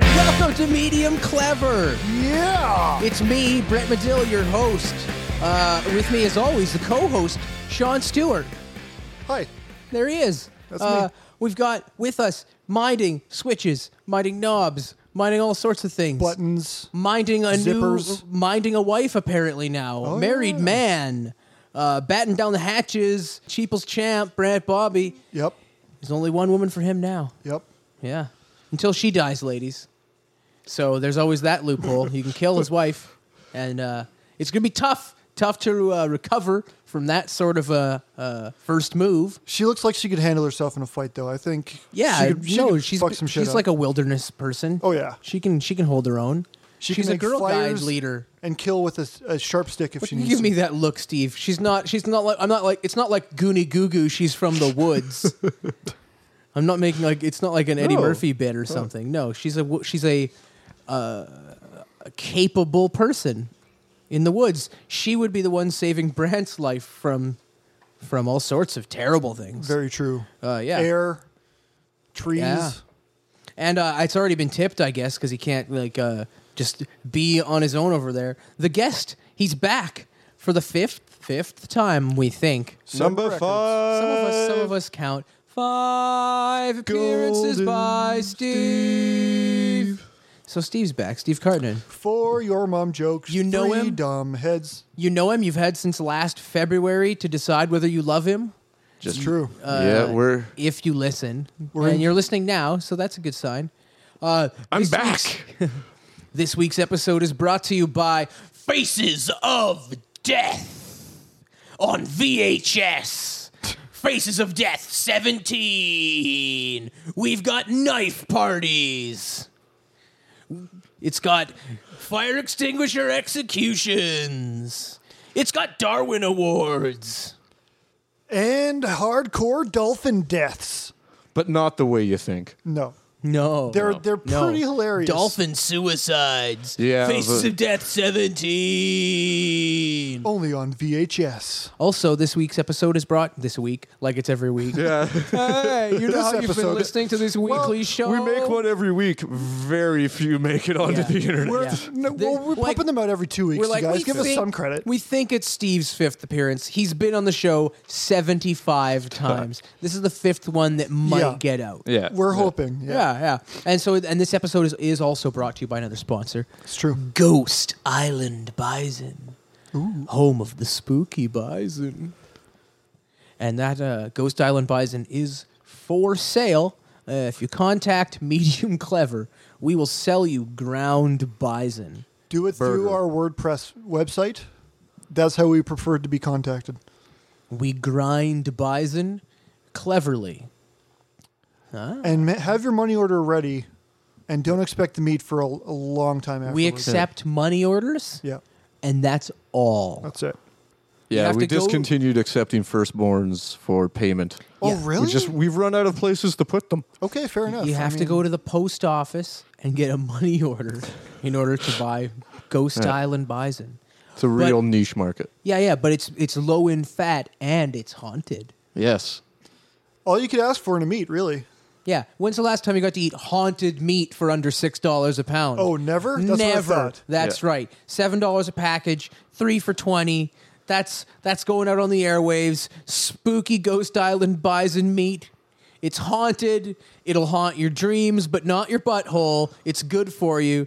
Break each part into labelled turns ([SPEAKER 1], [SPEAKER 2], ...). [SPEAKER 1] to Medium Clever.
[SPEAKER 2] Yeah.
[SPEAKER 1] It's me, Brett Medill, your host. Uh, with me, as always, the co-host, Sean Stewart.
[SPEAKER 2] Hi.
[SPEAKER 1] There he is.
[SPEAKER 2] That's
[SPEAKER 1] uh,
[SPEAKER 2] me.
[SPEAKER 1] We've got with us minding switches, minding knobs, minding all sorts of things.
[SPEAKER 2] Buttons.
[SPEAKER 1] minding a
[SPEAKER 2] Zippers. Oh,
[SPEAKER 1] new, minding a wife apparently now, married
[SPEAKER 2] yeah.
[SPEAKER 1] man, uh, batting down the hatches. Cheaple's champ, Brad Bobby.
[SPEAKER 2] Yep.
[SPEAKER 1] There's only one woman for him now.
[SPEAKER 2] Yep.
[SPEAKER 1] Yeah. Until she dies, ladies. So there's always that loophole. You can kill his wife, and uh, it's going to be tough, tough to uh, recover from that sort of a uh, uh, first move.
[SPEAKER 2] She looks like she could handle herself in a fight, though. I think.
[SPEAKER 1] Yeah,
[SPEAKER 2] She could, she
[SPEAKER 1] no,
[SPEAKER 2] could
[SPEAKER 1] she's
[SPEAKER 2] fuck some shit
[SPEAKER 1] she's
[SPEAKER 2] up.
[SPEAKER 1] like a wilderness person.
[SPEAKER 2] Oh, yeah.
[SPEAKER 1] she can she can hold her own.
[SPEAKER 2] She
[SPEAKER 1] she's
[SPEAKER 2] can
[SPEAKER 1] a
[SPEAKER 2] make
[SPEAKER 1] girl guide
[SPEAKER 2] fires
[SPEAKER 1] leader.
[SPEAKER 2] and kill with a, s- a sharp stick if she needs
[SPEAKER 1] Give
[SPEAKER 2] to.
[SPEAKER 1] me that look, Steve. She's not. She's not like. I'm not like. It's not like Goonie Goo Goo. She's from the woods. I'm not making like. It's not like an Eddie
[SPEAKER 2] No.
[SPEAKER 1] Murphy bit or something. No, she's a. wo- She's a, uh, a capable person, in the woods. She would be the one saving Brant's life from, from all sorts of terrible things.
[SPEAKER 2] Very true.
[SPEAKER 1] Uh, yeah.
[SPEAKER 2] Air. Trees.
[SPEAKER 1] Yeah. And uh, it's already been tipped, I guess, because he can't like uh, just be on his own over there. The guest, he's back for the fifth fifth time, we think.
[SPEAKER 3] Number
[SPEAKER 2] Records.
[SPEAKER 3] five.
[SPEAKER 1] Some of us, some of us count five appearances
[SPEAKER 2] Golden
[SPEAKER 1] by Steve. So Steve's back. Steve Cartman.
[SPEAKER 2] For your mom jokes.
[SPEAKER 1] You know
[SPEAKER 2] three
[SPEAKER 1] him?
[SPEAKER 2] Dumb heads.
[SPEAKER 1] You know him. You've had since last February to decide whether you love him.
[SPEAKER 2] Just true.
[SPEAKER 1] uh,
[SPEAKER 3] yeah, we're.
[SPEAKER 1] If you listen,
[SPEAKER 2] We're
[SPEAKER 1] and
[SPEAKER 2] in-
[SPEAKER 1] you're listening now, so that's a good sign. Uh,
[SPEAKER 3] I'm
[SPEAKER 1] this week's-
[SPEAKER 3] back.
[SPEAKER 1] This week's episode is brought to you by Faces of Death on VHS. Faces of Death 17. We've got knife parties. It's got fire extinguisher executions. It's got Darwin Awards.
[SPEAKER 2] and hardcore dolphin deaths.
[SPEAKER 3] But not the way you think.
[SPEAKER 2] No.
[SPEAKER 1] No.
[SPEAKER 2] They're they're
[SPEAKER 1] No.
[SPEAKER 2] pretty hilarious.
[SPEAKER 1] Dolphin suicides.
[SPEAKER 3] Yeah,
[SPEAKER 1] Faces
[SPEAKER 3] but-
[SPEAKER 1] of Death 17.
[SPEAKER 2] Only on VHS.
[SPEAKER 1] Also, this week's episode is brought this week, like it's every week.
[SPEAKER 3] Yeah.
[SPEAKER 1] Hey, you know
[SPEAKER 2] This
[SPEAKER 1] how you've been
[SPEAKER 2] episode-
[SPEAKER 1] listening to this
[SPEAKER 2] Well,
[SPEAKER 1] weekly show.
[SPEAKER 3] we make one every week. Very few make it onto
[SPEAKER 1] Yeah.
[SPEAKER 3] the internet.
[SPEAKER 2] We're,
[SPEAKER 1] Yeah.
[SPEAKER 2] no,
[SPEAKER 1] They-
[SPEAKER 2] well, we're
[SPEAKER 1] like-
[SPEAKER 2] pumping them out every two weeks,
[SPEAKER 1] We're
[SPEAKER 2] you
[SPEAKER 1] like,
[SPEAKER 2] guys.
[SPEAKER 1] we
[SPEAKER 2] Give
[SPEAKER 1] think,
[SPEAKER 2] us some credit.
[SPEAKER 1] We think it's Steve's fifth appearance. He's been on the show seventy-five times. This is the fifth one that might
[SPEAKER 2] Yeah.
[SPEAKER 1] get out.
[SPEAKER 3] yeah.
[SPEAKER 2] We're
[SPEAKER 3] yeah.
[SPEAKER 2] hoping. Yeah.
[SPEAKER 1] yeah, yeah. And so, and this episode is, is also brought to you by another sponsor,
[SPEAKER 2] It's true.
[SPEAKER 1] Ghost Island Bison, home of the spooky bison. And that uh, Ghost Island Bison is for sale. Uh, if you contact Medium Clever, we will sell you ground bison.
[SPEAKER 2] Do it through
[SPEAKER 3] Burger.
[SPEAKER 2] our WordPress website. That's how we prefer to be contacted.
[SPEAKER 1] We grind bison cleverly. Ah.
[SPEAKER 2] And ma- have your money order ready, and don't expect the meat for a, a long time afterwards.
[SPEAKER 1] We accept money orders,
[SPEAKER 2] Yeah,
[SPEAKER 1] and that's all.
[SPEAKER 2] that's it.
[SPEAKER 1] You
[SPEAKER 3] Yeah,
[SPEAKER 1] have
[SPEAKER 3] we
[SPEAKER 1] to go-
[SPEAKER 3] discontinued accepting firstborns for payment.
[SPEAKER 2] Oh,
[SPEAKER 1] Yeah. We
[SPEAKER 2] really?
[SPEAKER 3] We just we've run out of places to put them.
[SPEAKER 2] okay, fair enough.
[SPEAKER 1] You have to go to the post office and get a money order in order to buy Ghost Island bison.
[SPEAKER 3] It's a real niche market.
[SPEAKER 1] Yeah, yeah, but it's it's low in fat and it's haunted.
[SPEAKER 3] Yes.
[SPEAKER 2] All you could ask for in a meat, really.
[SPEAKER 1] Yeah. When's the last time you got to eat haunted meat for under six dollars a pound?
[SPEAKER 2] Oh, never? That's what I
[SPEAKER 1] never.
[SPEAKER 2] thought.
[SPEAKER 1] That's
[SPEAKER 3] Yeah.
[SPEAKER 1] right. Seven dollars a package, three for twenty. That's that's going out on the airwaves. Spooky Ghost Island bison meat. It's haunted. It'll haunt your dreams, but not your butthole. It's good for you.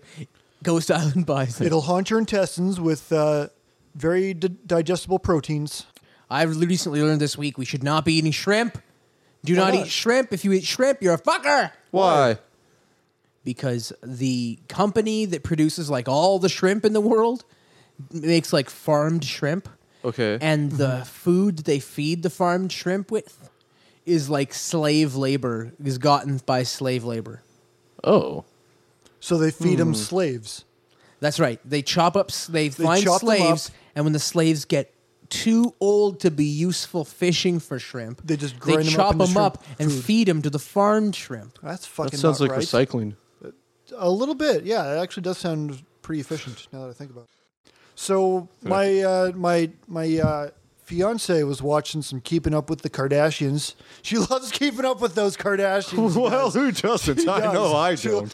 [SPEAKER 1] Ghost Island bison.
[SPEAKER 2] It'll haunt your intestines with uh, very di- digestible proteins.
[SPEAKER 1] I've recently learned this week we should not be eating shrimp. Do
[SPEAKER 2] Why
[SPEAKER 1] not,
[SPEAKER 2] not?
[SPEAKER 1] eat shrimp. If you eat shrimp, you're a fucker.
[SPEAKER 3] Why?
[SPEAKER 1] Because the company that produces like all the shrimp in the world makes like farmed shrimp.
[SPEAKER 3] Okay.
[SPEAKER 1] And the food they feed the farmed shrimp with is like slave labor, is gotten by slave labor.
[SPEAKER 3] Oh.
[SPEAKER 2] So they feed
[SPEAKER 3] Hmm.
[SPEAKER 2] them slaves.
[SPEAKER 1] That's right. They chop up. s- They, find
[SPEAKER 2] chop them up.
[SPEAKER 1] slaves, and when the slaves get too old to be useful fishing for shrimp,
[SPEAKER 2] They just
[SPEAKER 1] they
[SPEAKER 2] grind 'em up
[SPEAKER 1] chop
[SPEAKER 2] into
[SPEAKER 1] them up
[SPEAKER 2] shrimp
[SPEAKER 1] and
[SPEAKER 2] food.
[SPEAKER 1] feed them to the farmed shrimp.
[SPEAKER 2] That's
[SPEAKER 3] That
[SPEAKER 2] fucking.
[SPEAKER 3] sounds
[SPEAKER 2] not
[SPEAKER 3] like
[SPEAKER 2] right.
[SPEAKER 3] recycling.
[SPEAKER 2] A little bit, yeah. It actually does sound pretty efficient now that I think about it. So my uh, my my uh, fiance was watching some Keeping Up with the Kardashians. She loves keeping up with those Kardashians.
[SPEAKER 3] Well, who doesn't? I know I
[SPEAKER 2] She-
[SPEAKER 3] don't.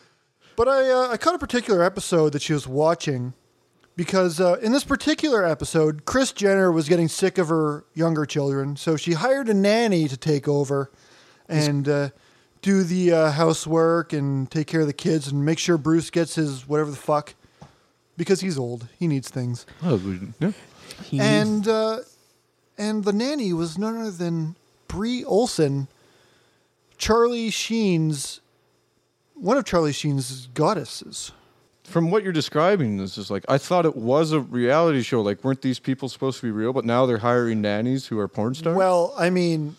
[SPEAKER 2] But I, uh, I caught a particular episode that she was watching because uh, in this particular episode, Chris Jenner was getting sick of her younger children, so she hired a nanny to take over and uh, do the uh, housework and take care of the kids and make sure Bruce gets his whatever the fuck because he's old, he needs things.
[SPEAKER 3] Oh, we- yeah.
[SPEAKER 1] He needs-
[SPEAKER 2] And uh, and the nanny was none other than Brie Olson, Charlie Sheen's one of Charlie Sheen's goddesses.
[SPEAKER 3] From what you're describing, this is like I thought it was a reality show. Like, weren't these people supposed to be real? But now they're hiring nannies who are porn stars.
[SPEAKER 2] Well, I mean,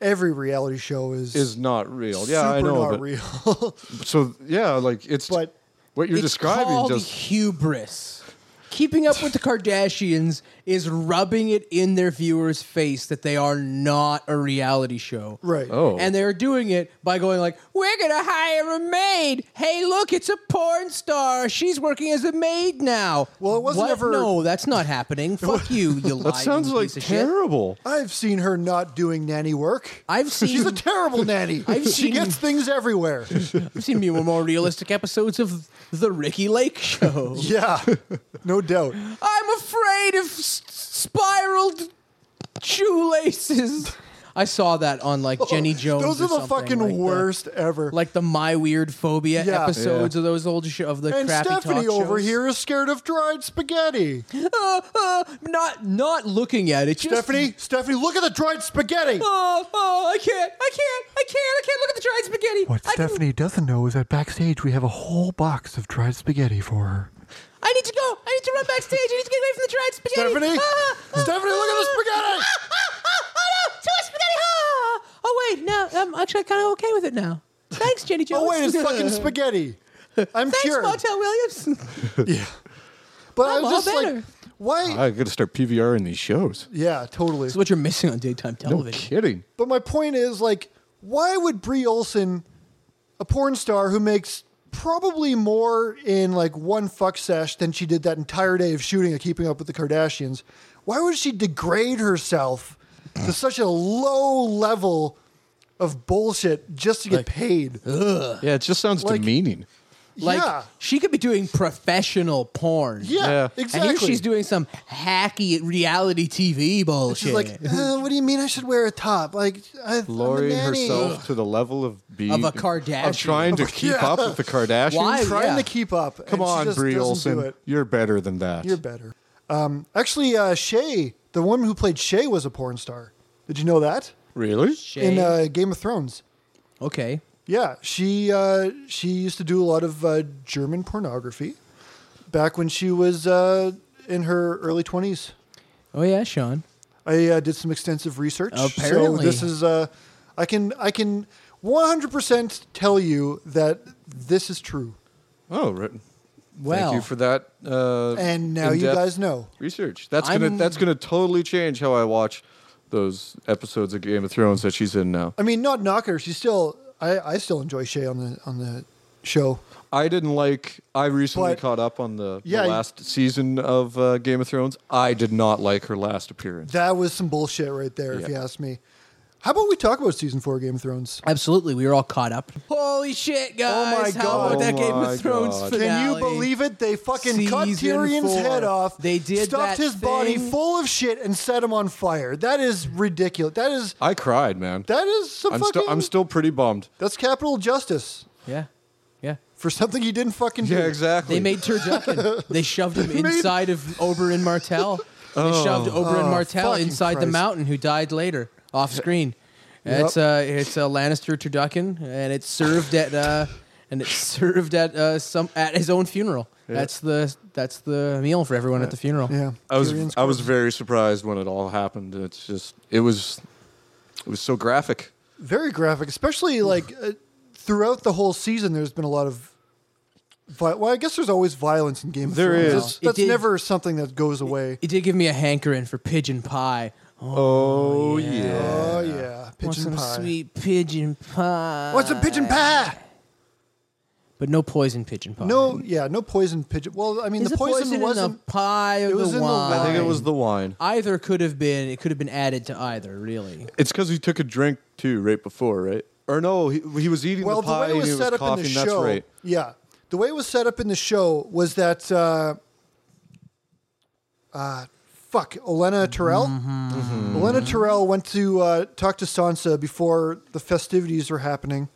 [SPEAKER 2] every reality show is
[SPEAKER 3] is not real. Yeah, I
[SPEAKER 2] super
[SPEAKER 3] know.
[SPEAKER 2] not
[SPEAKER 3] but-
[SPEAKER 2] real.
[SPEAKER 3] So yeah, like it's
[SPEAKER 2] But
[SPEAKER 3] what you're
[SPEAKER 1] it's
[SPEAKER 3] describing
[SPEAKER 1] called
[SPEAKER 3] just
[SPEAKER 1] hubris. Keeping up with the Kardashians is rubbing it in their viewers' face that they are not a reality show.
[SPEAKER 2] right.
[SPEAKER 3] oh
[SPEAKER 1] And they're doing it by going like, "We're gonna hire a maid. Hey, look, it's a porn star. She's working as a maid now."
[SPEAKER 2] Well, it wasn't
[SPEAKER 1] What?
[SPEAKER 2] ever-
[SPEAKER 1] No, that's not happening. Fuck you, you
[SPEAKER 3] that
[SPEAKER 1] lying
[SPEAKER 3] sounds like
[SPEAKER 1] piece of shit.
[SPEAKER 3] terrible.
[SPEAKER 2] I've seen her not doing nanny work.
[SPEAKER 1] I've seen
[SPEAKER 2] She's a terrible nanny.
[SPEAKER 1] I've
[SPEAKER 2] she
[SPEAKER 1] seen-
[SPEAKER 2] gets things everywhere.
[SPEAKER 1] I've seen more more realistic episodes of the Ricky Lake Show.
[SPEAKER 2] yeah, no doubt.
[SPEAKER 1] I'm afraid of s- spiraled shoelaces. I saw that on like Jenny Jones.
[SPEAKER 2] Those
[SPEAKER 1] or
[SPEAKER 2] are the
[SPEAKER 1] something,
[SPEAKER 2] fucking
[SPEAKER 1] like the-
[SPEAKER 2] worst ever.
[SPEAKER 1] like the My Weird Phobia
[SPEAKER 2] Yeah.
[SPEAKER 1] episodes of those old sh- of the
[SPEAKER 2] and
[SPEAKER 1] crappy
[SPEAKER 2] Stephanie
[SPEAKER 1] talk
[SPEAKER 2] over
[SPEAKER 1] shows.
[SPEAKER 2] here is scared of dried spaghetti.
[SPEAKER 1] Uh, uh, not not looking at it. Just,
[SPEAKER 2] Stephanie, Stephanie, look at the dried spaghetti.
[SPEAKER 1] Oh, oh, I can't, I can't, I can't, I can't look at the dried spaghetti. I, can-
[SPEAKER 2] doesn't know is that backstage we have a whole box of dried spaghetti for her.
[SPEAKER 1] I need to go. I need to run backstage. I need to get away from the dried spaghetti. Ah,
[SPEAKER 2] Stephanie,
[SPEAKER 1] ah,
[SPEAKER 2] Stephanie, look at the spaghetti.
[SPEAKER 1] oh no, too much spaghetti! Ah! Oh wait, no, I'm actually kind of okay with it now. Thanks, Jenny Jones.
[SPEAKER 2] Oh wait, it's fucking spaghetti. I'm
[SPEAKER 1] Thanks,
[SPEAKER 2] cured.
[SPEAKER 1] Montel Williams.
[SPEAKER 2] Yeah. But i
[SPEAKER 1] I'm all
[SPEAKER 2] was just
[SPEAKER 1] better.
[SPEAKER 2] like, why?
[SPEAKER 1] Uh,
[SPEAKER 3] I got to start PVR in these shows.
[SPEAKER 2] yeah, totally.
[SPEAKER 1] what you're missing on daytime
[SPEAKER 3] No kidding.
[SPEAKER 2] But my point is, like, why would Brie Olson, a porn star who makes probably more in like one fuck sesh than she did that entire day of shooting of Keeping Up with the Kardashians, why would she degrade herself to such a low level of bullshit just to get paid?
[SPEAKER 3] Yeah, it just sounds
[SPEAKER 2] Like-
[SPEAKER 3] demeaning.
[SPEAKER 1] Like
[SPEAKER 2] yeah.
[SPEAKER 1] she could be doing professional porn.
[SPEAKER 2] Yeah,
[SPEAKER 3] Yeah.
[SPEAKER 2] exactly.
[SPEAKER 1] And here she's doing some hacky reality TV bullshit.
[SPEAKER 2] She's like, uh, what do you mean I should wear a top? Like, I, I'm a
[SPEAKER 3] Lowering
[SPEAKER 2] nanny.
[SPEAKER 3] herself to the level of being
[SPEAKER 1] Of a Kardashian.
[SPEAKER 3] of trying to keep
[SPEAKER 2] Yeah.
[SPEAKER 3] up with the Kardashians.
[SPEAKER 1] Why?
[SPEAKER 2] trying
[SPEAKER 1] Yeah.
[SPEAKER 2] to keep up. and
[SPEAKER 3] Come
[SPEAKER 2] she
[SPEAKER 3] on,
[SPEAKER 2] just
[SPEAKER 3] Brie
[SPEAKER 2] doesn't do
[SPEAKER 3] Olson.
[SPEAKER 2] it.
[SPEAKER 3] You're better than that.
[SPEAKER 2] You're better. Um, actually, uh, Shay, the woman who played Shay, was a porn star. Did you know that
[SPEAKER 3] really?
[SPEAKER 2] in uh, Game of Thrones?
[SPEAKER 1] okay.
[SPEAKER 2] Yeah, she uh, she used to do a lot of uh, German pornography back when she was uh, in her early twenties.
[SPEAKER 1] Oh yeah, Sean.
[SPEAKER 2] I uh, did some extensive research. so
[SPEAKER 1] Apparently.
[SPEAKER 2] this is uh, I can I can 100% tell you that this is true.
[SPEAKER 3] Oh, right.
[SPEAKER 1] Well,
[SPEAKER 3] Thank you for that. Uh,
[SPEAKER 2] And now you
[SPEAKER 3] in-depth
[SPEAKER 2] guys know.
[SPEAKER 3] research. That's gonna
[SPEAKER 1] I'm-
[SPEAKER 3] that's gonna totally change how I watch those episodes of Game of Thrones that she's in now.
[SPEAKER 2] I mean, not knock her. She's still I, I still enjoy Shay on the on the show.
[SPEAKER 3] I didn't like. I recently
[SPEAKER 2] But-
[SPEAKER 3] caught up on the, the
[SPEAKER 2] Yeah, you-
[SPEAKER 3] last season of uh, Game of Thrones. I did not like her last appearance.
[SPEAKER 2] That was some bullshit right there, if
[SPEAKER 3] Yeah.
[SPEAKER 2] you ask me. How about we talk about season four of Game of Thrones?
[SPEAKER 1] absolutely, we were all caught up. Holy shit, guys!
[SPEAKER 2] my
[SPEAKER 1] How
[SPEAKER 3] God.
[SPEAKER 1] about that
[SPEAKER 3] Oh
[SPEAKER 1] Game
[SPEAKER 3] my
[SPEAKER 1] of Thrones
[SPEAKER 3] God.
[SPEAKER 1] finale?
[SPEAKER 2] Can you believe it? They fucking cut
[SPEAKER 1] Season
[SPEAKER 2] Tyrion's
[SPEAKER 1] four.
[SPEAKER 2] head off.
[SPEAKER 1] They did
[SPEAKER 2] stuffed
[SPEAKER 1] that
[SPEAKER 2] his body
[SPEAKER 1] thing.
[SPEAKER 2] full of shit and set him on fire. That is ridiculous. That is
[SPEAKER 3] I cried, man.
[SPEAKER 2] that is some
[SPEAKER 3] I'm
[SPEAKER 2] fucking.
[SPEAKER 3] still I'm still pretty bummed.
[SPEAKER 2] that's capital justice
[SPEAKER 1] Yeah, yeah.
[SPEAKER 2] for something he didn't fucking do.
[SPEAKER 3] Yeah, exactly.
[SPEAKER 1] They made Turducken. they shoved him inside of Oberyn Martell. They shoved Oberyn Martell
[SPEAKER 2] Oh. fucking
[SPEAKER 1] inside the
[SPEAKER 2] Christ.
[SPEAKER 1] mountain, who died later off screen. It's uh, it's a Lannister Turducken, and it served at uh, and it served at uh, some at his own funeral. That's the that's the meal for everyone at the funeral.
[SPEAKER 2] Yeah,
[SPEAKER 3] I was
[SPEAKER 2] Tyrion's
[SPEAKER 3] I was very surprised when it all happened. It's just it was it was so graphic.
[SPEAKER 2] very graphic, especially like uh, throughout the whole season. There's been a lot of. Vi- well, I guess there's always violence in Game of
[SPEAKER 3] There
[SPEAKER 2] Thrones.
[SPEAKER 3] is.
[SPEAKER 2] That's,
[SPEAKER 1] It
[SPEAKER 2] that's
[SPEAKER 1] did-
[SPEAKER 2] never something that goes away.
[SPEAKER 1] It did give me a hankering for pigeon pie.
[SPEAKER 3] Oh, yeah.
[SPEAKER 2] Oh yeah,
[SPEAKER 1] Want
[SPEAKER 2] pigeon
[SPEAKER 1] some
[SPEAKER 2] pie.
[SPEAKER 1] sweet pigeon pie.
[SPEAKER 2] What's a pigeon pie?
[SPEAKER 1] But no poison pigeon pie.
[SPEAKER 2] No, yeah, no poison pigeon. Well, I mean,
[SPEAKER 1] Is
[SPEAKER 2] the poison, wasn't.
[SPEAKER 1] in the pie or
[SPEAKER 2] it was in
[SPEAKER 1] the
[SPEAKER 2] the
[SPEAKER 1] wine.
[SPEAKER 2] wine.
[SPEAKER 3] I think it was the wine.
[SPEAKER 1] either could have been it could have been added to either really
[SPEAKER 3] It's because he took a drink too right before, right? Or no, he, he was eating
[SPEAKER 2] Well,
[SPEAKER 3] the
[SPEAKER 2] the
[SPEAKER 3] pie
[SPEAKER 2] way it
[SPEAKER 3] and
[SPEAKER 2] was
[SPEAKER 3] he was
[SPEAKER 2] set up in
[SPEAKER 3] coughing.
[SPEAKER 2] the
[SPEAKER 3] That's
[SPEAKER 2] show,
[SPEAKER 3] right.
[SPEAKER 2] yeah, the way it was set up in the show was that, uh, uh, fuck, Olena Terrell.
[SPEAKER 3] Mm-hmm.
[SPEAKER 2] Olena Terrell went to uh, talk to Sansa before the festivities were happening,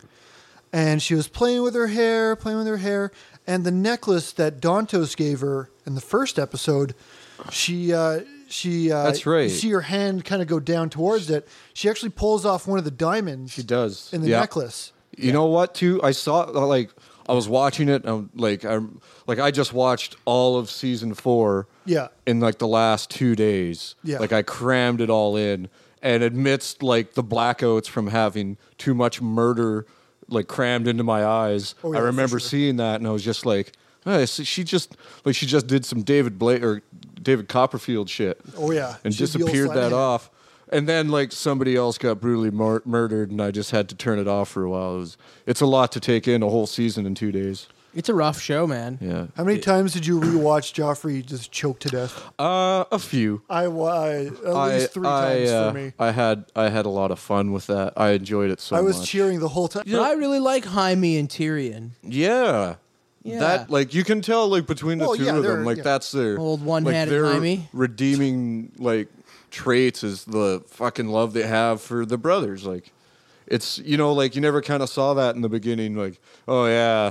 [SPEAKER 2] and she was playing with her hair, playing with her hair, and the necklace that Dantos gave her in the first episode, she. Uh, she uh,
[SPEAKER 3] That's right.
[SPEAKER 2] You see her hand kind of go down towards it. She actually pulls off one of the diamonds.
[SPEAKER 3] He does.
[SPEAKER 2] in the
[SPEAKER 3] Yeah.
[SPEAKER 2] necklace.
[SPEAKER 3] You know what? Too, I saw uh, like I was watching it. And, like I like I just watched all of season four.
[SPEAKER 2] Yeah.
[SPEAKER 3] In like the last two days.
[SPEAKER 2] Yeah.
[SPEAKER 3] Like I crammed it all in, and amidst like the blackouts from having too much murder like crammed into my eyes,
[SPEAKER 2] Oh, yeah,
[SPEAKER 3] I
[SPEAKER 2] for
[SPEAKER 3] remember
[SPEAKER 2] sure.
[SPEAKER 3] seeing that, and I was just like. "Oh, so she just like she just did some David Blake or David Copperfield shit.
[SPEAKER 2] Oh, yeah.
[SPEAKER 3] and
[SPEAKER 2] She
[SPEAKER 3] disappeared
[SPEAKER 2] yields
[SPEAKER 3] that
[SPEAKER 2] that.
[SPEAKER 3] off. And then like somebody else got brutally mur- murdered, and I just had to turn it off for a while. It was, it's a lot to take in a whole season in two days.
[SPEAKER 1] It's a rough show, man.
[SPEAKER 3] Yeah,
[SPEAKER 2] How many times did you rewatch Joffrey just choke to death?
[SPEAKER 3] uh, a few.
[SPEAKER 2] I, wa- I- at
[SPEAKER 3] I,
[SPEAKER 2] least three
[SPEAKER 3] I,
[SPEAKER 2] times
[SPEAKER 3] uh,
[SPEAKER 2] for me.
[SPEAKER 3] I had I had a lot of fun with that. I enjoyed it so
[SPEAKER 2] I was
[SPEAKER 3] much.
[SPEAKER 2] cheering the whole time.
[SPEAKER 1] But I really like Jaime and Tyrion.
[SPEAKER 3] Yeah.
[SPEAKER 1] Yeah.
[SPEAKER 3] That like you can tell like between the
[SPEAKER 2] Well,
[SPEAKER 3] two
[SPEAKER 2] yeah,
[SPEAKER 3] of
[SPEAKER 2] they're-
[SPEAKER 3] them like
[SPEAKER 2] yeah.
[SPEAKER 3] that's their
[SPEAKER 1] Old
[SPEAKER 3] like,
[SPEAKER 1] one-handed
[SPEAKER 3] their
[SPEAKER 1] Jaime.
[SPEAKER 3] redeeming like traits is the fucking love they have for the brothers like it's you know like you never kind of saw that in the beginning like oh yeah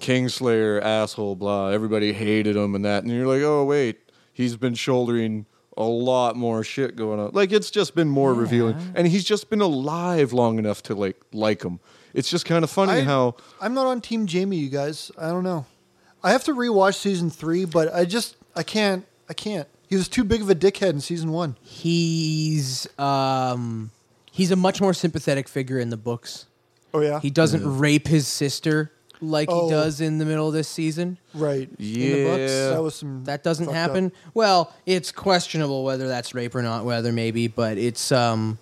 [SPEAKER 3] Kingslayer asshole blah everybody hated him and that and you're like oh wait he's been shouldering a lot more shit going on like it's just been more revealing and he's just been alive long enough to like like him it's just kind of funny
[SPEAKER 2] I,
[SPEAKER 3] how
[SPEAKER 2] am not on Team Jamie, you guys. I don't know. I have to rewatch season three, but I just I can't. I can't. He was too big of a dickhead in season one.
[SPEAKER 1] He's um, he's a much more sympathetic figure in the books.
[SPEAKER 2] Oh yeah,
[SPEAKER 1] He doesn't rape his sister like
[SPEAKER 2] Oh.
[SPEAKER 1] he does in the middle of this season.
[SPEAKER 2] right.
[SPEAKER 3] yeah
[SPEAKER 1] the books,
[SPEAKER 2] That was some.
[SPEAKER 1] That doesn't
[SPEAKER 2] fucked up.
[SPEAKER 1] happen. Well, it's questionable whether that's rape or not. Whether maybe, but it's um.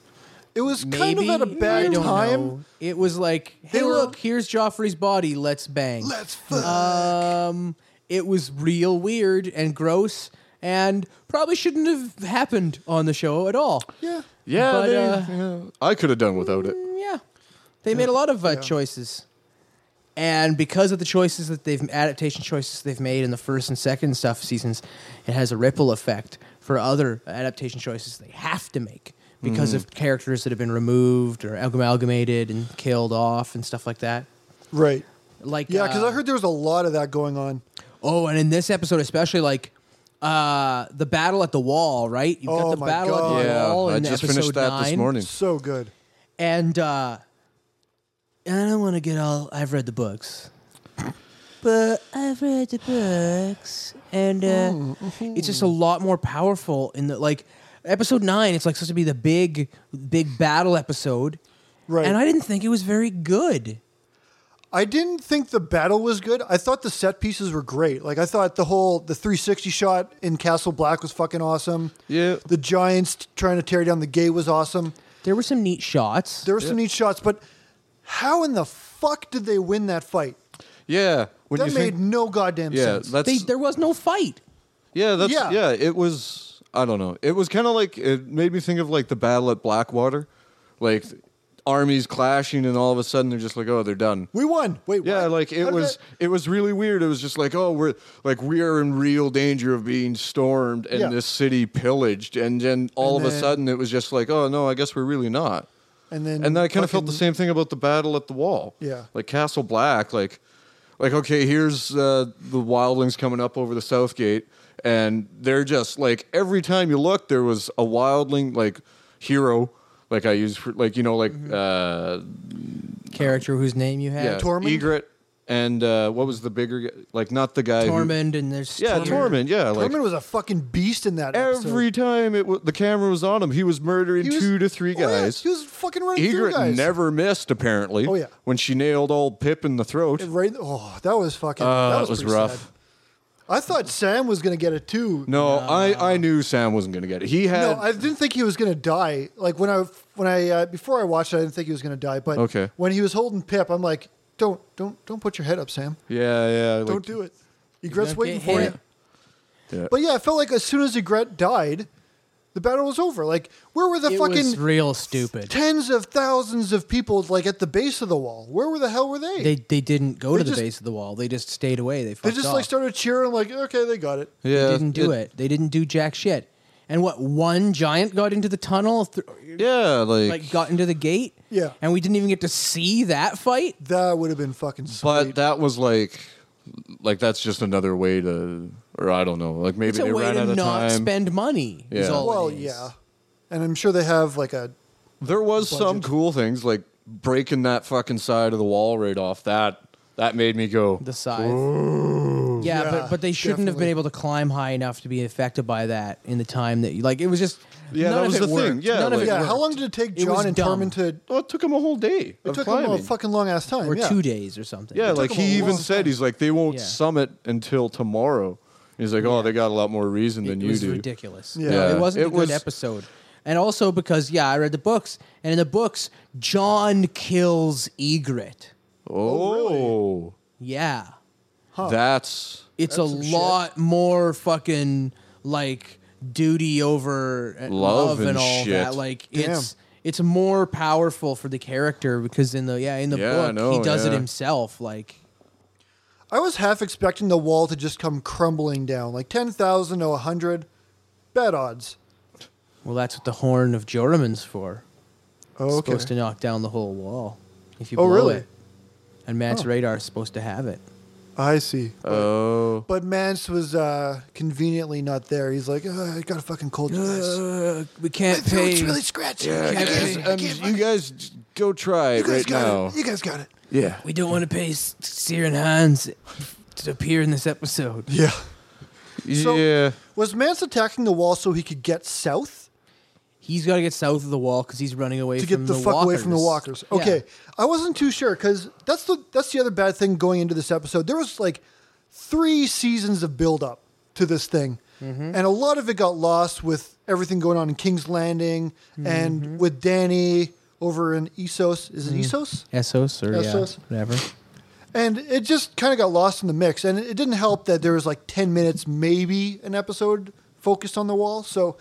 [SPEAKER 2] It was
[SPEAKER 1] Maybe,
[SPEAKER 2] kind of at a
[SPEAKER 1] I
[SPEAKER 2] bad
[SPEAKER 1] don't
[SPEAKER 2] time.
[SPEAKER 1] know. It was like, hey,
[SPEAKER 2] were-
[SPEAKER 1] look, here's Joffrey's body. Let's bang.
[SPEAKER 2] Let's fuck.
[SPEAKER 1] Um, it was real weird and gross, and probably shouldn't have happened on the show at all.
[SPEAKER 2] yeah.
[SPEAKER 3] Yeah,
[SPEAKER 1] But,
[SPEAKER 3] they-
[SPEAKER 1] uh,
[SPEAKER 3] yeah, I could have done without it.
[SPEAKER 1] Mm, Yeah, they made a lot of uh, choices, and because of the choices that they've adaptation choices they've made in the first and second stuff seasons, it has a ripple effect for other adaptation choices they have to make because
[SPEAKER 2] Mm-hmm.
[SPEAKER 1] of characters that have been removed or amalgamated and killed off and stuff like that.
[SPEAKER 2] Right.
[SPEAKER 1] Like
[SPEAKER 2] Yeah, because
[SPEAKER 1] uh,
[SPEAKER 2] I heard there was a lot of that going on.
[SPEAKER 1] Oh, and in this episode especially, like uh the battle at the wall, right? You've
[SPEAKER 2] Oh
[SPEAKER 1] got the
[SPEAKER 2] my
[SPEAKER 1] battle at
[SPEAKER 2] God.
[SPEAKER 1] the
[SPEAKER 3] Yeah,
[SPEAKER 1] wall
[SPEAKER 3] I
[SPEAKER 1] in
[SPEAKER 3] just
[SPEAKER 1] episode
[SPEAKER 3] finished that
[SPEAKER 1] nine,
[SPEAKER 3] this morning.
[SPEAKER 2] So good.
[SPEAKER 1] and uh I don't want to get all. I've read the books, but I've read the books, and uh, it's just a lot more powerful in the like episode nine. It's like supposed to be the big, big battle episode,
[SPEAKER 2] Right.
[SPEAKER 1] And I didn't think it was very good.
[SPEAKER 2] I didn't think the battle was good. I thought the set pieces were great. Like I thought the whole the 360 shot in Castle Black was fucking awesome.
[SPEAKER 3] Yeah.
[SPEAKER 2] The giants t- trying to tear down the gate was awesome.
[SPEAKER 1] There were some neat shots.
[SPEAKER 2] There were some neat shots, but how in the fuck did they win that fight?
[SPEAKER 3] Yeah, when
[SPEAKER 2] That
[SPEAKER 3] you
[SPEAKER 2] made
[SPEAKER 3] think,
[SPEAKER 2] no goddamn
[SPEAKER 3] yeah,
[SPEAKER 2] sense.
[SPEAKER 3] that's
[SPEAKER 1] they, there was no fight.
[SPEAKER 3] yeah, that's
[SPEAKER 2] Yeah.
[SPEAKER 3] yeah. It was I don't know. It was kind of like it made me think of like the battle at Blackwater, like armies clashing, and all of a sudden they're just like, oh, they're done.
[SPEAKER 2] we won. Wait,
[SPEAKER 3] Yeah,
[SPEAKER 2] what?
[SPEAKER 3] like
[SPEAKER 2] How
[SPEAKER 3] it
[SPEAKER 2] did
[SPEAKER 3] was
[SPEAKER 2] that-
[SPEAKER 3] it was really weird. It was just like, oh, we're like we are in real danger of being stormed and
[SPEAKER 2] Yeah.
[SPEAKER 3] this city pillaged, and then all
[SPEAKER 2] And
[SPEAKER 3] of
[SPEAKER 2] then-
[SPEAKER 3] a sudden it was just like, oh no, I guess we're really not.
[SPEAKER 2] and then
[SPEAKER 3] and then I kind of felt
[SPEAKER 2] fucking-
[SPEAKER 3] the same thing about the battle at the wall.
[SPEAKER 2] Yeah.
[SPEAKER 3] like Castle Black, like, like okay, here's uh, the wildlings coming up over the south gate, and they're just like every time you look, there was a wildling like hero, like I use for like you know like
[SPEAKER 2] Mm-hmm.
[SPEAKER 3] uh,
[SPEAKER 1] Character whose name you had.
[SPEAKER 3] yeah,
[SPEAKER 2] Tormund?
[SPEAKER 3] Egret, and uh, what was the bigger g- like not the guy who-
[SPEAKER 1] Tormund, and there's
[SPEAKER 3] yeah,
[SPEAKER 1] Tyrion.
[SPEAKER 3] Tormund, yeah, like.
[SPEAKER 2] Tormund was a fucking beast in that
[SPEAKER 3] Every
[SPEAKER 2] episode.
[SPEAKER 3] time it w- the camera was on him, he was murdering
[SPEAKER 2] He was-
[SPEAKER 3] two to three
[SPEAKER 2] oh, yeah,
[SPEAKER 3] guys.
[SPEAKER 2] he was fucking running through
[SPEAKER 3] Egret
[SPEAKER 2] guys.
[SPEAKER 3] never missed, apparently.
[SPEAKER 2] Oh, yeah.
[SPEAKER 3] When she nailed old Pip in the throat.
[SPEAKER 2] right oh, that was fucking
[SPEAKER 3] Uh,
[SPEAKER 2] that
[SPEAKER 3] it was
[SPEAKER 2] pretty
[SPEAKER 3] rough.
[SPEAKER 2] sad. I thought Sam was going to get it too.
[SPEAKER 3] No, I, I knew Sam wasn't going to get it. He had.
[SPEAKER 2] No, I didn't think he was gonna die. Like when I when I uh, before I watched it, I didn't think he was gonna die. But
[SPEAKER 3] Okay.
[SPEAKER 2] when he was holding Pip, I'm like, don't don't don't put your head up, Sam.
[SPEAKER 3] yeah, yeah. Like,
[SPEAKER 2] don't do it. Egret's
[SPEAKER 1] don't
[SPEAKER 2] waiting
[SPEAKER 1] get
[SPEAKER 2] for
[SPEAKER 1] hit.
[SPEAKER 2] you.
[SPEAKER 3] Yeah.
[SPEAKER 2] But yeah, I felt like as soon as Egret died, The battle was over. Like, where were the
[SPEAKER 1] it
[SPEAKER 2] fucking
[SPEAKER 1] was real stupid.
[SPEAKER 2] tens of thousands of people like at the base of the wall? Where were the hell were they?
[SPEAKER 1] They they didn't go to the
[SPEAKER 2] They just-
[SPEAKER 1] base of the wall. They just stayed away. They fucked
[SPEAKER 2] They just
[SPEAKER 1] off.
[SPEAKER 2] like started cheering. Like, okay, they got it.
[SPEAKER 3] Yeah,
[SPEAKER 1] they didn't do it. They didn't do jack shit. And what one giant got into the tunnel, th-
[SPEAKER 3] Yeah, like,
[SPEAKER 1] like got into the gate.
[SPEAKER 2] Yeah.
[SPEAKER 1] and we didn't even get to see that fight.
[SPEAKER 2] That would have been fucking
[SPEAKER 3] but
[SPEAKER 2] sweet.
[SPEAKER 3] that was like, like that's just another way to, or I don't know, like maybe
[SPEAKER 1] It's a
[SPEAKER 3] they
[SPEAKER 1] way
[SPEAKER 3] ran out
[SPEAKER 1] to
[SPEAKER 3] of
[SPEAKER 1] not
[SPEAKER 3] time.
[SPEAKER 1] spend money. is
[SPEAKER 3] Yeah.
[SPEAKER 1] all it
[SPEAKER 2] well,
[SPEAKER 1] is.
[SPEAKER 2] yeah, and I'm sure they have like a
[SPEAKER 3] there was some
[SPEAKER 2] budget.
[SPEAKER 3] cool things like breaking that fucking side of the wall right off. That that made me go.
[SPEAKER 1] the scythe. yeah,
[SPEAKER 2] Yeah,
[SPEAKER 1] but but they shouldn't have been
[SPEAKER 2] definitely.
[SPEAKER 1] able to climb high enough to be affected by that in the time that you like. It was just
[SPEAKER 3] Yeah,
[SPEAKER 1] none
[SPEAKER 3] that
[SPEAKER 1] of
[SPEAKER 3] was
[SPEAKER 1] it
[SPEAKER 3] the thing.
[SPEAKER 1] worked.
[SPEAKER 3] Yeah,
[SPEAKER 1] none of
[SPEAKER 3] like-
[SPEAKER 1] it.
[SPEAKER 2] yeah.
[SPEAKER 1] worked.
[SPEAKER 2] How long did it take
[SPEAKER 1] It was
[SPEAKER 2] John and
[SPEAKER 1] dumb.
[SPEAKER 2] Tormund to? It
[SPEAKER 3] well, "Oh, it took him a whole day. of
[SPEAKER 2] took
[SPEAKER 3] climbing.
[SPEAKER 2] him a fucking long ass time.
[SPEAKER 1] or
[SPEAKER 2] yeah.
[SPEAKER 1] two days or something.
[SPEAKER 3] Yeah,
[SPEAKER 2] It
[SPEAKER 3] like
[SPEAKER 2] took 'em a
[SPEAKER 3] he even
[SPEAKER 2] long
[SPEAKER 3] said, he's like, they won't
[SPEAKER 1] Yeah.
[SPEAKER 3] summit until tomorrow. He's like, oh, they got a lot more reason than
[SPEAKER 1] it
[SPEAKER 3] you
[SPEAKER 1] was
[SPEAKER 3] do.
[SPEAKER 1] ridiculous.
[SPEAKER 2] Yeah.
[SPEAKER 1] No,
[SPEAKER 3] Yeah.
[SPEAKER 1] it wasn't
[SPEAKER 3] It
[SPEAKER 1] a good
[SPEAKER 3] was-
[SPEAKER 1] episode. And also because yeah, I read the books, and in the books, John kills Egret.
[SPEAKER 3] Oh,
[SPEAKER 1] Yeah,
[SPEAKER 3] that's
[SPEAKER 1] it's
[SPEAKER 2] That's
[SPEAKER 1] a
[SPEAKER 2] some shit.
[SPEAKER 1] lot more fucking like duty over uh,
[SPEAKER 3] Love
[SPEAKER 1] love,
[SPEAKER 3] and
[SPEAKER 1] and all
[SPEAKER 3] shit.
[SPEAKER 1] that. Like it's it's more powerful for the character because in the yeah in the
[SPEAKER 3] Yeah, I
[SPEAKER 1] book
[SPEAKER 3] know,
[SPEAKER 1] he does it
[SPEAKER 3] yeah.
[SPEAKER 1] himself. Like
[SPEAKER 2] I was half expecting the wall to just come crumbling down, like ten thousand to hundred, bet odds.
[SPEAKER 1] well, that's what the horn of Joraman's for. It's
[SPEAKER 2] Oh, okay.
[SPEAKER 1] supposed to knock down the whole wall if you
[SPEAKER 2] Oh,
[SPEAKER 1] blow
[SPEAKER 2] really? Oh.
[SPEAKER 1] it. And Matt's radar is supposed to have it.
[SPEAKER 2] I see.
[SPEAKER 3] oh,
[SPEAKER 2] But Mance was uh, conveniently not there. He's like, "Ugh, I got a fucking cold. chest.
[SPEAKER 1] we
[SPEAKER 2] My
[SPEAKER 1] can't
[SPEAKER 2] throat's
[SPEAKER 1] pay.
[SPEAKER 2] really scratchy.
[SPEAKER 3] yeah.
[SPEAKER 2] I
[SPEAKER 3] guys,
[SPEAKER 2] can't- I
[SPEAKER 3] um,
[SPEAKER 2] can't
[SPEAKER 3] you
[SPEAKER 2] fucking-
[SPEAKER 3] guys j- go try
[SPEAKER 2] you
[SPEAKER 3] it
[SPEAKER 2] guys
[SPEAKER 3] right
[SPEAKER 2] got
[SPEAKER 3] now.
[SPEAKER 2] It. You guys got it.
[SPEAKER 3] Yeah,
[SPEAKER 1] we don't want to pay Sear and Hans to appear in this episode.
[SPEAKER 2] Yeah. So-
[SPEAKER 3] yeah.
[SPEAKER 2] Was Mance attacking the wall so he could get south
[SPEAKER 1] He's got to get south of the wall because he's running away
[SPEAKER 2] to
[SPEAKER 1] from
[SPEAKER 2] get the, fuck away from the walkers?
[SPEAKER 1] Yeah.
[SPEAKER 2] Okay, I wasn't too sure because that's the that's the other bad thing going into this episode. There was like three seasons of build up to this thing,
[SPEAKER 1] Mm-hmm.
[SPEAKER 2] and a lot of it got lost with everything going on in King's Landing
[SPEAKER 1] Mm-hmm.
[SPEAKER 2] and with Danny over in Essos. Is it Essos?
[SPEAKER 1] Essos or
[SPEAKER 2] Essos.
[SPEAKER 1] yeah, whatever.
[SPEAKER 2] And it just kind of got lost in the mix. And it didn't help that there was like 10 minutes, maybe an episode focused on the wall. So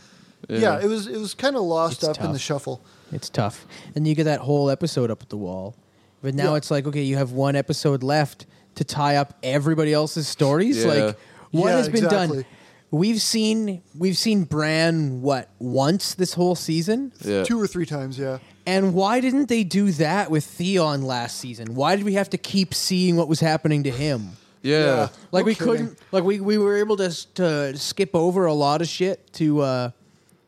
[SPEAKER 2] yeah,
[SPEAKER 3] Yeah.
[SPEAKER 2] it was it was kind of lost
[SPEAKER 1] It's
[SPEAKER 2] up in the
[SPEAKER 1] tough.
[SPEAKER 2] shuffle.
[SPEAKER 1] It's tough, and you get that whole episode up at the wall. But now
[SPEAKER 2] Yeah.
[SPEAKER 1] it's like okay, you have one episode left to tie up everybody else's stories.
[SPEAKER 3] Yeah.
[SPEAKER 1] Like what
[SPEAKER 2] Yeah,
[SPEAKER 1] has been
[SPEAKER 2] exactly.
[SPEAKER 1] done. We've seen we've seen Bran what once this whole season.
[SPEAKER 3] Yeah.
[SPEAKER 2] Two or three times, yeah.
[SPEAKER 1] And why didn't they do that with Theon last season? Why did we have to keep seeing what was happening to him?
[SPEAKER 3] yeah,
[SPEAKER 1] Like
[SPEAKER 2] No
[SPEAKER 1] we
[SPEAKER 2] kidding.
[SPEAKER 1] couldn't like we, we were able to s- to skip over a lot of shit to uh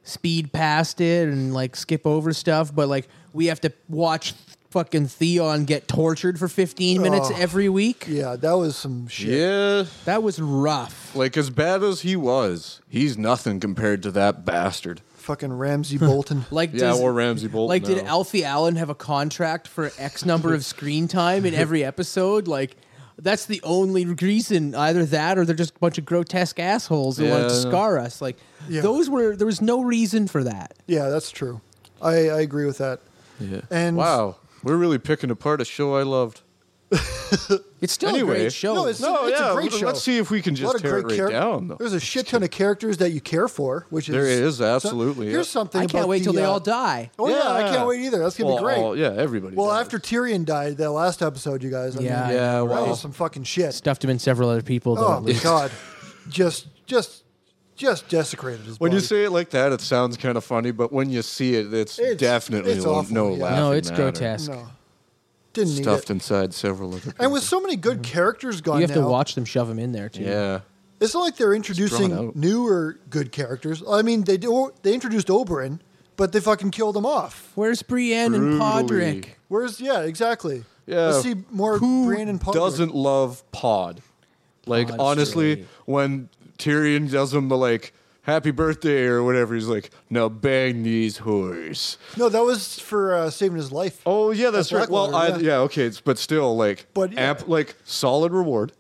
[SPEAKER 1] speed past it and like skip over stuff, but like we have to watch fucking Theon get tortured for 15 minutes
[SPEAKER 2] Oh.
[SPEAKER 1] every week.
[SPEAKER 2] Yeah, that was some shit.
[SPEAKER 3] yeah.
[SPEAKER 1] That was rough.
[SPEAKER 3] Like as bad as he was, he's nothing compared to that bastard.
[SPEAKER 2] Fucking Ramsey Bolton.
[SPEAKER 1] Like
[SPEAKER 3] Yeah,
[SPEAKER 1] does-
[SPEAKER 3] or Ramsey Bolton.
[SPEAKER 1] Like, did
[SPEAKER 3] now.
[SPEAKER 1] Alfie Allen have a contract for X number of screen time in every episode? Like, that's the only reason. Either that, or they're just a bunch of grotesque assholes who wanted
[SPEAKER 3] Yeah,
[SPEAKER 1] to
[SPEAKER 3] I know.
[SPEAKER 1] scar us. Like,
[SPEAKER 2] Yeah.
[SPEAKER 1] those were there was no reason for that.
[SPEAKER 2] yeah, that's true. I, I agree with that.
[SPEAKER 3] Yeah.
[SPEAKER 2] and-
[SPEAKER 3] wow, we're really picking apart a show I loved.
[SPEAKER 1] It's still
[SPEAKER 3] Anyway,
[SPEAKER 1] a great show.
[SPEAKER 2] No, it's,
[SPEAKER 3] No,
[SPEAKER 2] it's
[SPEAKER 3] yeah,
[SPEAKER 2] a great
[SPEAKER 3] let's
[SPEAKER 2] show.
[SPEAKER 3] see if we can just
[SPEAKER 2] What a
[SPEAKER 3] tear
[SPEAKER 2] great
[SPEAKER 3] it right
[SPEAKER 2] char-
[SPEAKER 3] down, though.
[SPEAKER 2] There's a shit ton of characters that you care for, which is
[SPEAKER 3] There is,
[SPEAKER 2] so-
[SPEAKER 3] absolutely, yeah.
[SPEAKER 2] here's something.
[SPEAKER 1] I can't
[SPEAKER 2] about
[SPEAKER 1] wait till
[SPEAKER 2] the,
[SPEAKER 1] they
[SPEAKER 2] uh,
[SPEAKER 1] all die.
[SPEAKER 2] Oh yeah. I
[SPEAKER 3] Yeah.
[SPEAKER 2] can't wait either. That's gonna
[SPEAKER 3] well,
[SPEAKER 2] be great.
[SPEAKER 3] all- yeah, everybody.
[SPEAKER 2] Well,
[SPEAKER 3] does.
[SPEAKER 2] after Tyrion died, that last episode, you guys. I
[SPEAKER 1] Yeah.
[SPEAKER 2] mean,
[SPEAKER 1] Yeah,
[SPEAKER 2] that
[SPEAKER 3] wow.
[SPEAKER 2] was some fucking shit.
[SPEAKER 1] Stuffed him in several other people. Though,
[SPEAKER 2] Oh
[SPEAKER 1] at
[SPEAKER 2] my
[SPEAKER 1] least.
[SPEAKER 2] god, just, just, just desecrated his
[SPEAKER 3] When you
[SPEAKER 2] body.
[SPEAKER 3] say it like that, it sounds kind of funny, but when you see it, it's,
[SPEAKER 2] It's-
[SPEAKER 3] definitely
[SPEAKER 2] it's
[SPEAKER 3] l-
[SPEAKER 2] awful,
[SPEAKER 3] no
[SPEAKER 2] yeah.
[SPEAKER 3] laughing.
[SPEAKER 1] no, it's
[SPEAKER 3] matter.
[SPEAKER 1] grotesque.
[SPEAKER 2] no, didn't need
[SPEAKER 3] Stuffed
[SPEAKER 2] it.
[SPEAKER 3] inside several other.
[SPEAKER 2] And with so many good characters gone
[SPEAKER 1] You have to
[SPEAKER 2] now,
[SPEAKER 1] watch them shove him in there too.
[SPEAKER 3] yeah,
[SPEAKER 2] it's not like they're
[SPEAKER 3] Drawn
[SPEAKER 2] introducing
[SPEAKER 3] out.
[SPEAKER 2] newer good characters. I mean, they do. They introduced Oberyn, but they fucking killed him off.
[SPEAKER 1] Where's Brienne and
[SPEAKER 3] Brutally.
[SPEAKER 1] Podrick?
[SPEAKER 2] Where's yeah, exactly.
[SPEAKER 3] Yeah.
[SPEAKER 2] Let's see more
[SPEAKER 3] who
[SPEAKER 2] Brandon Potter.
[SPEAKER 3] doesn't love Pod? Like
[SPEAKER 1] Pod's
[SPEAKER 3] honestly,
[SPEAKER 1] great.
[SPEAKER 3] when Tyrion does him the like "Happy Birthday" or whatever, he's like, "Now bang these whores."
[SPEAKER 2] No, that was for uh, saving his life.
[SPEAKER 3] Oh yeah, that's
[SPEAKER 2] At
[SPEAKER 3] right. Well, I,
[SPEAKER 2] Blackwater,
[SPEAKER 3] yeah.
[SPEAKER 2] yeah.
[SPEAKER 3] okay, it's, but still, like,
[SPEAKER 2] But, yeah.
[SPEAKER 3] amp, like solid reward.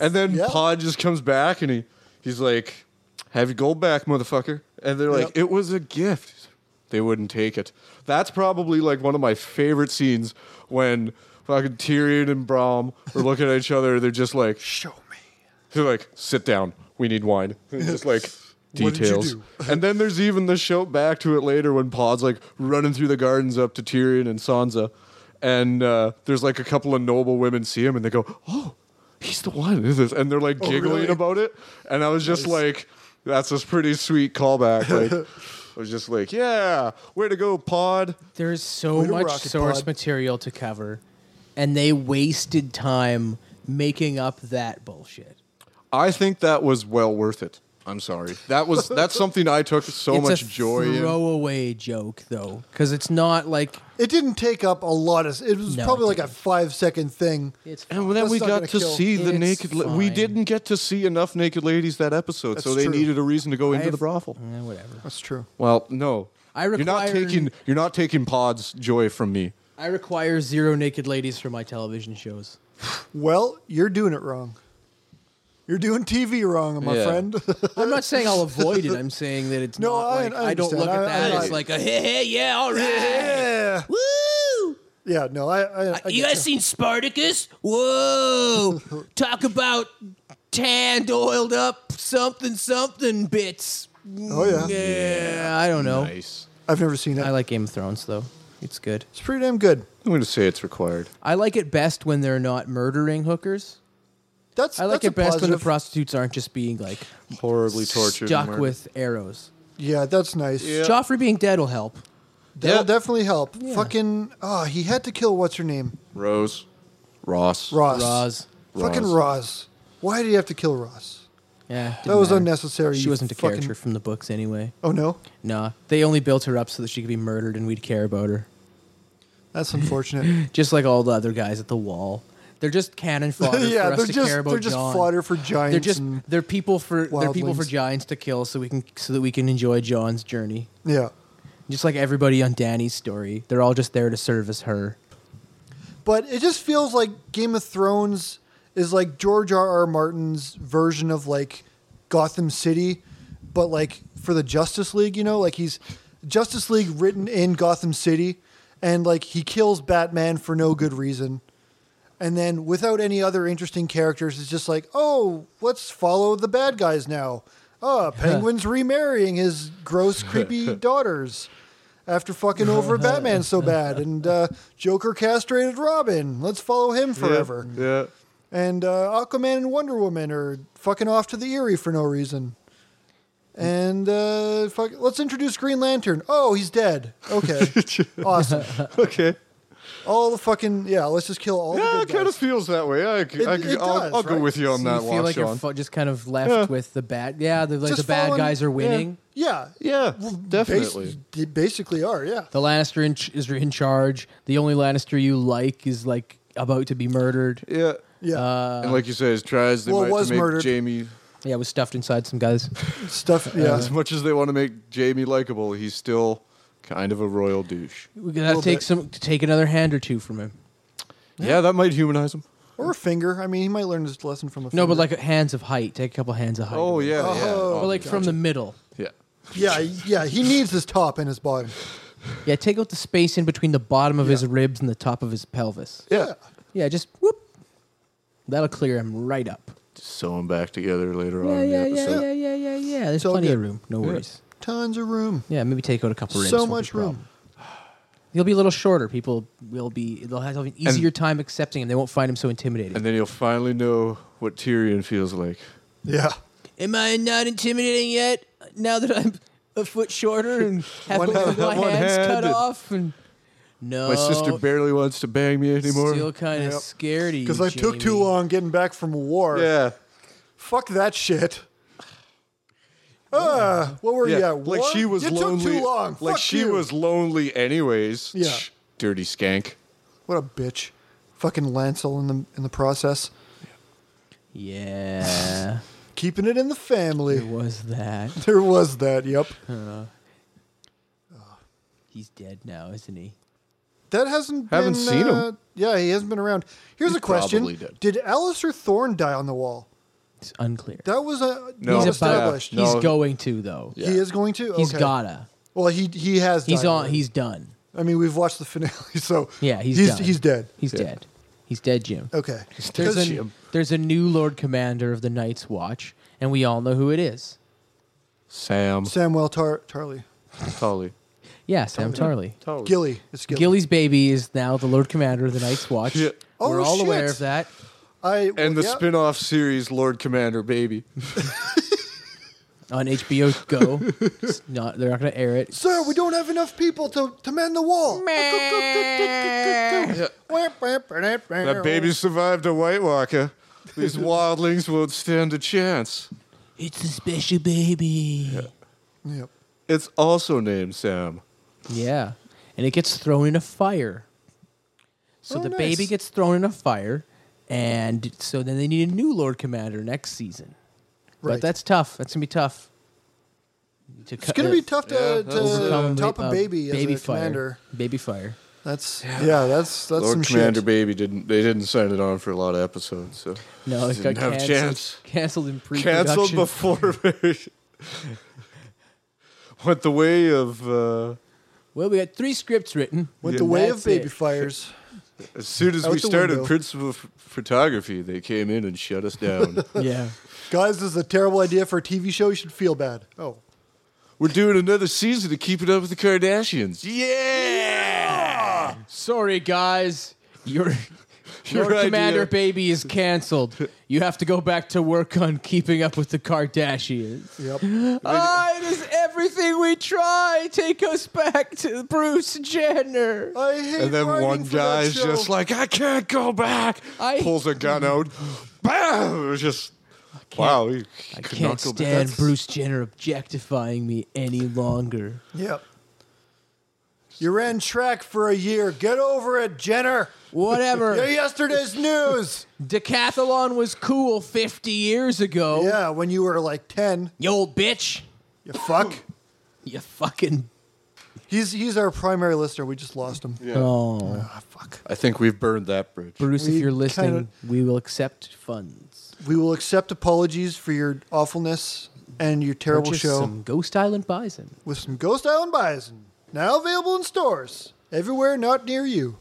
[SPEAKER 3] and then
[SPEAKER 2] yeah.
[SPEAKER 3] Pod just comes back and he, he's like, "Have your gold back, motherfucker." And they're like,
[SPEAKER 2] Yep.
[SPEAKER 3] "It was a gift." They wouldn't take it. That's probably like one of my favorite scenes when fucking Tyrion and Brom are looking at each other. They're just like,
[SPEAKER 2] Show me.
[SPEAKER 3] they're like, "Sit down. We need wine." And just like
[SPEAKER 2] What did you
[SPEAKER 3] details.
[SPEAKER 2] do?
[SPEAKER 3] and then there's even the show back to it later when Pod's like running through the gardens up to Tyrion and Sansa, and uh, there's like a couple of noble women see him and they go, "Oh, he's the one," is this? and they're like giggling
[SPEAKER 2] Oh, really?
[SPEAKER 3] about it. And I was just like, "That's a pretty sweet callback." Like, I was just like, "Yeah, way to go, Pod."
[SPEAKER 1] There's so
[SPEAKER 2] Way to
[SPEAKER 1] much
[SPEAKER 2] rock it,
[SPEAKER 1] source
[SPEAKER 2] bud.
[SPEAKER 1] material to cover, and they wasted time making up that bullshit.
[SPEAKER 3] I think that was well worth it. I'm sorry. That was that's something I took so
[SPEAKER 1] it's
[SPEAKER 3] much
[SPEAKER 1] a
[SPEAKER 3] joy in.
[SPEAKER 1] throwaway joke though, because it's not like
[SPEAKER 2] It didn't take up a lot of. It was
[SPEAKER 1] No, it
[SPEAKER 2] probably like a
[SPEAKER 1] didn't.
[SPEAKER 2] five second thing.
[SPEAKER 1] it's.
[SPEAKER 3] And then
[SPEAKER 2] That's
[SPEAKER 3] we
[SPEAKER 2] not
[SPEAKER 3] got
[SPEAKER 2] gonna
[SPEAKER 3] to
[SPEAKER 2] kill.
[SPEAKER 3] see the
[SPEAKER 1] It's
[SPEAKER 3] naked. la- we
[SPEAKER 1] fine.
[SPEAKER 3] didn't get to see enough naked ladies that episode, so
[SPEAKER 2] That's
[SPEAKER 3] they
[SPEAKER 2] true.
[SPEAKER 3] needed a reason to go into
[SPEAKER 1] I've-
[SPEAKER 3] the brothel.
[SPEAKER 1] Eh, whatever.
[SPEAKER 2] That's true.
[SPEAKER 3] Well, no,
[SPEAKER 1] I
[SPEAKER 3] you're not
[SPEAKER 1] require-
[SPEAKER 3] taking you're not taking Pod's joy from me.
[SPEAKER 1] I require zero naked ladies for my television shows.
[SPEAKER 2] Well, you're doing it wrong. You're doing TV wrong, my
[SPEAKER 3] Yeah.
[SPEAKER 2] friend.
[SPEAKER 1] I'm not saying I'll avoid it. I'm saying that it's
[SPEAKER 2] No,
[SPEAKER 1] not
[SPEAKER 2] I-
[SPEAKER 1] like
[SPEAKER 2] I
[SPEAKER 1] I, don't look at
[SPEAKER 2] understand. I-
[SPEAKER 1] that
[SPEAKER 2] I-
[SPEAKER 1] as like a hey, hey, yeah, all right,
[SPEAKER 2] yeah.
[SPEAKER 1] woo.
[SPEAKER 2] Yeah. No, I. I, I get
[SPEAKER 1] Uh, you guys seen Spartacus? Whoa! Talk about tanned, oiled up, something, something bits.
[SPEAKER 2] Oh yeah.
[SPEAKER 1] Yeah, I don't know.
[SPEAKER 3] Nice.
[SPEAKER 2] I've never seen it.
[SPEAKER 1] I like Game of Thrones though. It's good.
[SPEAKER 2] it's pretty damn good.
[SPEAKER 3] I'm going to say it's required.
[SPEAKER 1] I like it best when they're not murdering hookers.
[SPEAKER 2] That's
[SPEAKER 1] I like
[SPEAKER 2] that's a
[SPEAKER 1] it best when the
[SPEAKER 2] positive.
[SPEAKER 1] prostitutes aren't just being like
[SPEAKER 3] Horribly tortured. and
[SPEAKER 1] stuck
[SPEAKER 3] murdered.
[SPEAKER 1] with arrows.
[SPEAKER 2] Yeah, that's nice.
[SPEAKER 3] Yeah.
[SPEAKER 1] Joffrey being dead will help.
[SPEAKER 2] That'll
[SPEAKER 3] Yeah.
[SPEAKER 2] definitely help.
[SPEAKER 1] Yeah.
[SPEAKER 2] Fucking oh, he had to kill what's her name?
[SPEAKER 3] Rose, Ross.
[SPEAKER 2] Ross.
[SPEAKER 1] Roz.
[SPEAKER 2] Fucking
[SPEAKER 3] Roz.
[SPEAKER 2] Ross. Why did he have to kill Ross?
[SPEAKER 1] Yeah,
[SPEAKER 2] That
[SPEAKER 1] didn't
[SPEAKER 2] was
[SPEAKER 1] matter.
[SPEAKER 2] unnecessary.
[SPEAKER 1] She
[SPEAKER 2] you
[SPEAKER 1] wasn't a
[SPEAKER 2] fucking-
[SPEAKER 1] character from the books anyway.
[SPEAKER 2] Oh no,
[SPEAKER 1] Nah, they only built her up so that she could be murdered and we'd care about her.
[SPEAKER 2] that's unfortunate.
[SPEAKER 1] just like all the other guys at the wall. They're just cannon fodder
[SPEAKER 2] yeah,
[SPEAKER 1] for us
[SPEAKER 2] they're
[SPEAKER 1] to
[SPEAKER 2] just
[SPEAKER 1] care about.
[SPEAKER 2] they're just
[SPEAKER 1] John.
[SPEAKER 2] fodder for giants.
[SPEAKER 1] They're just
[SPEAKER 2] and-
[SPEAKER 1] they're people for they're people for
[SPEAKER 2] wildlings.
[SPEAKER 1] giants to kill, so we can so that we can enjoy John's journey.
[SPEAKER 2] yeah.
[SPEAKER 1] Just like everybody on Danny's story, they're all just there to service her.
[SPEAKER 2] But it just feels like Game of Thrones is like George R. R. Martin's version of like Gotham City, but like for the Justice League, you know, like he's Justice League written in Gotham City, and like he kills Batman for no good reason. And then without any other interesting characters, it's just like, oh, let's follow the bad guys now. Oh, Penguin's remarrying his gross, creepy daughters after fucking over Batman so bad. And uh, Joker castrated Robin. Let's follow him
[SPEAKER 3] Yeah,
[SPEAKER 2] forever.
[SPEAKER 3] Yeah.
[SPEAKER 2] And uh, Aquaman and Wonder Woman are fucking off to the Erie for no reason. And uh, fuck, let's introduce Green Lantern. Oh, he's dead. Okay. awesome.
[SPEAKER 3] Okay.
[SPEAKER 2] All the fucking, yeah, let's just kill all
[SPEAKER 3] Yeah,
[SPEAKER 2] the
[SPEAKER 3] it
[SPEAKER 2] good
[SPEAKER 3] kind of
[SPEAKER 2] guys.
[SPEAKER 3] feels that way. I,
[SPEAKER 2] It-
[SPEAKER 3] I,
[SPEAKER 2] it
[SPEAKER 3] I'll,
[SPEAKER 2] does,
[SPEAKER 3] I'll go
[SPEAKER 2] right?
[SPEAKER 3] with you on
[SPEAKER 1] So
[SPEAKER 3] that
[SPEAKER 1] you
[SPEAKER 3] one,
[SPEAKER 1] feel like you're
[SPEAKER 3] Sean.
[SPEAKER 1] fu- just kind of left
[SPEAKER 3] Yeah.
[SPEAKER 1] with the bad. Yeah, the, like
[SPEAKER 2] Just
[SPEAKER 1] the bad
[SPEAKER 2] following-
[SPEAKER 1] guys are
[SPEAKER 2] yeah.
[SPEAKER 1] winning.
[SPEAKER 2] Yeah.
[SPEAKER 3] yeah,
[SPEAKER 2] Well, bas-
[SPEAKER 3] definitely.
[SPEAKER 2] they basically are, yeah.
[SPEAKER 1] The Lannister in ch- is in charge. The only Lannister you like is like about to be murdered.
[SPEAKER 3] yeah.
[SPEAKER 2] Yeah.
[SPEAKER 1] Uh,
[SPEAKER 3] and like you say, as try as they
[SPEAKER 2] Well,
[SPEAKER 3] might
[SPEAKER 2] was
[SPEAKER 3] to make
[SPEAKER 2] murdered.
[SPEAKER 3] Jamie,
[SPEAKER 1] Yeah, was stuffed inside some guys.
[SPEAKER 2] stuff, yeah.
[SPEAKER 1] uh,
[SPEAKER 3] as much as they want to make Jamie likable, he's still kind of a royal douche.
[SPEAKER 1] We're gonna have
[SPEAKER 2] Little
[SPEAKER 1] to take
[SPEAKER 2] bit.
[SPEAKER 1] some take another hand or two from him.
[SPEAKER 3] Yeah, that might humanize him.
[SPEAKER 2] or a finger. I mean, he might learn his lesson from a finger.
[SPEAKER 1] No, but like hands of height. Take a couple hands of height.
[SPEAKER 3] Oh yeah, yeah.
[SPEAKER 2] Oh.
[SPEAKER 1] Or like from the middle.
[SPEAKER 3] yeah.
[SPEAKER 2] Yeah, yeah, he needs his top and his bottom.
[SPEAKER 1] Yeah, take out the space in between the bottom of his ribs and the top of his pelvis.
[SPEAKER 3] Yeah.
[SPEAKER 1] Yeah, just whoop. That'll clear him right up.
[SPEAKER 3] Just sew him back together later on
[SPEAKER 1] Yeah,
[SPEAKER 3] in the
[SPEAKER 1] yeah, yeah,
[SPEAKER 3] episode.
[SPEAKER 1] yeah, yeah, yeah, yeah. There's
[SPEAKER 2] It's all
[SPEAKER 1] plenty of
[SPEAKER 2] good.
[SPEAKER 1] room. No worries.
[SPEAKER 2] Tons of room.
[SPEAKER 1] Yeah, maybe take out a couple ribs.
[SPEAKER 2] so
[SPEAKER 1] won't be a
[SPEAKER 2] much
[SPEAKER 1] problem.
[SPEAKER 2] room.
[SPEAKER 1] He'll be a little shorter. People will be. They'll have an easier time accepting him. They won't find him so intimidating.
[SPEAKER 3] And then you'll finally know what Tyrion feels like.
[SPEAKER 2] Yeah.
[SPEAKER 1] Am I not intimidating yet? Now that I'm a foot shorter and have
[SPEAKER 2] One
[SPEAKER 1] both of my
[SPEAKER 3] hand- one
[SPEAKER 1] hands
[SPEAKER 3] hand
[SPEAKER 1] cut
[SPEAKER 3] and-
[SPEAKER 1] off, and no,
[SPEAKER 3] My sister barely wants to bang me anymore.
[SPEAKER 1] still kind of
[SPEAKER 2] Yep.
[SPEAKER 1] scared
[SPEAKER 2] Because I took too long getting back from war.
[SPEAKER 3] yeah.
[SPEAKER 2] Fuck that shit. Uh, what were you
[SPEAKER 3] Yeah,
[SPEAKER 2] at?
[SPEAKER 3] like
[SPEAKER 2] war?
[SPEAKER 3] she was
[SPEAKER 2] you
[SPEAKER 3] lonely.
[SPEAKER 2] took too long.
[SPEAKER 3] Like
[SPEAKER 2] Fuck
[SPEAKER 3] she
[SPEAKER 2] you.
[SPEAKER 3] was lonely, anyways.
[SPEAKER 2] Yeah.
[SPEAKER 3] Tch, dirty skank.
[SPEAKER 2] What a bitch. Fucking Lancel in the in the process.
[SPEAKER 1] Yeah,
[SPEAKER 2] Keeping it in the
[SPEAKER 1] there
[SPEAKER 2] family.
[SPEAKER 1] was that.
[SPEAKER 2] There was that. Yep.
[SPEAKER 1] He's dead now, isn't he?
[SPEAKER 2] That hasn't.
[SPEAKER 3] Haven't
[SPEAKER 2] been,
[SPEAKER 3] seen him.
[SPEAKER 2] uh, Yeah, he hasn't been around. Here's
[SPEAKER 3] He's
[SPEAKER 2] a question:
[SPEAKER 3] probably dead.
[SPEAKER 2] Did Alistair Thorne die on the wall?
[SPEAKER 1] It's unclear.
[SPEAKER 2] That was a
[SPEAKER 3] No.
[SPEAKER 2] not
[SPEAKER 1] he's
[SPEAKER 2] established.
[SPEAKER 3] Yeah. No.
[SPEAKER 1] He's going to though.
[SPEAKER 3] Yeah.
[SPEAKER 2] He is going to.
[SPEAKER 1] He's
[SPEAKER 2] okay.
[SPEAKER 1] gotta.
[SPEAKER 2] Well, he he has.
[SPEAKER 1] He's
[SPEAKER 2] died
[SPEAKER 1] on.
[SPEAKER 2] already.
[SPEAKER 1] He's done.
[SPEAKER 2] I mean, we've watched the finale, so
[SPEAKER 1] Yeah, he's
[SPEAKER 2] he's,
[SPEAKER 1] done.
[SPEAKER 2] he's dead.
[SPEAKER 1] He's
[SPEAKER 3] Yeah.
[SPEAKER 1] dead. He's dead, Jim.
[SPEAKER 2] Okay.
[SPEAKER 1] There's
[SPEAKER 3] Does
[SPEAKER 1] a,
[SPEAKER 3] Jim.
[SPEAKER 1] there's a new Lord Commander of the Night's Watch, and we all know who it is.
[SPEAKER 3] Sam
[SPEAKER 2] Samuel Tar- Tarley.
[SPEAKER 3] Tully.
[SPEAKER 1] Yeah, Sam Tarley.
[SPEAKER 3] Tully.
[SPEAKER 2] Gilly. It's Gilly.
[SPEAKER 1] Gilly's baby is now the Lord Commander of the Night's Watch.
[SPEAKER 3] Yeah.
[SPEAKER 2] Oh,
[SPEAKER 1] We're all
[SPEAKER 2] shit.
[SPEAKER 1] aware of that.
[SPEAKER 2] I,
[SPEAKER 3] And the
[SPEAKER 2] yeah.
[SPEAKER 3] spin-off series Lord Commander Baby.
[SPEAKER 1] on HBO Go. It's not, they're not going to air it.
[SPEAKER 2] Sir, we don't have enough people to, to mend the wall.
[SPEAKER 3] That baby survived a White Walker. These wildlings won't stand a chance.
[SPEAKER 1] It's a special baby. Yeah.
[SPEAKER 2] Yep.
[SPEAKER 3] It's also named Sam.
[SPEAKER 1] and it gets thrown in a fire. So
[SPEAKER 2] Oh,
[SPEAKER 1] the
[SPEAKER 2] nice.
[SPEAKER 1] baby gets thrown in a fire, and so then they need a new Lord Commander next season.
[SPEAKER 2] Right.
[SPEAKER 1] But that's tough. That's gonna be tough. To
[SPEAKER 2] It's gonna be tough to,
[SPEAKER 3] Yeah,
[SPEAKER 2] to
[SPEAKER 3] overcome
[SPEAKER 2] top a baby as
[SPEAKER 1] uh, baby
[SPEAKER 2] a
[SPEAKER 1] fire.
[SPEAKER 2] commander.
[SPEAKER 1] Baby fire.
[SPEAKER 2] That's yeah. that's that's some
[SPEAKER 3] Lord Commander
[SPEAKER 2] shit.
[SPEAKER 3] Baby didn't. They didn't sign it on for a lot of episodes, so
[SPEAKER 1] No, it got
[SPEAKER 3] didn't have a
[SPEAKER 1] canceled.
[SPEAKER 3] chance.
[SPEAKER 1] Canceled in pre-production.
[SPEAKER 3] Cancelled before. went the way of uh,
[SPEAKER 1] Well, we got three scripts written.
[SPEAKER 2] Went
[SPEAKER 3] Yeah.
[SPEAKER 2] the way of
[SPEAKER 1] That's
[SPEAKER 2] baby
[SPEAKER 1] it.
[SPEAKER 2] fires.
[SPEAKER 3] as soon as
[SPEAKER 2] Out
[SPEAKER 3] we
[SPEAKER 2] the
[SPEAKER 3] started
[SPEAKER 2] window.
[SPEAKER 3] principal f- photography, they came in and shut us down.
[SPEAKER 1] yeah.
[SPEAKER 2] Guys, this is a terrible idea for a TV show. You should feel bad. Oh,
[SPEAKER 3] We're doing another season to keep it up with the Kardashians. Yeah.
[SPEAKER 1] Sorry, guys. Your,
[SPEAKER 3] Your
[SPEAKER 1] your
[SPEAKER 3] idea.
[SPEAKER 1] Commander Baby is canceled. You have to go back to work on keeping up with the Kardashians.
[SPEAKER 2] yep.
[SPEAKER 1] Ah, it is everything we try. Take us back to Bruce Jenner.
[SPEAKER 2] I hate.
[SPEAKER 3] And then
[SPEAKER 2] writing
[SPEAKER 3] one
[SPEAKER 2] for that
[SPEAKER 3] guy's
[SPEAKER 2] show.
[SPEAKER 3] just like, I can't go back.
[SPEAKER 1] I-
[SPEAKER 3] Pulls a gun out. Bam! It was just, wow. He, he
[SPEAKER 1] I
[SPEAKER 3] could
[SPEAKER 1] can't
[SPEAKER 3] not go back.
[SPEAKER 1] stand
[SPEAKER 3] That's-
[SPEAKER 1] Bruce Jenner objectifying me any longer.
[SPEAKER 2] yep. You ran track for a year. Get over it, Jenner. You're
[SPEAKER 1] Whatever.
[SPEAKER 2] yesterday's news.
[SPEAKER 1] Decathlon was cool 50 years ago.
[SPEAKER 2] Yeah, when you were like ten.
[SPEAKER 1] You old bitch.
[SPEAKER 2] You fuck.
[SPEAKER 1] You fucking.
[SPEAKER 2] He's he's our primary listener. We just lost him.
[SPEAKER 3] Yeah.
[SPEAKER 1] Oh.
[SPEAKER 2] Ah, fuck.
[SPEAKER 3] I think we've burned that bridge.
[SPEAKER 1] Bruce,
[SPEAKER 2] We
[SPEAKER 1] if you're listening,
[SPEAKER 2] kinda-
[SPEAKER 1] we will accept funds.
[SPEAKER 2] We will accept apologies for your awfulness and your terrible
[SPEAKER 1] Purchase
[SPEAKER 2] show
[SPEAKER 1] some Ghost Island Bison.
[SPEAKER 2] with some Ghost Island Bison. Now available in stores everywhere not near you.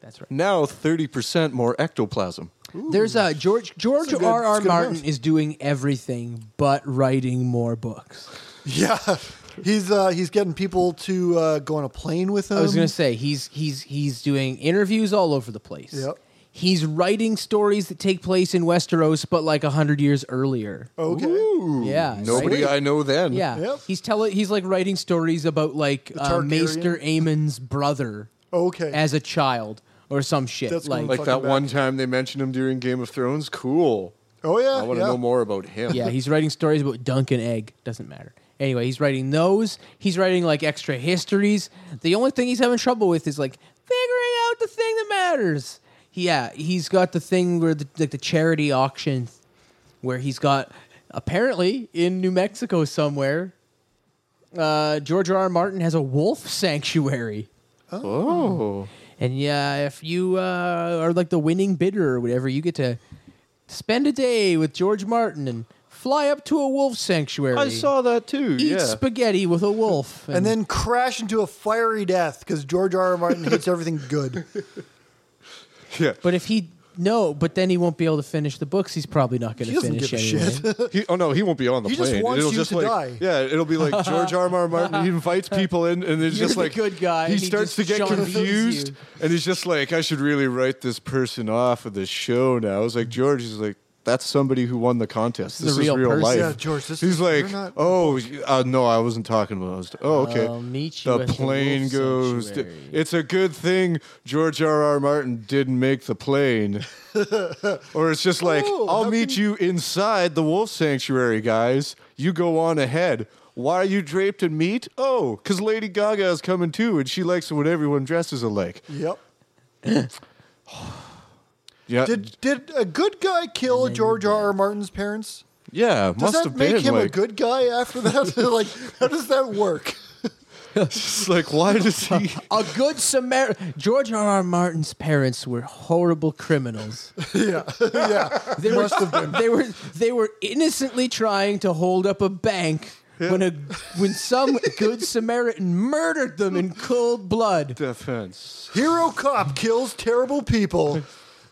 [SPEAKER 1] That's right.
[SPEAKER 3] Now 30% more ectoplasm.
[SPEAKER 1] There's a George George
[SPEAKER 2] That's a good-
[SPEAKER 1] R.
[SPEAKER 2] that's
[SPEAKER 1] R.
[SPEAKER 2] a good
[SPEAKER 1] Martin
[SPEAKER 2] move.
[SPEAKER 1] is doing everything but writing more books.
[SPEAKER 2] Yeah, he's uh, he's getting people to uh, go on a plane with him.
[SPEAKER 1] I was gonna say he's he's he's doing interviews all over the place.
[SPEAKER 2] Yep.
[SPEAKER 1] He's writing stories that take place in Westeros, but like a hundred years earlier.
[SPEAKER 2] okay,
[SPEAKER 3] Ooh,
[SPEAKER 1] Yeah,
[SPEAKER 3] Nobody
[SPEAKER 1] right?
[SPEAKER 3] I know then.
[SPEAKER 1] Yeah,
[SPEAKER 2] Oh, Yep.
[SPEAKER 1] he's telling he's like writing stories about like uh,
[SPEAKER 2] Targaryen.
[SPEAKER 1] Maester Aemon's brother
[SPEAKER 2] okay.
[SPEAKER 1] as a child or some shit.
[SPEAKER 2] That's cool.
[SPEAKER 1] like,
[SPEAKER 3] Like that
[SPEAKER 2] Fucking
[SPEAKER 3] one time they mentioned him during Game of Thrones. Cool.
[SPEAKER 2] oh yeah,
[SPEAKER 3] I want to
[SPEAKER 2] yeah.
[SPEAKER 3] know more about him.
[SPEAKER 1] yeah, he's writing stories about Dunkin' Egg. Doesn't matter. Anyway, he's writing those. He's writing like extra histories. The only thing he's having trouble with is like figuring out the thing that matters. Yeah, he's got the thing where the like the charity auction, where he's got apparently in New Mexico somewhere. Uh, George R. R. Martin has a wolf sanctuary.
[SPEAKER 3] Oh.
[SPEAKER 1] And yeah, if you uh, are like the winning bidder or whatever, you get to spend a day with George Martin and fly up to a wolf sanctuary.
[SPEAKER 3] I saw that too.
[SPEAKER 1] eat
[SPEAKER 3] yeah.
[SPEAKER 1] spaghetti with a wolf,
[SPEAKER 2] And then crash into a fiery death because George R. R. Martin hates everything good.
[SPEAKER 3] yeah.
[SPEAKER 1] But if he no, but then he won't be able to finish the books. He's probably not going
[SPEAKER 2] He
[SPEAKER 1] to
[SPEAKER 2] doesn't
[SPEAKER 1] finish
[SPEAKER 2] give a
[SPEAKER 1] anyway.
[SPEAKER 2] shit.
[SPEAKER 3] He, oh no, he won't be on the
[SPEAKER 2] He just
[SPEAKER 3] plane.
[SPEAKER 2] wants
[SPEAKER 3] it'll
[SPEAKER 2] you
[SPEAKER 3] just
[SPEAKER 2] to
[SPEAKER 3] like
[SPEAKER 2] die.
[SPEAKER 3] yeah, it'll be like George R. R. Martin. He invites people in, and it's
[SPEAKER 1] You're
[SPEAKER 3] just
[SPEAKER 1] the
[SPEAKER 3] like
[SPEAKER 1] good guy,
[SPEAKER 3] He
[SPEAKER 1] and he
[SPEAKER 3] starts
[SPEAKER 1] just
[SPEAKER 3] to get
[SPEAKER 1] John Does
[SPEAKER 3] confused,
[SPEAKER 1] you.
[SPEAKER 3] and he's just like, I should really write this person off of this show now. I was like, George is like. That's somebody who won the contest.
[SPEAKER 1] This is
[SPEAKER 3] This is
[SPEAKER 1] a real
[SPEAKER 3] real,
[SPEAKER 1] person."
[SPEAKER 3] life.
[SPEAKER 2] Yeah, George, this-
[SPEAKER 3] He's like,
[SPEAKER 2] you're not-
[SPEAKER 3] oh uh, no, I wasn't talking about. I was- oh, okay.
[SPEAKER 1] I'll meet you
[SPEAKER 3] the
[SPEAKER 1] at the
[SPEAKER 3] plane
[SPEAKER 1] wolf
[SPEAKER 3] goes. d-
[SPEAKER 1] sanctuary.
[SPEAKER 3] it's a good thing George R. R. Martin didn't make the plane. Or it's just like,
[SPEAKER 2] Oh,
[SPEAKER 3] I'll
[SPEAKER 2] how
[SPEAKER 3] meet you inside the wolf sanctuary, guys. You go on ahead. Why are you draped in meat? Oh, because Lady Gaga is coming too, and she likes it when everyone dresses alike.
[SPEAKER 2] yep.
[SPEAKER 3] Yeah,
[SPEAKER 2] Did did a good guy kill George R. R. Martin's parents?
[SPEAKER 3] yeah,
[SPEAKER 2] Does
[SPEAKER 3] must
[SPEAKER 2] that
[SPEAKER 3] have
[SPEAKER 2] make
[SPEAKER 3] been
[SPEAKER 2] him
[SPEAKER 3] like,
[SPEAKER 2] a good guy after that? like, how does that work?
[SPEAKER 3] it's like, why does he?
[SPEAKER 1] A good Samaritan. George R. R. Martin's parents were horrible criminals.
[SPEAKER 2] yeah, yeah.
[SPEAKER 1] They were, They were they were innocently trying to hold up a bank when a when some good Samaritan murdered them in cold blood.
[SPEAKER 3] Defense.
[SPEAKER 2] Hero cop kills terrible people.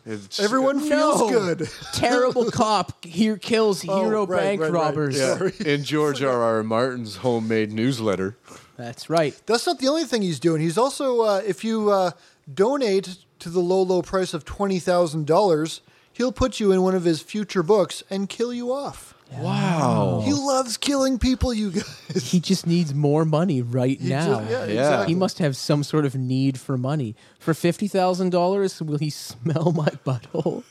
[SPEAKER 3] It's-
[SPEAKER 2] Everyone feels
[SPEAKER 1] No.
[SPEAKER 2] good.
[SPEAKER 1] Terrible cop here kills
[SPEAKER 2] Oh,
[SPEAKER 1] hero
[SPEAKER 2] right,
[SPEAKER 1] bank
[SPEAKER 2] right, right.
[SPEAKER 1] robbers.
[SPEAKER 3] Yeah. In George R. R. Martin's homemade newsletter.
[SPEAKER 1] That's right.
[SPEAKER 2] That's not the only thing he's doing. He's also, uh, if you uh, donate to the low, low price of $20,000, he'll put you in one of his future books and kill you off.
[SPEAKER 3] Wow.
[SPEAKER 2] He loves killing people, you guys.
[SPEAKER 1] He just needs more money right
[SPEAKER 2] He
[SPEAKER 1] now.
[SPEAKER 2] just- yeah,
[SPEAKER 3] Yeah.
[SPEAKER 2] exactly.
[SPEAKER 1] He must have some sort of need for money. For fifty thousand dollars, will he smell my butthole?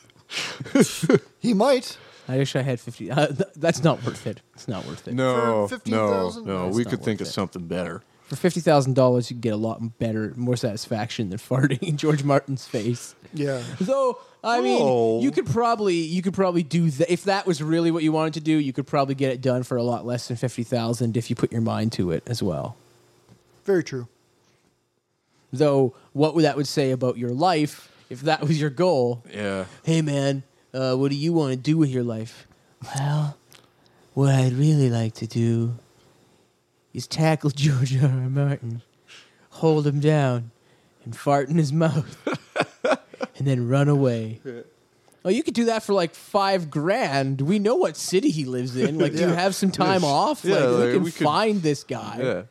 [SPEAKER 2] He might.
[SPEAKER 1] I wish I had fifty. Uh, th- that's not worth it. It's not worth it.
[SPEAKER 3] No,
[SPEAKER 2] For
[SPEAKER 3] no,
[SPEAKER 2] $15,000?
[SPEAKER 3] no.
[SPEAKER 1] That's
[SPEAKER 3] We
[SPEAKER 1] not
[SPEAKER 3] could think
[SPEAKER 1] worth
[SPEAKER 3] of
[SPEAKER 1] it.
[SPEAKER 3] something better.
[SPEAKER 1] For fifty thousand dollars, you can get a lot better, more satisfaction than farting in George Martin's face.
[SPEAKER 2] Yeah.
[SPEAKER 1] Though I mean,
[SPEAKER 3] Oh.
[SPEAKER 1] you could probably you could probably do that if that was really what you wanted to do. You could probably get it done for a lot less than fifty thousand if you put your mind to it as well.
[SPEAKER 2] Very true.
[SPEAKER 1] Though, what would that would say about your life if that was your goal?
[SPEAKER 3] Yeah.
[SPEAKER 1] Hey, man, uh, what do you want to do with your life? Well, what I'd really like to do is tackle George R. R. Martin, hold him down, and fart in his mouth, and then run away. Oh, you could do that for like five grand. We know what city he lives in. Like, do you
[SPEAKER 2] Yeah.
[SPEAKER 1] have some time
[SPEAKER 3] Yes.
[SPEAKER 1] off?
[SPEAKER 3] Yeah,
[SPEAKER 1] like, we
[SPEAKER 3] like,
[SPEAKER 1] can
[SPEAKER 3] we could-
[SPEAKER 1] find this guy.
[SPEAKER 3] Yeah.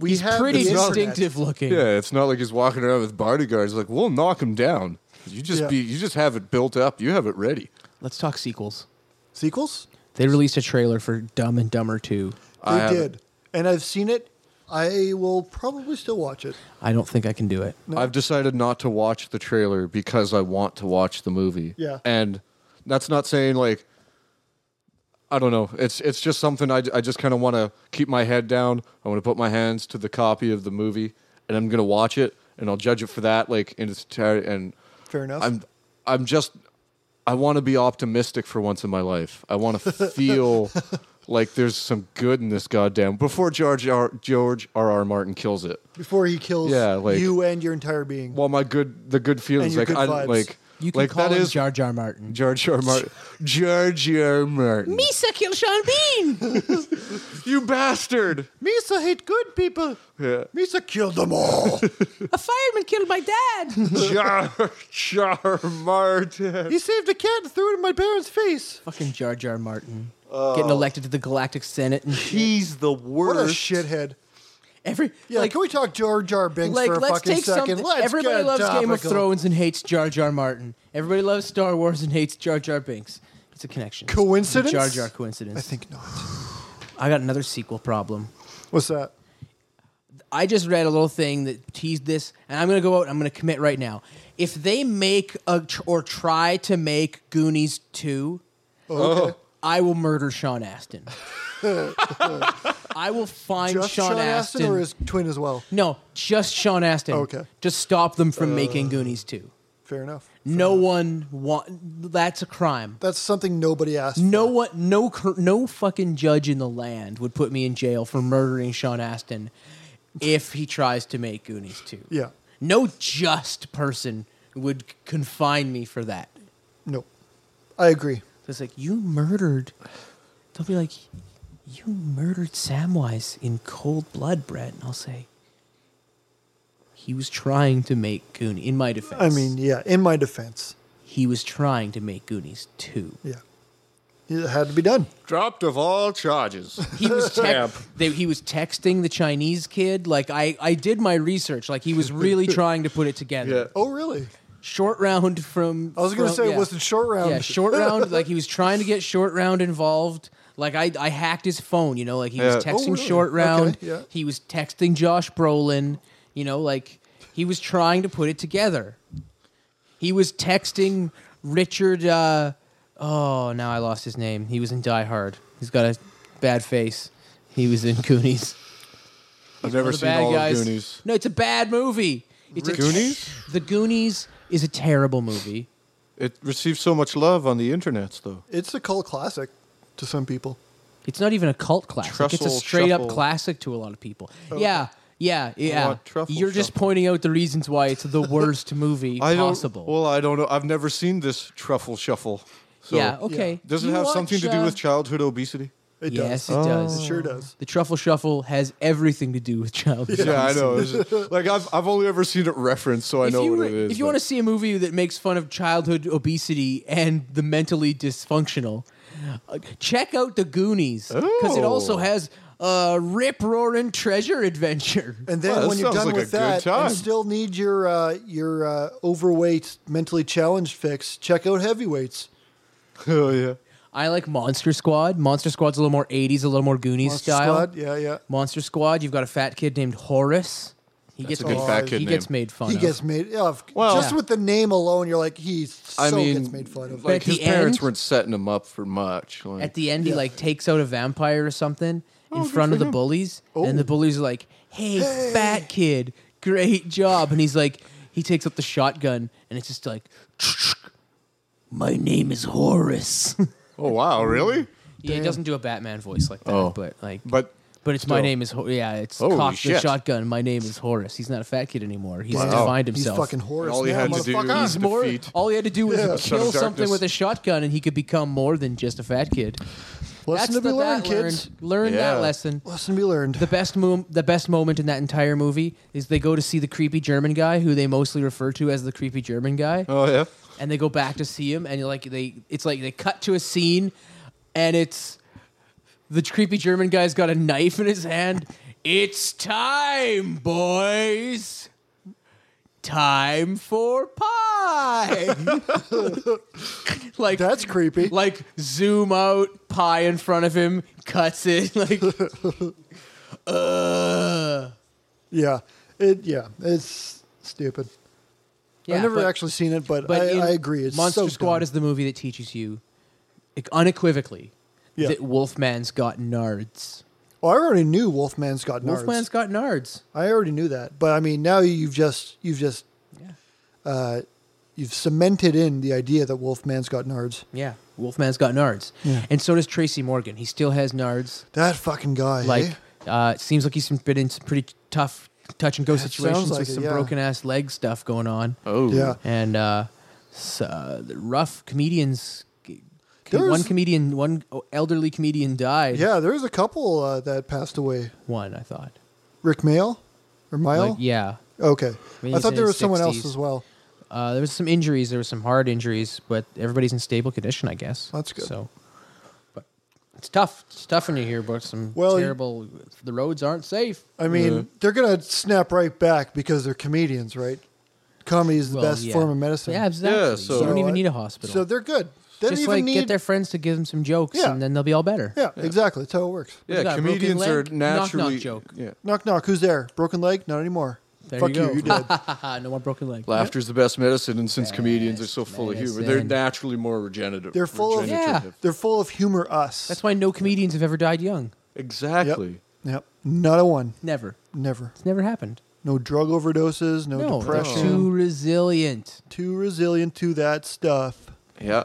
[SPEAKER 2] We
[SPEAKER 1] He's
[SPEAKER 2] have
[SPEAKER 1] pretty
[SPEAKER 2] the internet.
[SPEAKER 1] distinctive looking.
[SPEAKER 3] Yeah. It's not like he's walking around with bodyguards. Like we'll knock him down. You just
[SPEAKER 2] Yeah.
[SPEAKER 3] be. You just have it built up. You have it ready.
[SPEAKER 1] Let's talk sequels.
[SPEAKER 2] Sequels?
[SPEAKER 1] They released a trailer for Dumb and Dumber 2.
[SPEAKER 2] They
[SPEAKER 3] I have
[SPEAKER 2] did. And I've seen it. I will probably still watch it.
[SPEAKER 1] I don't think I can do it.
[SPEAKER 3] I've decided not to watch the trailer because I want to watch the movie.
[SPEAKER 2] Yeah.
[SPEAKER 3] And that's not saying like I don't know. It's it's just something I, I just kind of want to keep my head down. I want to put my hands to the copy of the movie and I'm going to watch it and I'll judge it for that like in its entirety and
[SPEAKER 2] Fair enough.
[SPEAKER 3] I'm I'm just I want to be optimistic for once in my life. I want to feel like there's some good in this goddamn before George R. George R. R. Martin kills it.
[SPEAKER 2] Before he kills
[SPEAKER 3] Yeah, like-
[SPEAKER 2] you and your entire being.
[SPEAKER 3] Well, my good, the good feelings,
[SPEAKER 2] And
[SPEAKER 3] like
[SPEAKER 2] your
[SPEAKER 3] I
[SPEAKER 2] good vibes.
[SPEAKER 3] like,
[SPEAKER 1] You can
[SPEAKER 3] like
[SPEAKER 1] call
[SPEAKER 3] that
[SPEAKER 1] him
[SPEAKER 3] is
[SPEAKER 1] Jar Jar Martin.
[SPEAKER 3] George R. Martin. George R. Martin.
[SPEAKER 1] Misa killed Sean Bean.
[SPEAKER 3] you bastard!
[SPEAKER 2] Misa hate good people.
[SPEAKER 3] Yeah.
[SPEAKER 2] Misa killed them all.
[SPEAKER 1] a fireman killed my dad.
[SPEAKER 3] George R. Martin.
[SPEAKER 2] he saved a cat and threw it in my parents' face.
[SPEAKER 1] Fucking Jar Jar Martin.
[SPEAKER 2] Oh.
[SPEAKER 1] Getting elected to the Galactic Senate and shit.
[SPEAKER 3] He's the
[SPEAKER 2] What a
[SPEAKER 3] worst.
[SPEAKER 2] shithead.
[SPEAKER 1] every
[SPEAKER 2] Yeah,
[SPEAKER 1] like
[SPEAKER 2] can we talk Jar Jar Binks
[SPEAKER 1] like
[SPEAKER 2] for a
[SPEAKER 1] let's
[SPEAKER 2] fucking
[SPEAKER 1] take
[SPEAKER 2] second?
[SPEAKER 1] something.
[SPEAKER 2] Let's
[SPEAKER 1] Everybody
[SPEAKER 2] get
[SPEAKER 1] loves Game of
[SPEAKER 2] topical.
[SPEAKER 1] Thrones and hates Jar Jar Martin. Everybody loves Star Wars and hates Jar Jar Binks. It's a connection. It's a
[SPEAKER 2] Coincidence?
[SPEAKER 1] Jar Jar coincidence.
[SPEAKER 2] I think not.
[SPEAKER 1] I got another sequel problem.
[SPEAKER 2] What's that?
[SPEAKER 1] I just read a little thing that teased this, and I'm going to go out and I'm going to commit right now. If they make a tr- or try to make Goonies 2,
[SPEAKER 2] Oh,
[SPEAKER 1] I will murder Sean Astin. I will find
[SPEAKER 2] Just
[SPEAKER 1] Sean, Astin.
[SPEAKER 2] or his twin as well?
[SPEAKER 1] no, just Sean Astin.
[SPEAKER 2] Okay. Uh,
[SPEAKER 1] To stop them from making Goonies 2.
[SPEAKER 2] Fair enough.
[SPEAKER 1] No one want that's a crime.
[SPEAKER 2] That's something nobody asked.
[SPEAKER 1] No one, no, cur- no fucking judge in the land would put me in jail for murdering Sean Astin if he tries to make Goonies 2.
[SPEAKER 2] Yeah.
[SPEAKER 1] No just person would c- confine me for that.
[SPEAKER 2] No. I agree.
[SPEAKER 1] It's like, you murdered. They'll be like, you murdered Samwise in cold blood, Brett. And I'll say, he was trying to make Goonies. In my defense,
[SPEAKER 2] I mean, yeah, in my defense.
[SPEAKER 1] he was trying to make Goonies too.
[SPEAKER 2] Yeah. It had to be done.
[SPEAKER 3] Dropped of all charges.
[SPEAKER 1] He was
[SPEAKER 3] Yep.
[SPEAKER 1] tec- they, he was texting the Chinese kid. Like I, I did my research. Like he was really trying to put it together.
[SPEAKER 3] Yeah.
[SPEAKER 2] Oh, really?
[SPEAKER 1] Short round from.
[SPEAKER 2] I was going to
[SPEAKER 1] from-
[SPEAKER 2] say,
[SPEAKER 1] yeah.
[SPEAKER 2] was it short round?
[SPEAKER 1] Yeah, short round. like he was trying to get short round involved. Like I, I hacked his phone. You know, like he was
[SPEAKER 3] Yeah. Oh,
[SPEAKER 1] texting
[SPEAKER 2] really?
[SPEAKER 1] short round.
[SPEAKER 2] Okay, yeah.
[SPEAKER 1] He was texting Josh Brolin. You know, like he was trying to put it together. He was texting Richard. Uh, oh, now I lost his name. He was in Die Hard. He's got a bad face. He was in Goonies.
[SPEAKER 3] I've never
[SPEAKER 1] One of the
[SPEAKER 3] seen
[SPEAKER 1] bad
[SPEAKER 3] all
[SPEAKER 1] guys.
[SPEAKER 3] of Goonies.
[SPEAKER 1] No, it's a bad movie. It's a
[SPEAKER 3] Goonies?
[SPEAKER 1] the Goonies is a terrible movie.
[SPEAKER 3] It received so much love on the internets, though.
[SPEAKER 2] It's a cult classic to some people.
[SPEAKER 1] It's not even a cult classic. it's a
[SPEAKER 3] Truffle
[SPEAKER 1] straight up
[SPEAKER 3] shuffle. Oh.
[SPEAKER 1] classic to a lot of people. Yeah, yeah, yeah.
[SPEAKER 3] want truffle
[SPEAKER 1] You're just
[SPEAKER 3] shuffle.
[SPEAKER 1] pointing out the reasons why it's the worst movie
[SPEAKER 3] I don't,
[SPEAKER 1] possible.
[SPEAKER 3] Well, I don't know. I've never seen this truffle shuffle. So
[SPEAKER 1] yeah, okay.
[SPEAKER 3] Does it
[SPEAKER 1] You
[SPEAKER 3] have
[SPEAKER 1] watch,
[SPEAKER 3] something to do
[SPEAKER 1] uh,
[SPEAKER 3] with childhood obesity?
[SPEAKER 2] It
[SPEAKER 1] yes,
[SPEAKER 2] does.
[SPEAKER 1] it
[SPEAKER 2] It
[SPEAKER 1] does.
[SPEAKER 2] sure does.
[SPEAKER 1] The truffle shuffle has everything to do with child abuse.
[SPEAKER 3] Yeah, I know. It's just- like I've I've only ever seen it referenced, so I
[SPEAKER 1] if
[SPEAKER 3] know
[SPEAKER 1] you,
[SPEAKER 3] what
[SPEAKER 1] re-
[SPEAKER 3] it is.
[SPEAKER 1] if you
[SPEAKER 3] but-
[SPEAKER 1] want to see a movie that makes fun of childhood obesity and the mentally dysfunctional, uh, check out The Goonies because it
[SPEAKER 3] Oh.
[SPEAKER 1] also has a rip roaring treasure adventure.
[SPEAKER 2] And then
[SPEAKER 3] Wow, that
[SPEAKER 2] when you're
[SPEAKER 3] sounds
[SPEAKER 2] done
[SPEAKER 3] like a
[SPEAKER 2] with
[SPEAKER 3] good
[SPEAKER 2] that
[SPEAKER 3] time.
[SPEAKER 2] and still need your uh, your uh, overweight, mentally challenged fix, check out heavyweights.
[SPEAKER 3] oh yeah,
[SPEAKER 1] I like Monster Squad. Monster Squad's a little more 80s, a little more Goonies
[SPEAKER 2] Monster
[SPEAKER 1] style.
[SPEAKER 2] Squad. Yeah, yeah.
[SPEAKER 1] Monster Squad, you've got a fat kid named Horace. He
[SPEAKER 3] That's
[SPEAKER 1] gets
[SPEAKER 3] a good
[SPEAKER 1] made-
[SPEAKER 3] fat kid
[SPEAKER 1] He
[SPEAKER 3] name.
[SPEAKER 1] gets made fun
[SPEAKER 2] He
[SPEAKER 1] of.
[SPEAKER 2] gets made. Yeah, of-
[SPEAKER 3] Well-
[SPEAKER 2] just
[SPEAKER 1] Yeah.
[SPEAKER 2] with the name alone, you're like he so
[SPEAKER 3] I mean,
[SPEAKER 2] gets made fun of.
[SPEAKER 1] But
[SPEAKER 3] like
[SPEAKER 1] at the
[SPEAKER 3] his parents
[SPEAKER 1] end-
[SPEAKER 3] weren't setting him up for much. Like,
[SPEAKER 1] At the end, he
[SPEAKER 2] Yeah.
[SPEAKER 1] like takes out a vampire or something in
[SPEAKER 3] Mm-hmm. good
[SPEAKER 1] front of
[SPEAKER 3] for
[SPEAKER 1] the
[SPEAKER 3] him.
[SPEAKER 1] bullies, and the bullies are like, "Hey, fat kid, great job!" And he's like, he takes up the shotgun, and it's just like, "My name is Horace."
[SPEAKER 3] oh wow, really?
[SPEAKER 1] yeah, he doesn't do a Batman voice like that,
[SPEAKER 3] Oh.
[SPEAKER 1] but like, but,
[SPEAKER 3] But
[SPEAKER 1] it's my
[SPEAKER 3] still.
[SPEAKER 1] name is Ho- yeah, it's
[SPEAKER 3] Holy
[SPEAKER 1] cock the
[SPEAKER 3] shit.
[SPEAKER 1] shotgun. My name is Horace. He's not a fat kid anymore. He's
[SPEAKER 3] Wow.
[SPEAKER 1] defined
[SPEAKER 2] He's
[SPEAKER 1] himself.
[SPEAKER 2] fucking Horace.
[SPEAKER 3] all he
[SPEAKER 2] now,
[SPEAKER 3] had to do
[SPEAKER 2] motherfucker.
[SPEAKER 3] was-
[SPEAKER 1] He's more,
[SPEAKER 3] defeat.
[SPEAKER 1] all he had to do was
[SPEAKER 2] Yeah.
[SPEAKER 3] Son
[SPEAKER 1] kill
[SPEAKER 3] of
[SPEAKER 1] something
[SPEAKER 3] darkness.
[SPEAKER 1] with a shotgun, and he could become more than just a fat kid.
[SPEAKER 2] Lesson to
[SPEAKER 1] the
[SPEAKER 2] be learned,
[SPEAKER 1] that learned.
[SPEAKER 2] kids.
[SPEAKER 1] Learn
[SPEAKER 3] Yeah.
[SPEAKER 1] that lesson.
[SPEAKER 2] Lesson to be learned.
[SPEAKER 1] The best mo- the best moment in that entire movie is they go to see the creepy German guy, who they mostly refer to as the creepy German guy,
[SPEAKER 3] oh yeah,
[SPEAKER 1] and they go back to see him, and like they, it's like they cut to a scene, and it's the creepy German guy's got a knife in his hand. It's time, boys. Time for pie. like
[SPEAKER 2] That's creepy.
[SPEAKER 1] like zoom out pie in front of him cuts it like uh
[SPEAKER 2] yeah, it. Yeah, it's stupid. I've never
[SPEAKER 1] but-
[SPEAKER 2] actually seen it, but,
[SPEAKER 1] but
[SPEAKER 2] I,
[SPEAKER 1] in
[SPEAKER 2] I agree. It's
[SPEAKER 1] monster
[SPEAKER 2] so
[SPEAKER 1] squad
[SPEAKER 2] dumb.
[SPEAKER 1] is the movie that teaches you like, unequivocally
[SPEAKER 2] Yeah.
[SPEAKER 1] that wolfman's got nards
[SPEAKER 2] Oh, I already knew Wolfman's got nards.
[SPEAKER 1] wolfman's got nards
[SPEAKER 2] I already knew that, but I mean now you've just you've just
[SPEAKER 1] Yeah.
[SPEAKER 2] uh, you've cemented in the idea that Wolfman's got nards.
[SPEAKER 1] yeah wolfman's got nards
[SPEAKER 2] Yeah.
[SPEAKER 1] and so does tracy morgan he still has nards
[SPEAKER 2] That fucking guy. eh?
[SPEAKER 1] like uh, it seems like he's been in some pretty tough touch and go situations
[SPEAKER 2] like
[SPEAKER 1] with
[SPEAKER 2] it,
[SPEAKER 1] some
[SPEAKER 2] yeah.
[SPEAKER 1] broken ass leg stuff going on
[SPEAKER 3] oh
[SPEAKER 2] yeah.
[SPEAKER 1] and uh, s- uh, the rough comedians. c-
[SPEAKER 2] There
[SPEAKER 1] one
[SPEAKER 2] was-
[SPEAKER 1] comedian, one elderly comedian died.
[SPEAKER 2] Yeah, there's a couple uh, that passed away.
[SPEAKER 1] one I thought.
[SPEAKER 2] Rick Mail or Mile?
[SPEAKER 1] Like, yeah,
[SPEAKER 2] Okay.
[SPEAKER 1] mean,
[SPEAKER 2] I
[SPEAKER 1] he's
[SPEAKER 2] thought
[SPEAKER 1] in
[SPEAKER 2] there was
[SPEAKER 1] his
[SPEAKER 2] someone else
[SPEAKER 1] 60s.
[SPEAKER 2] as well.
[SPEAKER 1] uh, there was some injuries. There were some hard injuries, but everybody's in stable condition, I guess.
[SPEAKER 2] That's good.
[SPEAKER 1] So, but it's tough. It's tough when you hear about some
[SPEAKER 2] Well, you-
[SPEAKER 1] terrible. the roads aren't safe.
[SPEAKER 2] I mean,
[SPEAKER 1] Uh,
[SPEAKER 3] Yeah.
[SPEAKER 2] they're gonna snap right back because they're comedians, right? Comedy is the
[SPEAKER 1] Well,
[SPEAKER 2] best
[SPEAKER 1] yeah.
[SPEAKER 2] form of medicine.
[SPEAKER 1] Yeah, exactly.
[SPEAKER 3] Yeah,
[SPEAKER 1] you
[SPEAKER 3] so-
[SPEAKER 1] don't even
[SPEAKER 2] I-
[SPEAKER 1] need a hospital.
[SPEAKER 2] So they're good. They don't
[SPEAKER 1] Just
[SPEAKER 2] even
[SPEAKER 1] like
[SPEAKER 2] need.
[SPEAKER 1] get their friends to give them some jokes,
[SPEAKER 2] Yeah.
[SPEAKER 1] and then they'll be all better.
[SPEAKER 2] yeah, exactly. That's how it works.
[SPEAKER 1] Who's got
[SPEAKER 3] yeah.
[SPEAKER 1] a broken
[SPEAKER 3] Comedians are
[SPEAKER 1] leg? Knock, knock
[SPEAKER 3] naturally
[SPEAKER 1] joke.
[SPEAKER 3] Yeah,
[SPEAKER 2] Knock knock. Who's there? Broken leg? Not anymore.
[SPEAKER 1] There
[SPEAKER 2] Fuck
[SPEAKER 1] you go.
[SPEAKER 2] you. You did.
[SPEAKER 1] no more broken leg.
[SPEAKER 3] laughter's the best medicine, and since comedians are so full of humor, they're
[SPEAKER 1] medicine.
[SPEAKER 3] naturally more regenerative.
[SPEAKER 2] They're full of-
[SPEAKER 1] Yeah.
[SPEAKER 3] regenerative.
[SPEAKER 2] They're full of humor. Us.
[SPEAKER 1] That's why no comedians have ever died young.
[SPEAKER 3] exactly.
[SPEAKER 2] Yep. Yep. Not a one.
[SPEAKER 1] Never.
[SPEAKER 2] Never.
[SPEAKER 1] It's never happened.
[SPEAKER 2] No drug overdoses. No,
[SPEAKER 1] No, they're
[SPEAKER 2] depression.
[SPEAKER 1] too resilient.
[SPEAKER 2] too resilient to that stuff.
[SPEAKER 3] Yeah.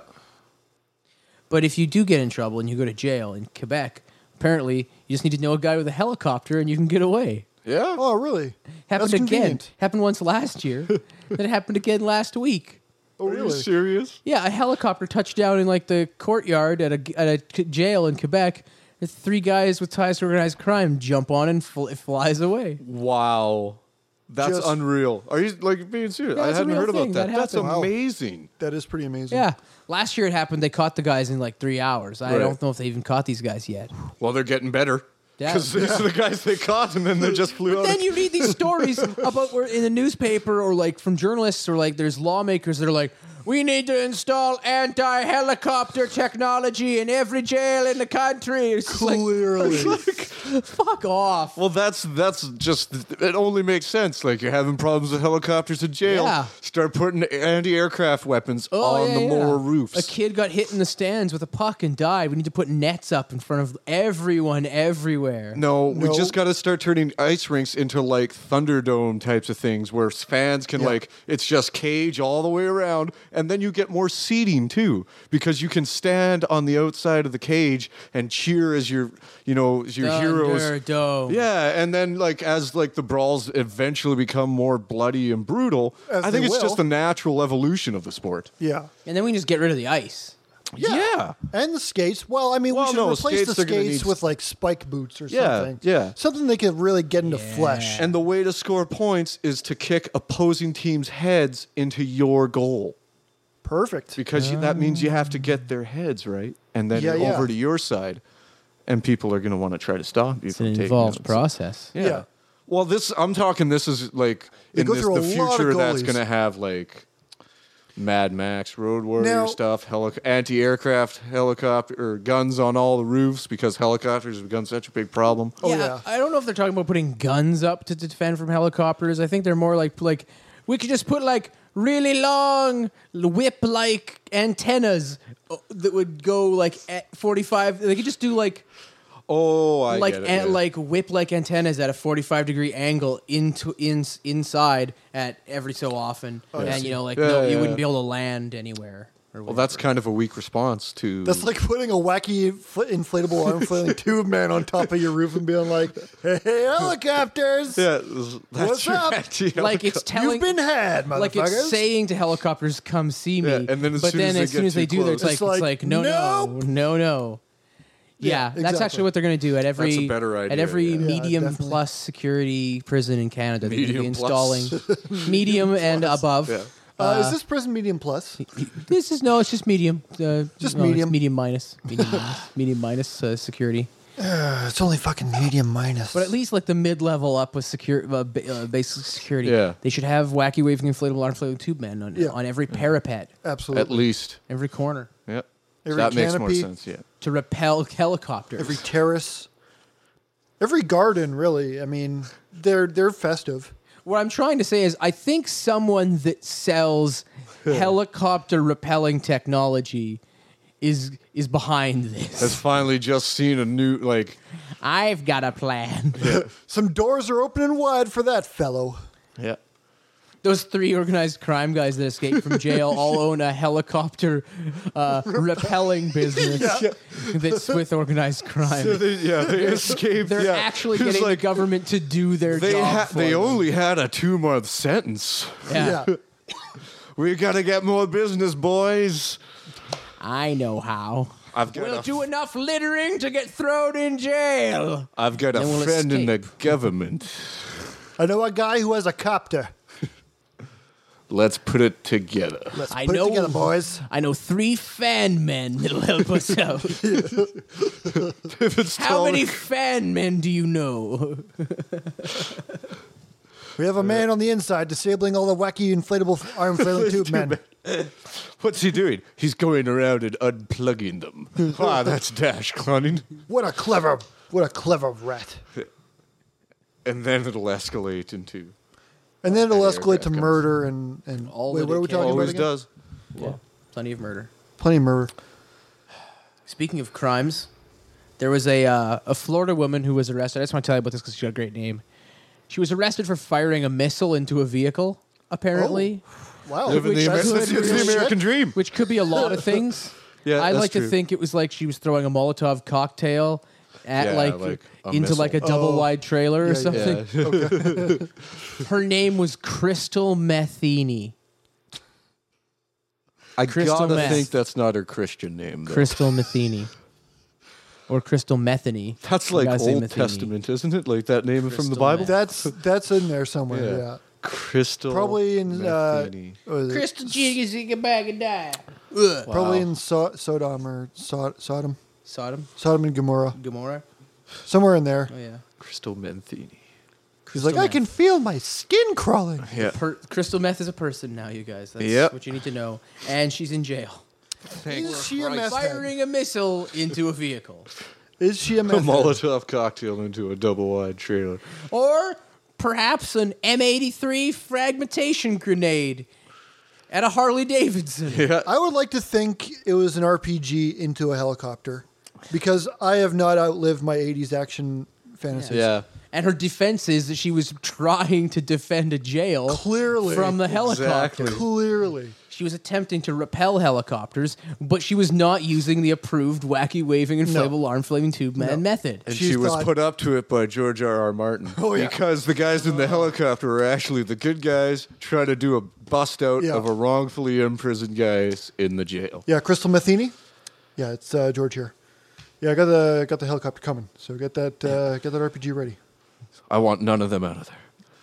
[SPEAKER 1] But if you do get in trouble and you go to jail in Quebec, apparently you just need to know a guy with a helicopter and you can get away.
[SPEAKER 3] Yeah.
[SPEAKER 2] Oh, really?
[SPEAKER 1] Happened
[SPEAKER 2] That's
[SPEAKER 1] again.
[SPEAKER 2] convenient.
[SPEAKER 1] Happened once last year. then it happened again last week.
[SPEAKER 2] Oh,
[SPEAKER 3] Are you
[SPEAKER 2] really?
[SPEAKER 3] serious?
[SPEAKER 1] Yeah, a helicopter touched down in like the courtyard at a at a c- jail in Quebec. And Three guys with ties to organized crime jump on and fl- it flies away.
[SPEAKER 2] Mm.
[SPEAKER 3] Wow. That's
[SPEAKER 2] Just-
[SPEAKER 3] unreal. Are you like being serious?
[SPEAKER 1] Yeah,
[SPEAKER 3] I
[SPEAKER 1] that's a
[SPEAKER 3] hadn't
[SPEAKER 1] real
[SPEAKER 3] heard
[SPEAKER 1] thing.
[SPEAKER 3] about that.
[SPEAKER 1] That
[SPEAKER 3] that's
[SPEAKER 1] happened. Wow.
[SPEAKER 3] amazing.
[SPEAKER 2] That is pretty amazing.
[SPEAKER 1] Yeah, last year it happened. They caught the guys in like three hours. I
[SPEAKER 3] Right.
[SPEAKER 1] don't know if they even caught these guys yet.
[SPEAKER 3] Well, they're getting better.
[SPEAKER 1] Yeah.
[SPEAKER 3] Because these are the guys they caught, and then they just flew out.
[SPEAKER 1] then you read these stories about where in the newspaper or like from journalists or like there's lawmakers that are like, we need to install anti helicopter technology in every jail in the country. It's just like,
[SPEAKER 2] Clearly.
[SPEAKER 1] fuck off.
[SPEAKER 3] well, that's that's just it. Only makes sense. Like you're having problems with helicopters in jail.
[SPEAKER 1] Yeah.
[SPEAKER 3] Start putting anti-aircraft weapons
[SPEAKER 1] Oh,
[SPEAKER 3] on
[SPEAKER 1] yeah,
[SPEAKER 3] the
[SPEAKER 1] yeah.
[SPEAKER 3] lower roofs.
[SPEAKER 1] A kid got hit in the stands with a puck and died. We need to put nets up in front of everyone everywhere.
[SPEAKER 3] No,
[SPEAKER 2] No.
[SPEAKER 3] we just got to start turning ice rinks into like Thunderdome types of things where s- fans can
[SPEAKER 2] Yeah.
[SPEAKER 3] like it's just cage all the way around, and then you get more seating too because you can stand on the outside of the cage and cheer as your you know as your heroes.
[SPEAKER 1] Thunderdome.
[SPEAKER 3] Yeah, and then like as like the brawls eventually become more bloody and brutal,
[SPEAKER 2] As
[SPEAKER 3] I think
[SPEAKER 2] they
[SPEAKER 3] it's
[SPEAKER 2] will.
[SPEAKER 3] just the natural evolution of the sport.
[SPEAKER 2] Yeah.
[SPEAKER 1] And then we can just get rid of the ice.
[SPEAKER 3] Yeah. Yeah.
[SPEAKER 2] And the skates. Well, I mean,
[SPEAKER 3] Well,
[SPEAKER 2] we should
[SPEAKER 3] no,
[SPEAKER 2] replace
[SPEAKER 3] skates,
[SPEAKER 2] the
[SPEAKER 3] they're gonna
[SPEAKER 2] skates
[SPEAKER 3] need-
[SPEAKER 2] with like spike boots or
[SPEAKER 3] Yeah,
[SPEAKER 2] something.
[SPEAKER 3] yeah.
[SPEAKER 2] Something they could really get into flesh.
[SPEAKER 3] And the way to score points is to kick opposing teams' heads into your goal
[SPEAKER 2] Perfect.
[SPEAKER 3] because you, that means you have to get their heads right and then
[SPEAKER 2] Yeah, yeah.
[SPEAKER 3] over to your side, and people are going to want to try to stop you
[SPEAKER 1] It's
[SPEAKER 3] from
[SPEAKER 1] an
[SPEAKER 3] taking
[SPEAKER 1] involved
[SPEAKER 3] those.
[SPEAKER 1] process.
[SPEAKER 3] Yeah.
[SPEAKER 2] Yeah.
[SPEAKER 3] Well, this I'm talking. This is like
[SPEAKER 2] They
[SPEAKER 3] in
[SPEAKER 2] go
[SPEAKER 3] this,
[SPEAKER 2] through a
[SPEAKER 3] the
[SPEAKER 2] lot of
[SPEAKER 3] future that's
[SPEAKER 2] goalies.
[SPEAKER 3] going to have like Mad Max, Road Warrior
[SPEAKER 2] Now-
[SPEAKER 3] stuff, helic- anti-aircraft helicopter or guns on all the roofs because helicopters have become such a big problem.
[SPEAKER 2] Oh, yeah.
[SPEAKER 1] I I don't know if they're talking about putting guns up to defend from helicopters. I think they're more like like we could just put like really long whip like antennas uh, that would go like at 45 they could just do like
[SPEAKER 3] Oh, I
[SPEAKER 1] like
[SPEAKER 3] get it,
[SPEAKER 1] an-
[SPEAKER 3] yeah.
[SPEAKER 1] like whip like antennas at a 45 degree angle into in, inside at every so often
[SPEAKER 2] Oh,
[SPEAKER 1] and you know like
[SPEAKER 3] Yeah,
[SPEAKER 1] no,
[SPEAKER 3] yeah.
[SPEAKER 1] you wouldn't be able to land anywhere or
[SPEAKER 3] Well, that's kind of a weak response to.
[SPEAKER 2] That's like putting a wacky fl- inflatable arm flailing tube man on top of your roof and being like, hey, helicopters.
[SPEAKER 3] yeah, that's
[SPEAKER 2] What's
[SPEAKER 3] your
[SPEAKER 2] up?
[SPEAKER 3] anti-
[SPEAKER 1] like it's telling
[SPEAKER 2] You've been had, motherfuckers.
[SPEAKER 1] like it's saying to helicopters, "Come see me."
[SPEAKER 3] Yeah, and then as
[SPEAKER 1] but
[SPEAKER 3] soon
[SPEAKER 1] then
[SPEAKER 3] as they
[SPEAKER 1] as soon
[SPEAKER 3] get
[SPEAKER 1] as they
[SPEAKER 3] too
[SPEAKER 1] do, that, it's like,
[SPEAKER 2] close-
[SPEAKER 1] it's like, no,
[SPEAKER 2] Nope.
[SPEAKER 1] no, no, no. Yeah,
[SPEAKER 2] Yeah,
[SPEAKER 1] that's
[SPEAKER 2] exactly.
[SPEAKER 1] actually what they're going to do at every
[SPEAKER 3] That's a better idea,
[SPEAKER 1] at every
[SPEAKER 3] yeah.
[SPEAKER 2] Yeah,
[SPEAKER 1] medium
[SPEAKER 2] definitely.
[SPEAKER 1] plus security prison in Canada. They're going to be
[SPEAKER 3] Medium plus.
[SPEAKER 1] installing medium and above.
[SPEAKER 3] Yeah.
[SPEAKER 2] uh, is this Prison Medium Plus?
[SPEAKER 1] This is no, it's just medium. Uh,
[SPEAKER 2] Just
[SPEAKER 1] no, it's
[SPEAKER 2] medium.
[SPEAKER 1] medium minus, medium minus, medium minus uh, security.
[SPEAKER 2] it's only fucking medium minus.
[SPEAKER 1] But at least like the mid level up with secure uh, ba- uh, basic security.
[SPEAKER 3] Yeah.
[SPEAKER 1] they should have wacky waving inflatable arm floating tube man on,
[SPEAKER 2] Yeah.
[SPEAKER 1] on every parapet,
[SPEAKER 3] at
[SPEAKER 2] Absolutely.
[SPEAKER 3] least.
[SPEAKER 1] every corner.
[SPEAKER 3] Yep.
[SPEAKER 2] Every
[SPEAKER 3] that makes more
[SPEAKER 2] canopy.
[SPEAKER 3] sense. Yeah.
[SPEAKER 1] to repel helicopters.
[SPEAKER 2] every terrace, every garden, really. I mean, they're they're festive.
[SPEAKER 1] what I'm trying to say is, I think someone that sells helicopter repelling technology is is behind
[SPEAKER 3] Has
[SPEAKER 1] this.
[SPEAKER 3] finally just seen a new like.
[SPEAKER 1] I've got a plan.
[SPEAKER 2] Some doors are opening wide for that fellow.
[SPEAKER 3] Yeah.
[SPEAKER 1] Those three organized crime guys that escaped from jail all own a helicopter uh, repelling business that's with organized crime.
[SPEAKER 3] they, yeah, they escaped.
[SPEAKER 1] They're
[SPEAKER 3] yeah.
[SPEAKER 1] actually
[SPEAKER 3] It's
[SPEAKER 1] getting
[SPEAKER 3] like,
[SPEAKER 1] the government to do their
[SPEAKER 3] They
[SPEAKER 1] job.
[SPEAKER 3] ha-
[SPEAKER 1] for
[SPEAKER 3] they
[SPEAKER 1] them.
[SPEAKER 3] only had a two month sentence.
[SPEAKER 1] yeah.
[SPEAKER 2] Yeah.
[SPEAKER 3] We gotta get more business, boys.
[SPEAKER 1] I know how.
[SPEAKER 3] I've got
[SPEAKER 1] We'll
[SPEAKER 3] a,
[SPEAKER 1] do enough littering to get thrown in jail.
[SPEAKER 3] have got a
[SPEAKER 1] Then we'll
[SPEAKER 3] friend in the government.
[SPEAKER 2] I know a guy who has a copter.
[SPEAKER 3] Let's put it together.
[SPEAKER 2] Let's
[SPEAKER 1] I
[SPEAKER 2] put
[SPEAKER 1] know-
[SPEAKER 2] it together, boys.
[SPEAKER 1] I know three fan men that'll help us out.
[SPEAKER 3] if it's
[SPEAKER 1] How many fan men do you know?
[SPEAKER 2] We have a man on the inside disabling all the wacky inflatable arm flailing tube men.
[SPEAKER 3] What's he doing? He's going around and unplugging them. ah, that's Dash Cloning.
[SPEAKER 2] What a clever, what a clever rat.
[SPEAKER 3] And then it'll escalate into
[SPEAKER 2] And then it'll
[SPEAKER 3] That
[SPEAKER 2] escalate to
[SPEAKER 3] aircraft comes-
[SPEAKER 2] murder and and
[SPEAKER 1] All
[SPEAKER 2] wait,
[SPEAKER 1] that
[SPEAKER 2] what
[SPEAKER 1] it
[SPEAKER 2] are we
[SPEAKER 1] can.
[SPEAKER 2] talking about
[SPEAKER 3] always
[SPEAKER 2] again?
[SPEAKER 3] does.
[SPEAKER 1] Plenty of murder.
[SPEAKER 2] Plenty of murder.
[SPEAKER 1] Speaking of crimes, there was a uh, a Florida woman who was arrested. I just want to tell you about this because she got a great name. She was arrested for firing a missile into a vehicle, apparently,
[SPEAKER 3] Oh.
[SPEAKER 2] Wow,
[SPEAKER 3] Living the,
[SPEAKER 2] That's
[SPEAKER 3] Amer-
[SPEAKER 2] good
[SPEAKER 3] it's the
[SPEAKER 2] real shit.
[SPEAKER 3] American dream.
[SPEAKER 1] which could be a lot of things.
[SPEAKER 3] Yeah,
[SPEAKER 1] I
[SPEAKER 3] that's
[SPEAKER 1] like to
[SPEAKER 3] true.
[SPEAKER 1] think it was like she was throwing a Molotov cocktail at
[SPEAKER 3] Yeah,
[SPEAKER 1] like,
[SPEAKER 3] like a
[SPEAKER 1] into like a
[SPEAKER 3] missile. Oh.
[SPEAKER 1] double wide trailer or
[SPEAKER 2] Yeah, yeah.
[SPEAKER 1] something. Her name was Crystal Metheny.
[SPEAKER 3] I
[SPEAKER 1] Crystal
[SPEAKER 3] gotta
[SPEAKER 1] meth.
[SPEAKER 3] think that's not her Christian name. Though.
[SPEAKER 1] Crystal Metheny. Or Crystal Metheny.
[SPEAKER 3] that's
[SPEAKER 1] You
[SPEAKER 3] like
[SPEAKER 1] gotta say
[SPEAKER 3] Old
[SPEAKER 1] Metheny.
[SPEAKER 3] Testament, isn't it? Like that name from
[SPEAKER 1] Crystal
[SPEAKER 3] the Bible.
[SPEAKER 1] meth.
[SPEAKER 2] That's that's in there somewhere.
[SPEAKER 3] Yeah.
[SPEAKER 2] Yeah,
[SPEAKER 3] Crystal.
[SPEAKER 2] probably in uh,
[SPEAKER 3] metheny.
[SPEAKER 2] what is it?
[SPEAKER 1] Crystal Jesus, you can bag and die.
[SPEAKER 2] probably in so- Sodom or so- Sodom,
[SPEAKER 1] Sodom,
[SPEAKER 2] Sodom and Gomorrah,
[SPEAKER 1] Gomorrah.
[SPEAKER 2] somewhere in there.
[SPEAKER 1] Oh yeah.
[SPEAKER 3] Crystal Menthini.
[SPEAKER 2] He's like, I can feel my skin crawling.
[SPEAKER 3] Yeah.
[SPEAKER 1] Per- crystal meth is a person now, you guys. That's
[SPEAKER 3] Yep.
[SPEAKER 1] what you need to know. And she's in jail.
[SPEAKER 2] Is she a meth head?
[SPEAKER 1] Firing a missile into a vehicle,
[SPEAKER 2] Is she a
[SPEAKER 3] A
[SPEAKER 2] meth head?
[SPEAKER 3] Molotov cocktail into a double wide trailer.
[SPEAKER 1] or perhaps an M83 fragmentation grenade at a Harley Davidson.
[SPEAKER 2] I would like to think it was an RPG into a helicopter, because I have not outlived my '80s action fantasies.
[SPEAKER 3] Yeah.
[SPEAKER 1] And her defense is that she was trying to defend a jail
[SPEAKER 2] Clearly.
[SPEAKER 1] from the helicopter.
[SPEAKER 3] Exactly.
[SPEAKER 2] Clearly,
[SPEAKER 1] She was attempting to repel helicopters, but she was not using the approved wacky waving inflatable arm flaming tube man method.
[SPEAKER 3] And
[SPEAKER 2] She's
[SPEAKER 3] she was
[SPEAKER 2] thought-
[SPEAKER 3] put up to it by George R. R. Martin.
[SPEAKER 2] Oh, yeah.
[SPEAKER 3] Because the guys
[SPEAKER 1] Oh.
[SPEAKER 3] in the helicopter are actually the good guys trying to do a bust out
[SPEAKER 2] Yeah.
[SPEAKER 3] of a wrongfully imprisoned guys in the jail.
[SPEAKER 2] yeah. Crystal Metheny. Yeah, it's uh, George here. Yeah, I got the got the helicopter coming. So get that uh, get that RPG ready.
[SPEAKER 3] I want none of them out of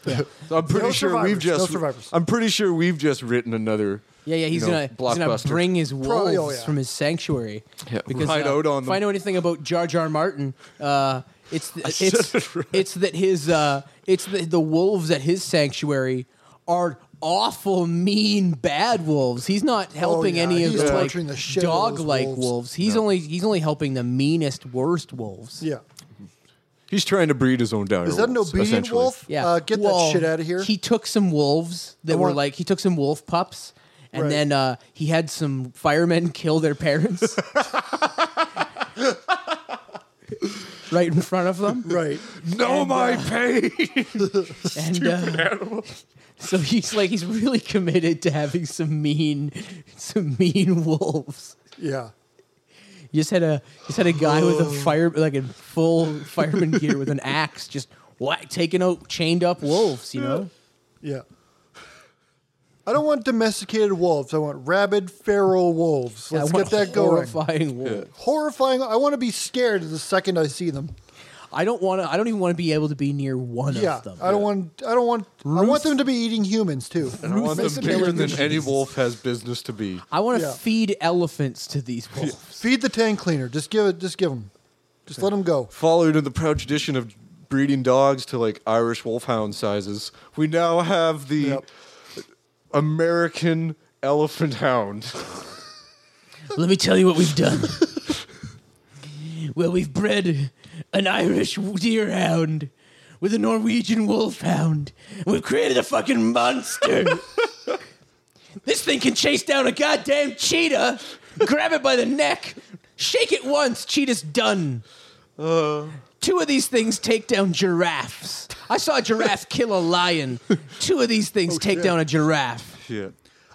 [SPEAKER 3] there. So I'm pretty
[SPEAKER 2] No
[SPEAKER 3] sure we've
[SPEAKER 2] survivors, no
[SPEAKER 3] just
[SPEAKER 2] survivors.
[SPEAKER 3] I'm pretty sure we've just written another.
[SPEAKER 1] Yeah, yeah, he's
[SPEAKER 3] you
[SPEAKER 1] gonna
[SPEAKER 3] know,
[SPEAKER 1] he's gonna
[SPEAKER 3] blockbuster.
[SPEAKER 1] bring his wolves
[SPEAKER 2] Probably, oh, yeah.
[SPEAKER 1] from his sanctuary.
[SPEAKER 3] Yeah, right
[SPEAKER 1] uh,
[SPEAKER 3] out on
[SPEAKER 1] if I
[SPEAKER 3] them.
[SPEAKER 1] know anything about Jar Jar Martin, uh, it's th-
[SPEAKER 3] said
[SPEAKER 1] it's
[SPEAKER 3] it right.
[SPEAKER 1] it's that his uh, it's the, the wolves at his sanctuary are awful, mean, bad wolves. He's not helping
[SPEAKER 2] Oh, yeah,
[SPEAKER 1] any of
[SPEAKER 2] he's
[SPEAKER 1] the like
[SPEAKER 2] torturing the shit out of those
[SPEAKER 1] dog-like wolves.
[SPEAKER 2] wolves.
[SPEAKER 1] He's only he's only helping the meanest, worst wolves.
[SPEAKER 2] Yeah.
[SPEAKER 3] He's trying to breed his own dire.
[SPEAKER 2] Is that an
[SPEAKER 3] wolves,
[SPEAKER 2] obedient
[SPEAKER 3] essentially.
[SPEAKER 2] wolf?
[SPEAKER 1] Yeah.
[SPEAKER 2] Uh, get
[SPEAKER 1] Well,
[SPEAKER 2] that shit out of here.
[SPEAKER 1] He took some wolves that
[SPEAKER 2] I
[SPEAKER 1] were
[SPEAKER 2] want-
[SPEAKER 1] like he took some wolf pups, and
[SPEAKER 2] Right.
[SPEAKER 1] then uh, he had some firemen kill their parents. right in front of them,
[SPEAKER 2] right.
[SPEAKER 3] No, my
[SPEAKER 2] uh,
[SPEAKER 3] pain.
[SPEAKER 1] and uh, so he's like he's really committed to having some mean, some mean wolves.
[SPEAKER 2] Yeah.
[SPEAKER 1] You just had a you just had a guy with a fire like a full fireman gear with an axe, just whack, taking out chained up wolves. You know.
[SPEAKER 2] Yeah. I don't want domesticated wolves. I want rabid, feral wolves. Let's
[SPEAKER 1] I want
[SPEAKER 2] get that going.
[SPEAKER 1] horrifying wolves.
[SPEAKER 2] Horrifying. I want to be scared the second I see them.
[SPEAKER 1] I don't want to. I don't even want to be able to be near one
[SPEAKER 2] yeah.
[SPEAKER 1] of them.
[SPEAKER 2] I don't want. I don't want. I want them to be eating humans too.
[SPEAKER 3] And I want
[SPEAKER 2] Make
[SPEAKER 3] them
[SPEAKER 2] them
[SPEAKER 3] bigger than
[SPEAKER 2] delicious.
[SPEAKER 3] any wolf has business to be.
[SPEAKER 1] I want to
[SPEAKER 2] Yeah.
[SPEAKER 1] feed elephants to these wolves.
[SPEAKER 2] Feed the tank cleaner. Just give it. Just give them. Just let them go.
[SPEAKER 3] Followed in the proud tradition of breeding dogs to like Irish wolfhound sizes, we now have the
[SPEAKER 2] Yep.
[SPEAKER 3] American elephant hound.
[SPEAKER 1] Let me tell you what we've done. well, we've bred an Irish deerhound with a Norwegian wolfhound. We've created a fucking monster. this thing can chase down a goddamn cheetah, grab it by the neck, shake it once, cheetah's done. Two of these things take down giraffes. I saw a giraffe kill a lion. Two of these things take
[SPEAKER 2] Oh, shit.
[SPEAKER 1] down a giraffe.
[SPEAKER 3] Yeah.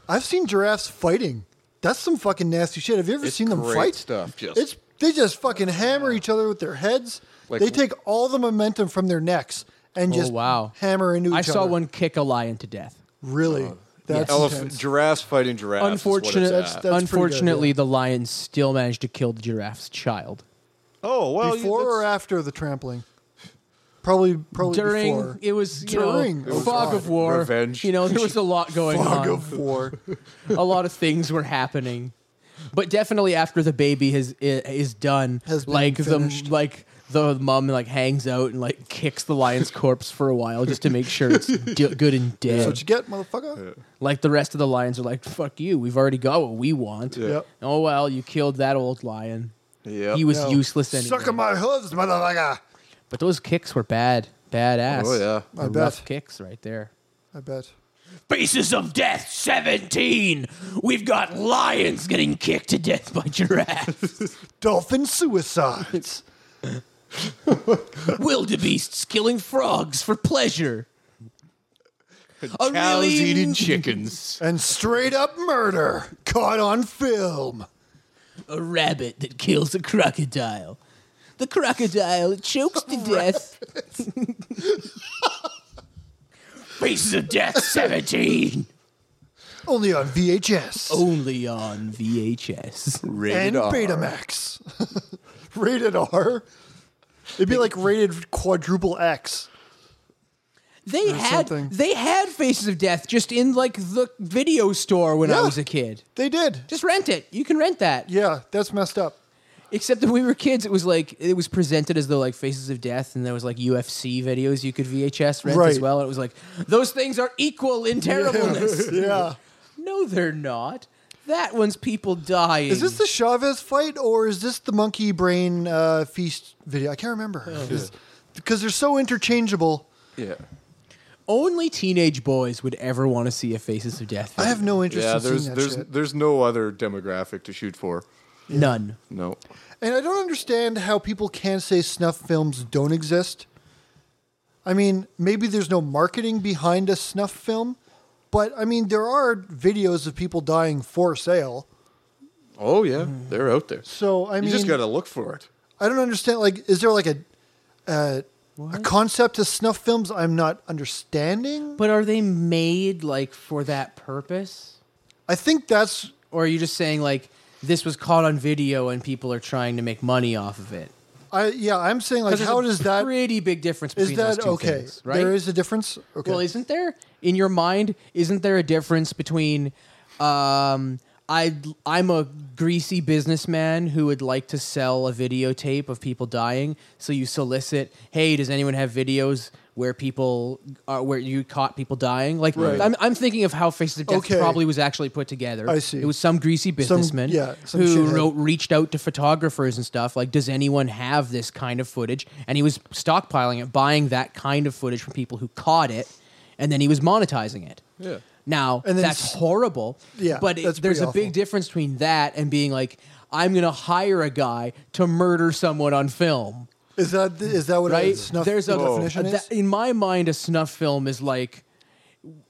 [SPEAKER 2] I've seen giraffes fighting. That's some fucking nasty shit. Have you ever
[SPEAKER 3] It's
[SPEAKER 2] seen them
[SPEAKER 3] great
[SPEAKER 2] fight?
[SPEAKER 3] stuff, just-
[SPEAKER 2] It's they just fucking hammer each other with their heads.
[SPEAKER 3] Like-
[SPEAKER 2] they take all the momentum from their necks and
[SPEAKER 1] Oh
[SPEAKER 2] just
[SPEAKER 1] wow!
[SPEAKER 2] hammer into each
[SPEAKER 1] I
[SPEAKER 2] other.
[SPEAKER 1] saw one kick a lion to death.
[SPEAKER 2] Really? That's
[SPEAKER 3] Uh, Elephant
[SPEAKER 2] intense.
[SPEAKER 3] giraffes fighting giraffes.
[SPEAKER 1] Unfortunate,
[SPEAKER 3] Is what it's
[SPEAKER 2] That's- that's
[SPEAKER 3] at.
[SPEAKER 2] pretty good,
[SPEAKER 1] unfortunately,
[SPEAKER 2] yeah.
[SPEAKER 1] the lion still managed to kill the giraffe's child
[SPEAKER 3] oh well. you-
[SPEAKER 2] before or
[SPEAKER 3] that's-
[SPEAKER 2] after the trampling? Probably, probably
[SPEAKER 1] during.
[SPEAKER 2] before.
[SPEAKER 1] It was you
[SPEAKER 2] During.
[SPEAKER 1] know
[SPEAKER 2] It was
[SPEAKER 1] fog
[SPEAKER 2] fog.
[SPEAKER 1] of war.
[SPEAKER 3] Revenge.
[SPEAKER 1] You know there was a lot going
[SPEAKER 2] Fog
[SPEAKER 1] on.
[SPEAKER 2] of war.
[SPEAKER 1] a lot of things were happening, but definitely after the baby has i- is done,
[SPEAKER 2] Has been
[SPEAKER 1] like
[SPEAKER 2] finished.
[SPEAKER 1] the like the mom like hangs out and like kicks the lion's corpse for a while just to make sure it's d- good and
[SPEAKER 2] That's
[SPEAKER 1] dead.
[SPEAKER 2] what you get, motherfucker.
[SPEAKER 1] Like the rest of the lions are like, "Fuck you! We've already got what we want."
[SPEAKER 3] Yeah.
[SPEAKER 2] Yep.
[SPEAKER 1] Oh well, you killed that old lion.
[SPEAKER 3] Yep.
[SPEAKER 1] He was
[SPEAKER 2] No.
[SPEAKER 1] useless anyway.
[SPEAKER 2] Suck on my hooves, motherfucker.
[SPEAKER 1] But those kicks were bad, badass.
[SPEAKER 3] Oh, yeah.
[SPEAKER 1] They
[SPEAKER 2] I
[SPEAKER 1] were rough
[SPEAKER 2] bet.
[SPEAKER 1] kicks right there.
[SPEAKER 2] I bet.
[SPEAKER 1] Faces of Death 17. We've got lions getting kicked to death by giraffes.
[SPEAKER 2] Dolphin suicides.
[SPEAKER 1] Wildebeests killing frogs for pleasure. A
[SPEAKER 3] Cows
[SPEAKER 1] really-
[SPEAKER 3] eating chickens.
[SPEAKER 2] and straight up murder caught on film.
[SPEAKER 1] A rabbit that kills a crocodile. The crocodile chokes to death. Faces of Death 17.
[SPEAKER 2] Only on VHS.
[SPEAKER 1] Only on VHS.
[SPEAKER 2] and
[SPEAKER 3] Rated R.
[SPEAKER 2] Betamax. rated R. It'd be like rated quadruple X.
[SPEAKER 1] They had
[SPEAKER 2] something.
[SPEAKER 1] they had Faces of Death just in like the video store when I
[SPEAKER 2] Yeah.
[SPEAKER 1] was a kid.
[SPEAKER 2] They did.
[SPEAKER 1] Just rent it. You can rent that.
[SPEAKER 2] Yeah, that's messed up.
[SPEAKER 1] Except that when we were kids, it was like it was presented as though like Faces of Death, and there was like UFC videos you could VHS rent as
[SPEAKER 2] Right.
[SPEAKER 1] well. And it was like those things are equal in terribleness.
[SPEAKER 2] Yeah.
[SPEAKER 1] No, they're not. That one's people dying.
[SPEAKER 2] Is this the Chavez fight or is this the monkey brain uh, feast video? I can't
[SPEAKER 3] Oh,
[SPEAKER 2] remember. It's- Because they're so interchangeable.
[SPEAKER 3] Yeah.
[SPEAKER 1] only teenage boys would ever want to see a Faces of Death?
[SPEAKER 2] I have no interest
[SPEAKER 3] Yeah.
[SPEAKER 2] in
[SPEAKER 3] There's
[SPEAKER 2] seeing that
[SPEAKER 3] there's
[SPEAKER 2] shit.
[SPEAKER 3] there's no other demographic to shoot for.
[SPEAKER 1] none.
[SPEAKER 3] No.
[SPEAKER 2] And I don't understand how people can say snuff films don't exist. I mean, maybe there's no marketing behind a snuff film, but I mean, there are videos of people dying for sale.
[SPEAKER 3] Oh yeah, they're out there.
[SPEAKER 2] So I
[SPEAKER 3] you
[SPEAKER 2] mean,
[SPEAKER 3] just gotta look for it.
[SPEAKER 2] I don't understand. Like, is there like a uh, a concept to snuff films I'm not understanding?
[SPEAKER 1] But are they made like for that purpose?
[SPEAKER 2] I think that's
[SPEAKER 1] Or are you just saying like this was caught on video and people are trying to make money off of it.
[SPEAKER 2] I yeah, I'm saying like
[SPEAKER 1] 'Cause there's
[SPEAKER 2] how
[SPEAKER 1] a
[SPEAKER 2] does that
[SPEAKER 1] pretty big difference
[SPEAKER 2] is
[SPEAKER 1] between those
[SPEAKER 2] that
[SPEAKER 1] two
[SPEAKER 2] okay?
[SPEAKER 1] things, right?
[SPEAKER 2] There is a difference. Okay.
[SPEAKER 1] Well, isn't there in your mind? Isn't there a difference between um, I I'm a greasy businessman who would like to sell a videotape of people dying, so you solicit, hey, does anyone have videos? Where people are, where you caught people dying, like
[SPEAKER 3] Right.
[SPEAKER 1] I'm, I'm thinking of how Faces of Death
[SPEAKER 2] Okay.
[SPEAKER 1] probably was actually put together.
[SPEAKER 2] I see.
[SPEAKER 1] It was some greasy businessman
[SPEAKER 2] yeah, some
[SPEAKER 1] who
[SPEAKER 2] shithead.
[SPEAKER 1] wrote, reached out to photographers and stuff like does anyone have this kind of footage and he was stockpiling it buying that kind of footage from people who caught it and then he was monetizing it
[SPEAKER 3] Yeah.
[SPEAKER 1] now
[SPEAKER 2] And then
[SPEAKER 1] that's
[SPEAKER 2] s-
[SPEAKER 1] horrible
[SPEAKER 2] Yeah,
[SPEAKER 1] but it-
[SPEAKER 2] that's
[SPEAKER 1] there's a
[SPEAKER 2] pretty
[SPEAKER 1] big
[SPEAKER 2] awful.
[SPEAKER 1] difference between that and being like i'm gonna hire a guy to murder someone on film
[SPEAKER 2] Is that is that what a
[SPEAKER 1] right
[SPEAKER 2] snuff
[SPEAKER 1] there's a
[SPEAKER 2] definition
[SPEAKER 1] a-
[SPEAKER 2] is?
[SPEAKER 1] that- in my mind a snuff film is like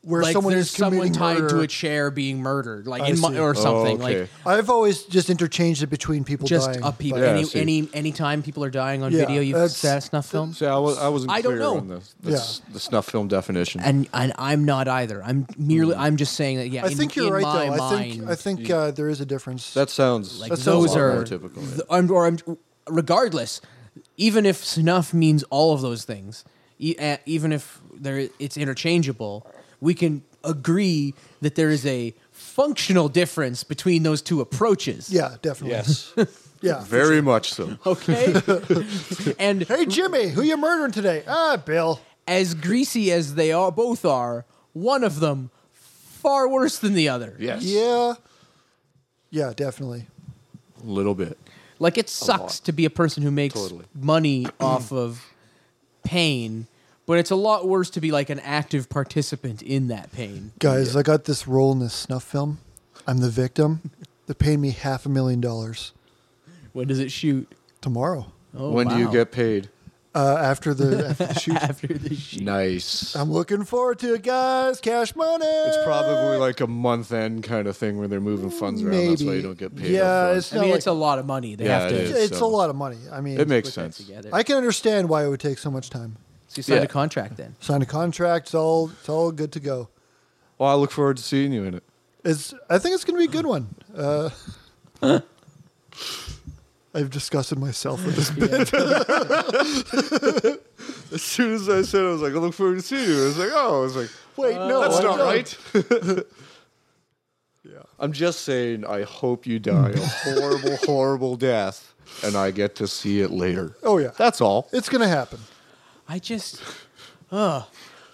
[SPEAKER 2] Where
[SPEAKER 1] like
[SPEAKER 2] someone
[SPEAKER 1] there's
[SPEAKER 2] is
[SPEAKER 1] someone
[SPEAKER 2] committing
[SPEAKER 1] tied
[SPEAKER 2] murder.
[SPEAKER 1] to a chair being murdered like
[SPEAKER 2] I
[SPEAKER 1] in my,
[SPEAKER 2] see.
[SPEAKER 1] or
[SPEAKER 2] Oh,
[SPEAKER 1] something like
[SPEAKER 3] okay.
[SPEAKER 2] I've always just interchanged it between people
[SPEAKER 1] just
[SPEAKER 2] dying.
[SPEAKER 1] up people.
[SPEAKER 2] but-
[SPEAKER 3] Yeah,
[SPEAKER 1] any
[SPEAKER 3] I see.
[SPEAKER 1] any anytime people are dying on
[SPEAKER 2] Yeah,
[SPEAKER 1] video, you've
[SPEAKER 2] that's-
[SPEAKER 1] said snuff film.
[SPEAKER 3] See, I, was, I wasn't
[SPEAKER 1] I don't
[SPEAKER 3] clear
[SPEAKER 1] know.
[SPEAKER 3] on the, the,
[SPEAKER 2] Yeah.
[SPEAKER 3] s- the snuff film definition.
[SPEAKER 1] And and I'm not either. I'm
[SPEAKER 3] Hmm.
[SPEAKER 1] merely I'm just saying that. Yeah,
[SPEAKER 2] I
[SPEAKER 1] in-
[SPEAKER 2] think you're
[SPEAKER 1] in my
[SPEAKER 2] right though. I think
[SPEAKER 1] mind,
[SPEAKER 2] I think uh, there is a difference.
[SPEAKER 3] that sounds,
[SPEAKER 1] like
[SPEAKER 3] that sounds
[SPEAKER 1] those
[SPEAKER 3] a lot
[SPEAKER 1] are
[SPEAKER 3] more typical. yeah.
[SPEAKER 1] th- I'm- or I'm, regardless, even if snuff means all of those things, e- uh, even if there it's interchangeable, we can agree that there is a functional difference between those two approaches.
[SPEAKER 2] yeah, definitely.
[SPEAKER 3] Yes.
[SPEAKER 2] Yeah.
[SPEAKER 3] Very much so.
[SPEAKER 1] Okay. and
[SPEAKER 2] hey Jimmy, who you murdering today? Ah, Bill.
[SPEAKER 1] as greasy as they are, both are, one of them far worse than the other.
[SPEAKER 3] Yes.
[SPEAKER 2] Yeah. Yeah, definitely.
[SPEAKER 3] A little bit.
[SPEAKER 1] Like it sucks
[SPEAKER 3] lot.
[SPEAKER 1] to be a person who makes
[SPEAKER 3] Totally.
[SPEAKER 1] money off of pain, but it's a lot worse to be like an active participant in that pain.
[SPEAKER 2] Guys, I got this role in this snuff film. I'm the victim. They're paying me half a million dollars
[SPEAKER 1] When does it shoot?
[SPEAKER 2] tomorrow
[SPEAKER 1] Oh,
[SPEAKER 3] when do you
[SPEAKER 1] wow.
[SPEAKER 3] get paid?
[SPEAKER 2] uh, after the after the shoot.
[SPEAKER 1] after the shoot?
[SPEAKER 3] Nice.
[SPEAKER 2] I'm looking forward to it, guys. Cash money.
[SPEAKER 3] It's probably like a month end kind of thing where they're moving funds around. That's why
[SPEAKER 2] Maybe.
[SPEAKER 3] you don't get paid.
[SPEAKER 2] Yeah,
[SPEAKER 3] upfront.
[SPEAKER 2] it's
[SPEAKER 1] I
[SPEAKER 2] not
[SPEAKER 1] mean,
[SPEAKER 2] like-
[SPEAKER 1] it's a lot of money. They
[SPEAKER 3] Yeah,
[SPEAKER 1] have
[SPEAKER 3] it
[SPEAKER 1] to
[SPEAKER 3] is.
[SPEAKER 1] put
[SPEAKER 2] it's
[SPEAKER 3] so-
[SPEAKER 2] a lot of money. I mean,
[SPEAKER 3] it makes
[SPEAKER 1] that
[SPEAKER 3] sense.
[SPEAKER 1] together.
[SPEAKER 2] I can understand why it would take so much time.
[SPEAKER 1] so you signed
[SPEAKER 3] Yeah.
[SPEAKER 1] a contract then.
[SPEAKER 2] Sign a contract. It's all it's all good to go.
[SPEAKER 3] Well, I look forward to seeing you in it.
[SPEAKER 2] It's I think it's going to be a good one. Uh, I've disgusted myself with this.
[SPEAKER 3] As soon as I said, I was like, I look forward to seeing you. I was like, oh, I was like,
[SPEAKER 2] Wait, no,
[SPEAKER 3] that's
[SPEAKER 2] I
[SPEAKER 3] not
[SPEAKER 2] don't.
[SPEAKER 3] right. yeah. I'm just saying, I hope you die a horrible, horrible death, and I get to see it later.
[SPEAKER 2] Oh yeah,
[SPEAKER 3] That's all.
[SPEAKER 2] it's going to happen.
[SPEAKER 1] I just, ugh.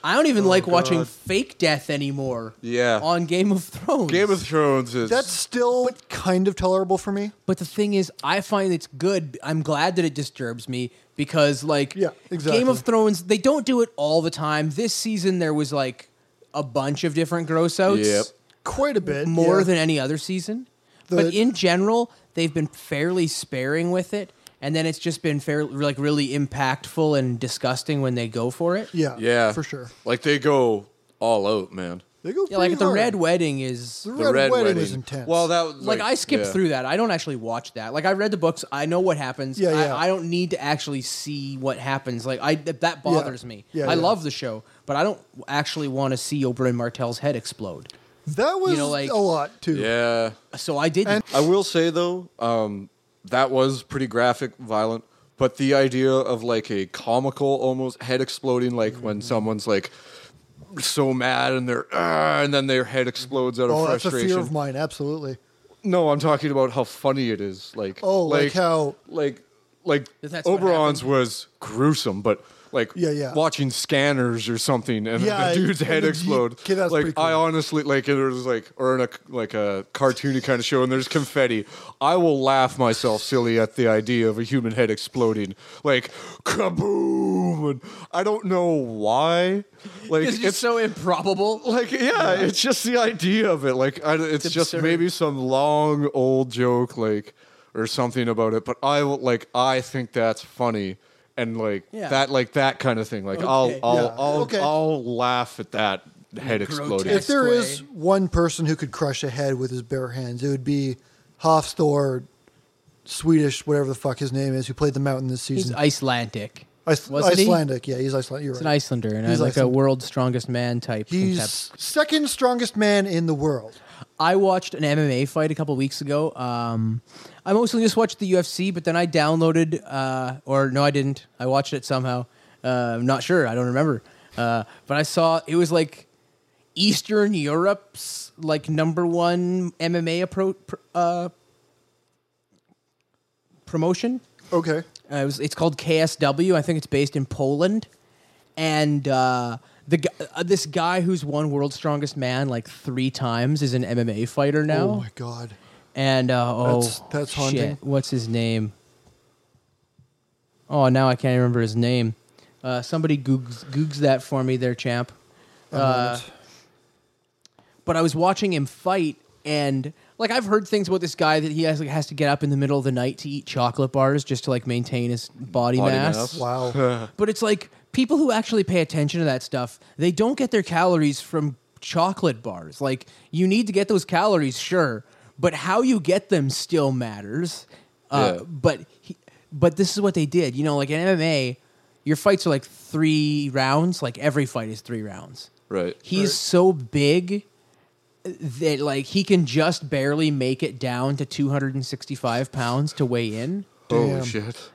[SPEAKER 1] I don't even like watching fake death anymore.
[SPEAKER 3] Oh, Yeah.
[SPEAKER 1] On Game of Thrones.
[SPEAKER 3] Game of Thrones is
[SPEAKER 2] That's still kind of tolerable for me.
[SPEAKER 1] But the thing is, I find it's good. I'm glad that it disturbs me because, like,
[SPEAKER 2] Yeah, exactly.
[SPEAKER 1] Game of Thrones, they don't do it all the time. This season, there was like a bunch of different gross outs,
[SPEAKER 3] Yep.
[SPEAKER 2] Quite a bit
[SPEAKER 1] more
[SPEAKER 2] yeah.
[SPEAKER 1] than any other season. but
[SPEAKER 2] The-
[SPEAKER 1] in general, they've been fairly sparing with it, and then it's just been fairly like really impactful and disgusting when they go for it.
[SPEAKER 2] yeah,
[SPEAKER 3] yeah,
[SPEAKER 2] for sure.
[SPEAKER 3] Like they go all out, man.
[SPEAKER 2] They go
[SPEAKER 1] Yeah, like
[SPEAKER 2] pretty
[SPEAKER 1] the
[SPEAKER 2] hard.
[SPEAKER 1] Red Wedding is
[SPEAKER 2] The Red Wedding was intense.
[SPEAKER 3] Well, that was
[SPEAKER 1] like, I skipped
[SPEAKER 3] yeah.
[SPEAKER 1] through that. I don't actually watch that. Like I read the books. I know what happens.
[SPEAKER 2] Yeah, yeah.
[SPEAKER 1] I, I don't need to actually see what happens. Like I th- that bothers me.
[SPEAKER 2] Yeah,
[SPEAKER 1] I
[SPEAKER 2] yeah.
[SPEAKER 1] love the show, but I don't actually want to see Oberyn Martell's head explode.
[SPEAKER 2] That was
[SPEAKER 1] know, like-
[SPEAKER 2] a lot too.
[SPEAKER 3] Yeah.
[SPEAKER 1] So I didn't.
[SPEAKER 2] And-
[SPEAKER 3] I will say though, um, that was pretty graphic, violent. But the idea of like a comical, almost head exploding, like
[SPEAKER 2] Mm-hmm.
[SPEAKER 3] when someone's like so mad and they're "Ah," and then their head explodes out of
[SPEAKER 2] Oh, that's a
[SPEAKER 3] frustration.
[SPEAKER 2] fear of mine. Absolutely.
[SPEAKER 3] no, I'm talking about how funny it is. Like
[SPEAKER 2] Oh, like how-
[SPEAKER 3] like like
[SPEAKER 1] That's what
[SPEAKER 3] Oberon's was gruesome, but. Like
[SPEAKER 2] Yeah, yeah.
[SPEAKER 3] watching scanners or something, and
[SPEAKER 2] Yeah,
[SPEAKER 3] the dude's
[SPEAKER 2] and
[SPEAKER 3] head
[SPEAKER 2] the-
[SPEAKER 3] explode.
[SPEAKER 2] okay, that's
[SPEAKER 3] like
[SPEAKER 2] pretty cool.
[SPEAKER 3] I honestly like it was like or in a like a cartoony kind of show and there's confetti i will laugh myself silly at the idea of a human head exploding like kaboom and i don't know why like
[SPEAKER 1] it's
[SPEAKER 3] it's,
[SPEAKER 1] just so improbable.
[SPEAKER 3] like yeah, it's just the idea of it like I, it's, just
[SPEAKER 1] absurd.
[SPEAKER 3] maybe some long old joke like or something about it but i will like i think that's funny and like
[SPEAKER 1] Yeah.
[SPEAKER 3] that like that kind of thing like
[SPEAKER 1] Okay.
[SPEAKER 3] i'll i'll
[SPEAKER 2] Yeah.
[SPEAKER 3] I'll,
[SPEAKER 2] Okay.
[SPEAKER 3] I'll laugh at that head exploding
[SPEAKER 2] If there
[SPEAKER 1] Sway.
[SPEAKER 2] is one person who could crush a head with his bare hands, it would be Hofstor, Swedish, whatever the fuck his name is, who played the mountain this
[SPEAKER 1] He's
[SPEAKER 2] season.
[SPEAKER 1] Icelandic.
[SPEAKER 2] Ice-
[SPEAKER 1] Wasn't he?
[SPEAKER 2] Icelandic. Yeah, he's Icelandic. You're
[SPEAKER 1] It's an
[SPEAKER 2] right.
[SPEAKER 1] Iceslander and
[SPEAKER 2] He's
[SPEAKER 1] like
[SPEAKER 2] Icelandic.
[SPEAKER 1] a world's strongest man type. concept.
[SPEAKER 2] He's second strongest man in the world.
[SPEAKER 1] I watched an MMA fight a couple weeks ago. Um, I mostly just watched the UFC, but then I downloaded, uh, or no, I didn't. I watched it somehow. Uh, I'm not sure. I don't remember. Uh, but I saw it was like Eastern Europe's like number one MMA appro- pr- uh, promotion.
[SPEAKER 2] Okay.
[SPEAKER 1] Uh, it was, it's called KSW. I think it's based in Poland, and uh, the gu- uh, this guy who's won World's Strongest Man like three times is an MMA fighter now.
[SPEAKER 2] Oh my god.
[SPEAKER 1] and uh, oh,
[SPEAKER 2] That's- that's
[SPEAKER 1] shit.
[SPEAKER 2] haunting.
[SPEAKER 1] What's his name? Oh, now I can't remember his name. Uh, somebody googs, googs that for me, there, champ. Uh, but I was watching him fight, and like I've heard things about this guy that he has like has to get up in the middle of the night to eat chocolate bars just to like maintain his body,
[SPEAKER 3] Body
[SPEAKER 1] mass.
[SPEAKER 3] mass.
[SPEAKER 2] wow.
[SPEAKER 1] But it's like people who actually pay attention to that stuff, they don't get their calories from chocolate bars. Like you need to get those calories, sure, but how you get them still matters. Uh,
[SPEAKER 3] Yeah.
[SPEAKER 1] But he, but this is what they did. You know, like in MMA, your fights are like three rounds. Like every fight is three rounds.
[SPEAKER 3] Right.
[SPEAKER 1] He's so big that like he can just barely make it down to 265 pounds to weigh in
[SPEAKER 2] Damn.
[SPEAKER 3] Holy shit.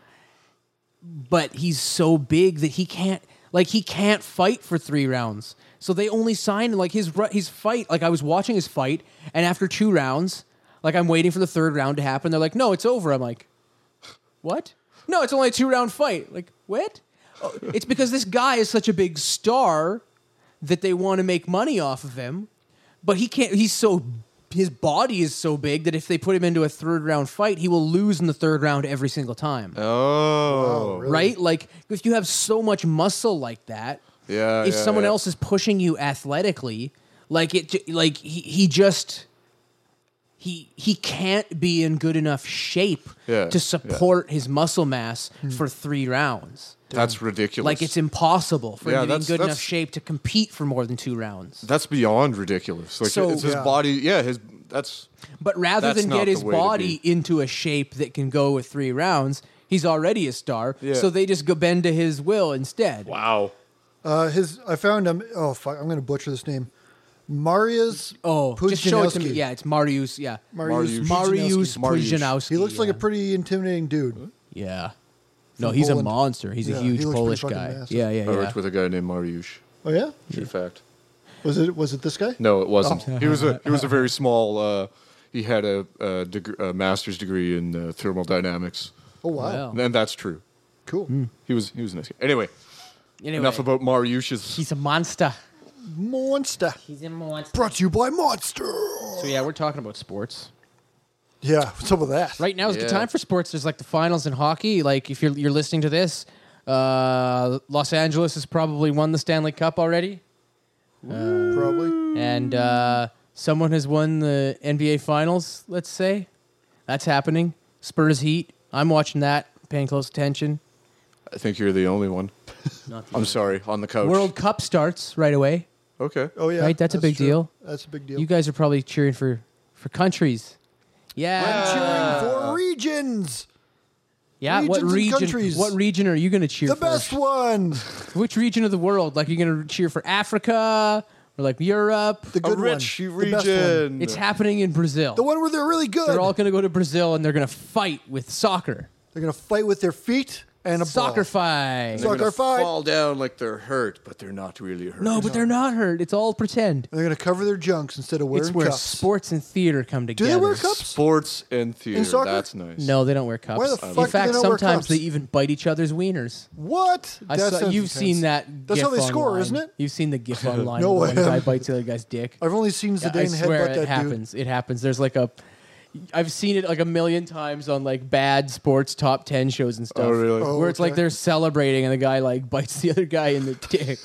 [SPEAKER 1] but he's so big that he can't like he can't fight for three rounds. So they only sign like his ru- his fight. Like I was watching his fight, and after two rounds, like I'm waiting for the third round to happen. They're like, "No, it's over." I'm like, "What? No, it's only a two round fight." Like what? Oh, it's because this guy is such a big star that they want to make money off of him, but he can't. He's so his body is so big that if they put him into a third round fight, he will lose in the third round every single time
[SPEAKER 3] Oh.
[SPEAKER 2] Wow, really?
[SPEAKER 1] right? Like if you have so much muscle like that,
[SPEAKER 3] Yeah,
[SPEAKER 1] If
[SPEAKER 3] yeah,
[SPEAKER 1] someone
[SPEAKER 3] yeah.
[SPEAKER 1] else is pushing you athletically, like it, j- like he, he just he he can't be in good enough shape
[SPEAKER 3] Yeah,
[SPEAKER 1] to
[SPEAKER 3] yeah.
[SPEAKER 1] support his muscle mass for three rounds.
[SPEAKER 3] That's ridiculous.
[SPEAKER 1] Like it's impossible for
[SPEAKER 3] Yeah,
[SPEAKER 1] him to be in
[SPEAKER 3] that's-
[SPEAKER 1] good enough
[SPEAKER 3] that's-
[SPEAKER 1] shape to compete for more than two rounds.
[SPEAKER 3] That's beyond ridiculous. Like
[SPEAKER 1] So-
[SPEAKER 3] it's his
[SPEAKER 2] Yeah.
[SPEAKER 3] body. Yeah, his that's
[SPEAKER 1] But rather
[SPEAKER 3] That's
[SPEAKER 1] than
[SPEAKER 3] not
[SPEAKER 1] get
[SPEAKER 3] the
[SPEAKER 1] his
[SPEAKER 3] way to
[SPEAKER 1] body into a shape that can go with three rounds, he's already a star.
[SPEAKER 3] Yeah.
[SPEAKER 1] So they just go bend to his will instead.
[SPEAKER 3] wow.
[SPEAKER 2] Uh, his I found him. Oh fuck! I'm gonna butcher this name. Marius.
[SPEAKER 1] Oh, just show it to me.
[SPEAKER 2] Pudzianowski.
[SPEAKER 1] Yeah, it's Marius. Yeah,
[SPEAKER 2] Marius.
[SPEAKER 1] Marius
[SPEAKER 2] Marius.
[SPEAKER 3] Mariusz.
[SPEAKER 1] Pujanowski.
[SPEAKER 2] He looks like a
[SPEAKER 1] yeah.
[SPEAKER 2] pretty intimidating dude.
[SPEAKER 1] yeah. No,
[SPEAKER 2] From
[SPEAKER 1] he's
[SPEAKER 2] Poland.
[SPEAKER 1] a monster. He's
[SPEAKER 2] Yeah,
[SPEAKER 1] a
[SPEAKER 2] he
[SPEAKER 1] huge
[SPEAKER 2] looks pretty
[SPEAKER 1] Polish
[SPEAKER 2] fucking
[SPEAKER 1] guy.
[SPEAKER 2] massive.
[SPEAKER 1] Yeah, yeah,
[SPEAKER 3] I worked
[SPEAKER 1] yeah.
[SPEAKER 3] with a guy named Mariusz.
[SPEAKER 2] Oh yeah.
[SPEAKER 3] True fact.
[SPEAKER 2] Was it was it this guy?
[SPEAKER 3] No, it wasn't.
[SPEAKER 1] Oh.
[SPEAKER 3] He was a he was a very small. Uh, he had a, a, deg- a master's degree in uh, thermodynamics,
[SPEAKER 2] Oh wow.
[SPEAKER 1] Wow.
[SPEAKER 3] and that's true.
[SPEAKER 2] Cool.
[SPEAKER 1] Hmm.
[SPEAKER 3] He was he was a nice. guy. Anyway,
[SPEAKER 1] Anyway,
[SPEAKER 3] enough about Mariusz's.
[SPEAKER 1] He's a monster.
[SPEAKER 2] Monster.
[SPEAKER 1] He's a monster.
[SPEAKER 2] Brought to you by Monster.
[SPEAKER 1] So yeah, we're talking about sports.
[SPEAKER 2] Yeah. What's up with that?
[SPEAKER 1] Right now is a good
[SPEAKER 3] Yeah.
[SPEAKER 1] time for sports. There's like the finals in hockey. Like if you're you're listening to this, uh, Los Angeles has probably won the Stanley Cup already,
[SPEAKER 2] Probably.
[SPEAKER 1] and uh, someone has won the NBA Finals. Let's say that's happening. Spurs Heat. I'm watching that, paying close attention.
[SPEAKER 3] I think you're the only one.
[SPEAKER 1] Not the
[SPEAKER 3] I'm sorry on the couch.
[SPEAKER 1] World Cup starts right away.
[SPEAKER 3] Okay.
[SPEAKER 2] Oh yeah.
[SPEAKER 1] Right, that's a big
[SPEAKER 2] true.
[SPEAKER 1] deal.
[SPEAKER 2] That's a big deal.
[SPEAKER 1] You guys are probably cheering for for countries.
[SPEAKER 2] I'm
[SPEAKER 1] Yeah.
[SPEAKER 2] cheering for regions.
[SPEAKER 1] yeah, what
[SPEAKER 2] regions and
[SPEAKER 1] region
[SPEAKER 2] countries.
[SPEAKER 1] what region are you going to cheer
[SPEAKER 2] The
[SPEAKER 1] for?
[SPEAKER 2] best one.
[SPEAKER 1] Which region of the world? Like you going to cheer for Africa or like Europe?
[SPEAKER 2] The
[SPEAKER 3] A
[SPEAKER 2] good
[SPEAKER 3] rich
[SPEAKER 2] one. The best one.
[SPEAKER 3] region.
[SPEAKER 1] it's happening in Brazil.
[SPEAKER 2] The one where they're really good.
[SPEAKER 1] they're all going to go to Brazil and they're going to fight with soccer.
[SPEAKER 2] They're gonna fight with their feet and a
[SPEAKER 1] Soccer
[SPEAKER 2] ball.
[SPEAKER 1] fight.
[SPEAKER 2] So-
[SPEAKER 3] They're gonna
[SPEAKER 2] Soccer fight.
[SPEAKER 3] fall down like they're hurt, but they're not really hurt.
[SPEAKER 1] no, but they're not hurt. It's all pretend.
[SPEAKER 2] And they're gonna cover their junks instead of wearing
[SPEAKER 1] it's where
[SPEAKER 2] cups.
[SPEAKER 1] sports and theater come
[SPEAKER 2] Do
[SPEAKER 1] together.
[SPEAKER 2] they wear cups?
[SPEAKER 3] sports and theater.
[SPEAKER 2] soccer?
[SPEAKER 3] That's nice.
[SPEAKER 1] No, they don't wear cups.
[SPEAKER 2] Why the fuck
[SPEAKER 1] in
[SPEAKER 2] do they
[SPEAKER 1] fact,
[SPEAKER 2] not wear
[SPEAKER 1] sometimes
[SPEAKER 2] cups?
[SPEAKER 1] they even bite each other's wieners.
[SPEAKER 2] What?
[SPEAKER 1] I
[SPEAKER 2] That
[SPEAKER 1] saw,
[SPEAKER 2] sounds
[SPEAKER 1] you've
[SPEAKER 2] intense.
[SPEAKER 1] seen that.
[SPEAKER 2] That's
[SPEAKER 1] gif
[SPEAKER 2] how they score,
[SPEAKER 1] online.
[SPEAKER 2] isn't it?
[SPEAKER 1] You've seen the GIF online.
[SPEAKER 2] No,
[SPEAKER 1] where
[SPEAKER 2] I
[SPEAKER 1] the one guy
[SPEAKER 2] haven't.
[SPEAKER 1] bites the other guy's dick.
[SPEAKER 2] I've only seen
[SPEAKER 1] Yeah,
[SPEAKER 2] Zidane
[SPEAKER 1] I
[SPEAKER 2] headbutt
[SPEAKER 1] swear
[SPEAKER 2] that
[SPEAKER 1] it happens. It happens. There's like a. I've seen it like a million times on like bad sports top ten shows and stuff.
[SPEAKER 3] Oh, really?
[SPEAKER 2] Oh,
[SPEAKER 1] Where it's like
[SPEAKER 2] okay.
[SPEAKER 1] they're celebrating and the guy like bites the other guy in the dick,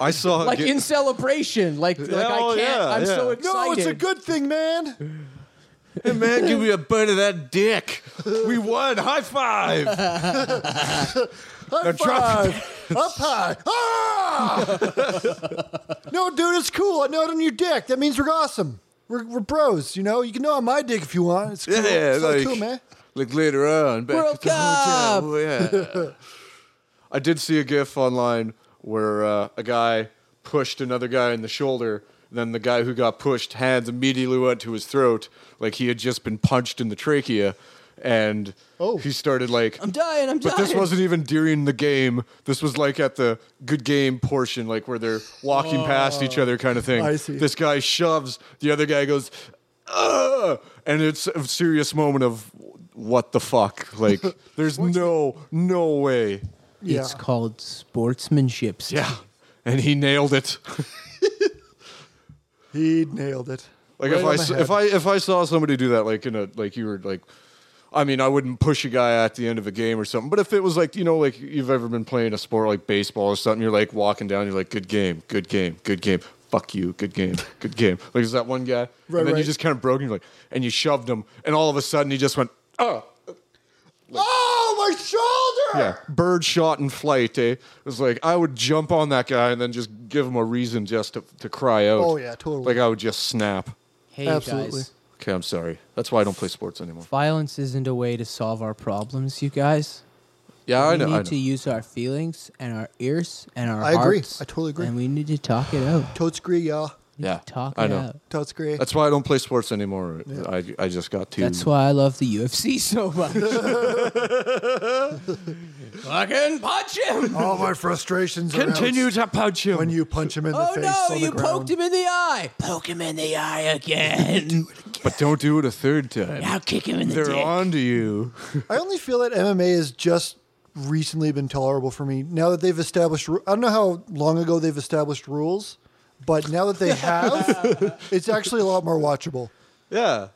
[SPEAKER 3] I saw
[SPEAKER 1] like
[SPEAKER 3] get-
[SPEAKER 1] in celebration. Like, like I
[SPEAKER 3] Oh,
[SPEAKER 1] can't.
[SPEAKER 3] yeah,
[SPEAKER 1] I'm so
[SPEAKER 3] yeah.
[SPEAKER 2] dude. No,
[SPEAKER 1] excited.
[SPEAKER 2] it's a good thing, man.
[SPEAKER 3] Hey man, give me a bite of that dick. We won. High five.
[SPEAKER 2] High
[SPEAKER 3] drop-
[SPEAKER 2] five. Up high. Ah! no, dude, it's cool. I know it on your dick. That means we're awesome. We're, we're bros, you know? You can know on my dick if you want. It's cool.
[SPEAKER 3] Yeah,
[SPEAKER 2] it's
[SPEAKER 3] like,
[SPEAKER 2] cool, man.
[SPEAKER 3] like later on, back
[SPEAKER 1] World
[SPEAKER 3] at the hotel. Yeah. Oh, I I did see a GIF online where uh, a guy pushed another guy in the shoulder. Then the guy who got pushed hands immediately went to his throat, like he had just been punched in the trachea, and
[SPEAKER 2] Oh.
[SPEAKER 3] he started like
[SPEAKER 1] I'm dying. I'm
[SPEAKER 3] but
[SPEAKER 1] dying.
[SPEAKER 3] this wasn't even during the game. This was like at the good game portion, like where they're walking past each other, kind of thing.
[SPEAKER 2] I see.
[SPEAKER 3] This guy shoves, the other guy goes, Ugh! and it's a serious moment of what the fuck. Like, there's no no way.
[SPEAKER 2] Yeah.
[SPEAKER 1] It's called sportsmanship. Steve.
[SPEAKER 3] Yeah, and he nailed it.
[SPEAKER 2] He nailed it.
[SPEAKER 3] Like
[SPEAKER 2] Right
[SPEAKER 3] if
[SPEAKER 2] on
[SPEAKER 3] I
[SPEAKER 2] the
[SPEAKER 3] s-
[SPEAKER 2] head.
[SPEAKER 3] if I if I saw somebody do that, like in a like you were like, I mean, I wouldn't push a guy at the end of a game or something. But if it was like you know like you've ever been playing a sport like baseball or something, you're like walking down, you're like, good game, good game, good game. Fuck you, good game, good game. Like is that one guy?
[SPEAKER 2] Right,
[SPEAKER 3] and then you
[SPEAKER 2] right.
[SPEAKER 3] just kind of broke and you're like, and you shoved him, and all of a sudden he just went, oh,
[SPEAKER 2] oh, my shoulder!
[SPEAKER 3] yeah, bird shot in flight. Eh? It was like I would jump on that guy and then just give him a reason just to to cry out.
[SPEAKER 2] Oh, yeah, totally.
[SPEAKER 3] Like I would just snap.
[SPEAKER 1] Hey
[SPEAKER 2] Absolutely.
[SPEAKER 1] guys,
[SPEAKER 3] Okay, I'm sorry. That's why I don't play sports anymore.
[SPEAKER 1] violence isn't a way to solve our problems, you guys.
[SPEAKER 3] Yeah, I
[SPEAKER 1] we
[SPEAKER 3] know.
[SPEAKER 1] need
[SPEAKER 3] I know.
[SPEAKER 1] to use our feelings and our ears and our
[SPEAKER 2] I agree.
[SPEAKER 1] hearts,
[SPEAKER 2] I totally agree.
[SPEAKER 1] And we need to talk it out.
[SPEAKER 2] Totes agree, y'all.
[SPEAKER 1] We need
[SPEAKER 3] Yeah,
[SPEAKER 1] to talk
[SPEAKER 3] I
[SPEAKER 1] it
[SPEAKER 3] know.
[SPEAKER 1] out.
[SPEAKER 2] Totes agree.
[SPEAKER 3] That's why I don't play sports anymore. I, I just got too.
[SPEAKER 1] That's why I love the UFC so much. Fucking punch him!
[SPEAKER 2] All my frustrations are out
[SPEAKER 3] Continue to punch him.
[SPEAKER 2] when you punch him in the
[SPEAKER 1] Oh
[SPEAKER 2] face.
[SPEAKER 1] no,
[SPEAKER 2] on
[SPEAKER 1] you
[SPEAKER 2] the ground.
[SPEAKER 1] poked him in the eye! Poke him in the eye again!
[SPEAKER 3] but don't do it a third time.
[SPEAKER 1] now kick him in the
[SPEAKER 3] They're
[SPEAKER 1] dick.
[SPEAKER 3] on to you.
[SPEAKER 2] I only feel that MMA has just recently been tolerable for me. Now that they've established, ru- I don't know how long ago they've established rules, but now that they have, it's actually a lot more watchable.
[SPEAKER 3] Yeah.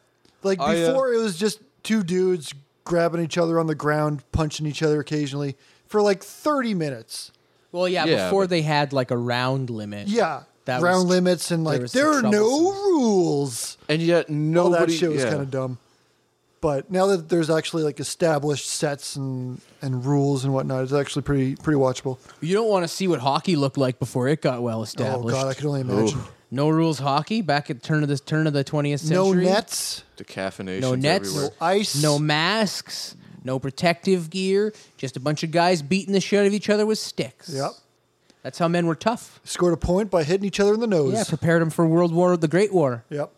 [SPEAKER 2] Like
[SPEAKER 3] I, uh,
[SPEAKER 2] before, it was just two dudes grabbing each other on the ground, punching each other occasionally for like 30 minutes.
[SPEAKER 1] Well, yeah,
[SPEAKER 3] Yeah,
[SPEAKER 1] before
[SPEAKER 3] but-
[SPEAKER 1] they had like a round limit.
[SPEAKER 2] Yeah.
[SPEAKER 1] That
[SPEAKER 2] round
[SPEAKER 1] was-
[SPEAKER 2] limits and like
[SPEAKER 1] was
[SPEAKER 2] there
[SPEAKER 1] the
[SPEAKER 2] are no
[SPEAKER 1] troublesome-
[SPEAKER 2] rules.
[SPEAKER 3] And yet
[SPEAKER 2] All
[SPEAKER 3] nobody.
[SPEAKER 2] that shit was
[SPEAKER 3] yeah.
[SPEAKER 2] kind of dumb. But now that there's actually like established sets and, and rules and whatnot, it's actually pretty pretty watchable.
[SPEAKER 1] You don't want to see what hockey looked like before it got well established.
[SPEAKER 2] Oh god, I can only imagine.
[SPEAKER 1] No rules hockey back at turn of the turn of the 20th
[SPEAKER 2] No
[SPEAKER 1] century.
[SPEAKER 2] nets,
[SPEAKER 3] Decaffeination.
[SPEAKER 1] No nets.
[SPEAKER 3] Everywhere.
[SPEAKER 2] ice,
[SPEAKER 1] no masks, no protective gear, just a bunch of guys beating the shit out of each other with sticks.
[SPEAKER 2] Yep.
[SPEAKER 1] That's how men were tough.
[SPEAKER 2] Scored a point by hitting each other in the nose.
[SPEAKER 1] Yeah, prepared them for World War, the Great War.
[SPEAKER 2] Yep.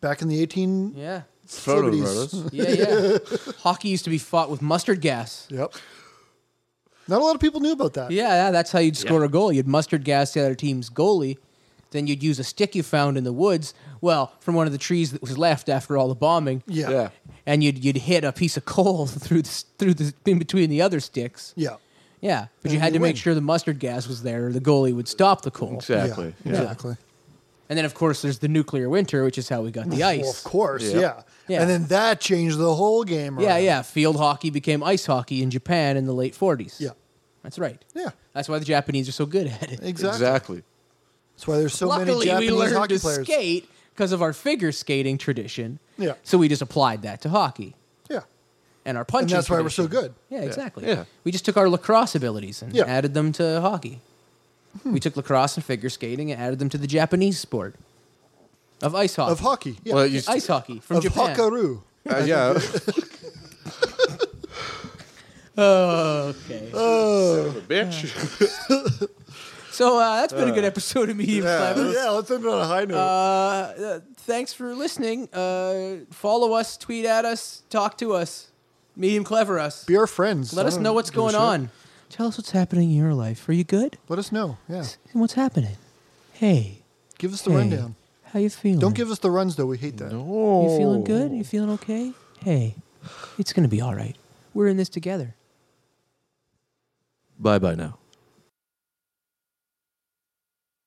[SPEAKER 2] Back in the eighteen.
[SPEAKER 1] Yeah.
[SPEAKER 3] Photo
[SPEAKER 2] Celebrities.
[SPEAKER 3] photos.
[SPEAKER 1] Yeah, yeah. hockey used to be fought with mustard gas.
[SPEAKER 2] Yep. Not a lot of people knew about that.
[SPEAKER 1] Yeah, yeah that's how you'd score a goal. You'd mustard gas the other team's goalie. Then you'd use a stick you found in the woods, well, from one of the trees that was left after all the bombing.
[SPEAKER 2] Yeah.
[SPEAKER 3] Yeah.
[SPEAKER 1] And you'd you'd hit a piece of coal through the, through the in between the other sticks.
[SPEAKER 2] Yeah.
[SPEAKER 1] Yeah, but you
[SPEAKER 2] And
[SPEAKER 1] had
[SPEAKER 2] you
[SPEAKER 1] to make
[SPEAKER 2] win.
[SPEAKER 1] sure the mustard gas was there, or the goalie would stop the coal.
[SPEAKER 3] Exactly.
[SPEAKER 2] Yeah,
[SPEAKER 3] Yeah.
[SPEAKER 2] Exactly.
[SPEAKER 1] And then, of course, there's the nuclear winter, which is how we got the
[SPEAKER 2] Well,
[SPEAKER 1] ice.
[SPEAKER 2] of course.
[SPEAKER 3] Yeah.
[SPEAKER 2] Yeah.
[SPEAKER 1] Yeah.
[SPEAKER 2] And then that changed the whole game.
[SPEAKER 1] Yeah,
[SPEAKER 2] around.
[SPEAKER 1] yeah. Field hockey became ice hockey in Japan in the late 40s.
[SPEAKER 2] Yeah.
[SPEAKER 1] That's right.
[SPEAKER 2] Yeah.
[SPEAKER 1] That's why the Japanese are so good at it.
[SPEAKER 2] Exactly.
[SPEAKER 3] Exactly.
[SPEAKER 2] That's why there's so many
[SPEAKER 1] Luckily,
[SPEAKER 2] Japanese
[SPEAKER 1] we learned
[SPEAKER 2] hockey
[SPEAKER 1] to
[SPEAKER 2] players.
[SPEAKER 1] skate because of our figure skating tradition.
[SPEAKER 2] Yeah.
[SPEAKER 1] So we just applied that to hockey
[SPEAKER 2] Yeah.
[SPEAKER 1] and our punching.
[SPEAKER 2] And that's why we're so
[SPEAKER 1] tradition.
[SPEAKER 2] good.
[SPEAKER 1] Yeah, exactly.
[SPEAKER 3] Yeah.
[SPEAKER 1] We just took our lacrosse abilities and
[SPEAKER 2] Yeah. Hmm.
[SPEAKER 1] added them to hockey. We took lacrosse and figure skating and added them to the Japanese sport of ice hockey.
[SPEAKER 2] Of hockey. Yeah.
[SPEAKER 3] Well, you s-
[SPEAKER 1] Ice hockey from
[SPEAKER 2] of
[SPEAKER 1] Japan.
[SPEAKER 2] Hakaru.
[SPEAKER 3] uh, yeah.
[SPEAKER 1] Oh, okay.
[SPEAKER 2] Uh,
[SPEAKER 3] Bitch.
[SPEAKER 1] So uh, that's been a good episode of Medium Clever.
[SPEAKER 2] yeah, let's end on a high note.
[SPEAKER 1] Uh, thanks for listening. Uh, follow us, tweet at us, talk to us, medium clever us.
[SPEAKER 2] Be our friends.
[SPEAKER 1] Let
[SPEAKER 2] I
[SPEAKER 1] us
[SPEAKER 2] don't
[SPEAKER 1] know what's
[SPEAKER 2] give a
[SPEAKER 1] going
[SPEAKER 2] shit.
[SPEAKER 1] on. Tell us what's happening in your life. Are you good?
[SPEAKER 2] Let us know. Yeah.
[SPEAKER 1] And what's happening? Hey,
[SPEAKER 2] Give us the
[SPEAKER 1] hey,
[SPEAKER 2] rundown.
[SPEAKER 1] How you feeling?
[SPEAKER 2] Don't give us the runs though. We hate that.
[SPEAKER 1] You feeling good? You feeling okay? Hey, it's gonna be all right. We're in this together.
[SPEAKER 3] Bye bye now.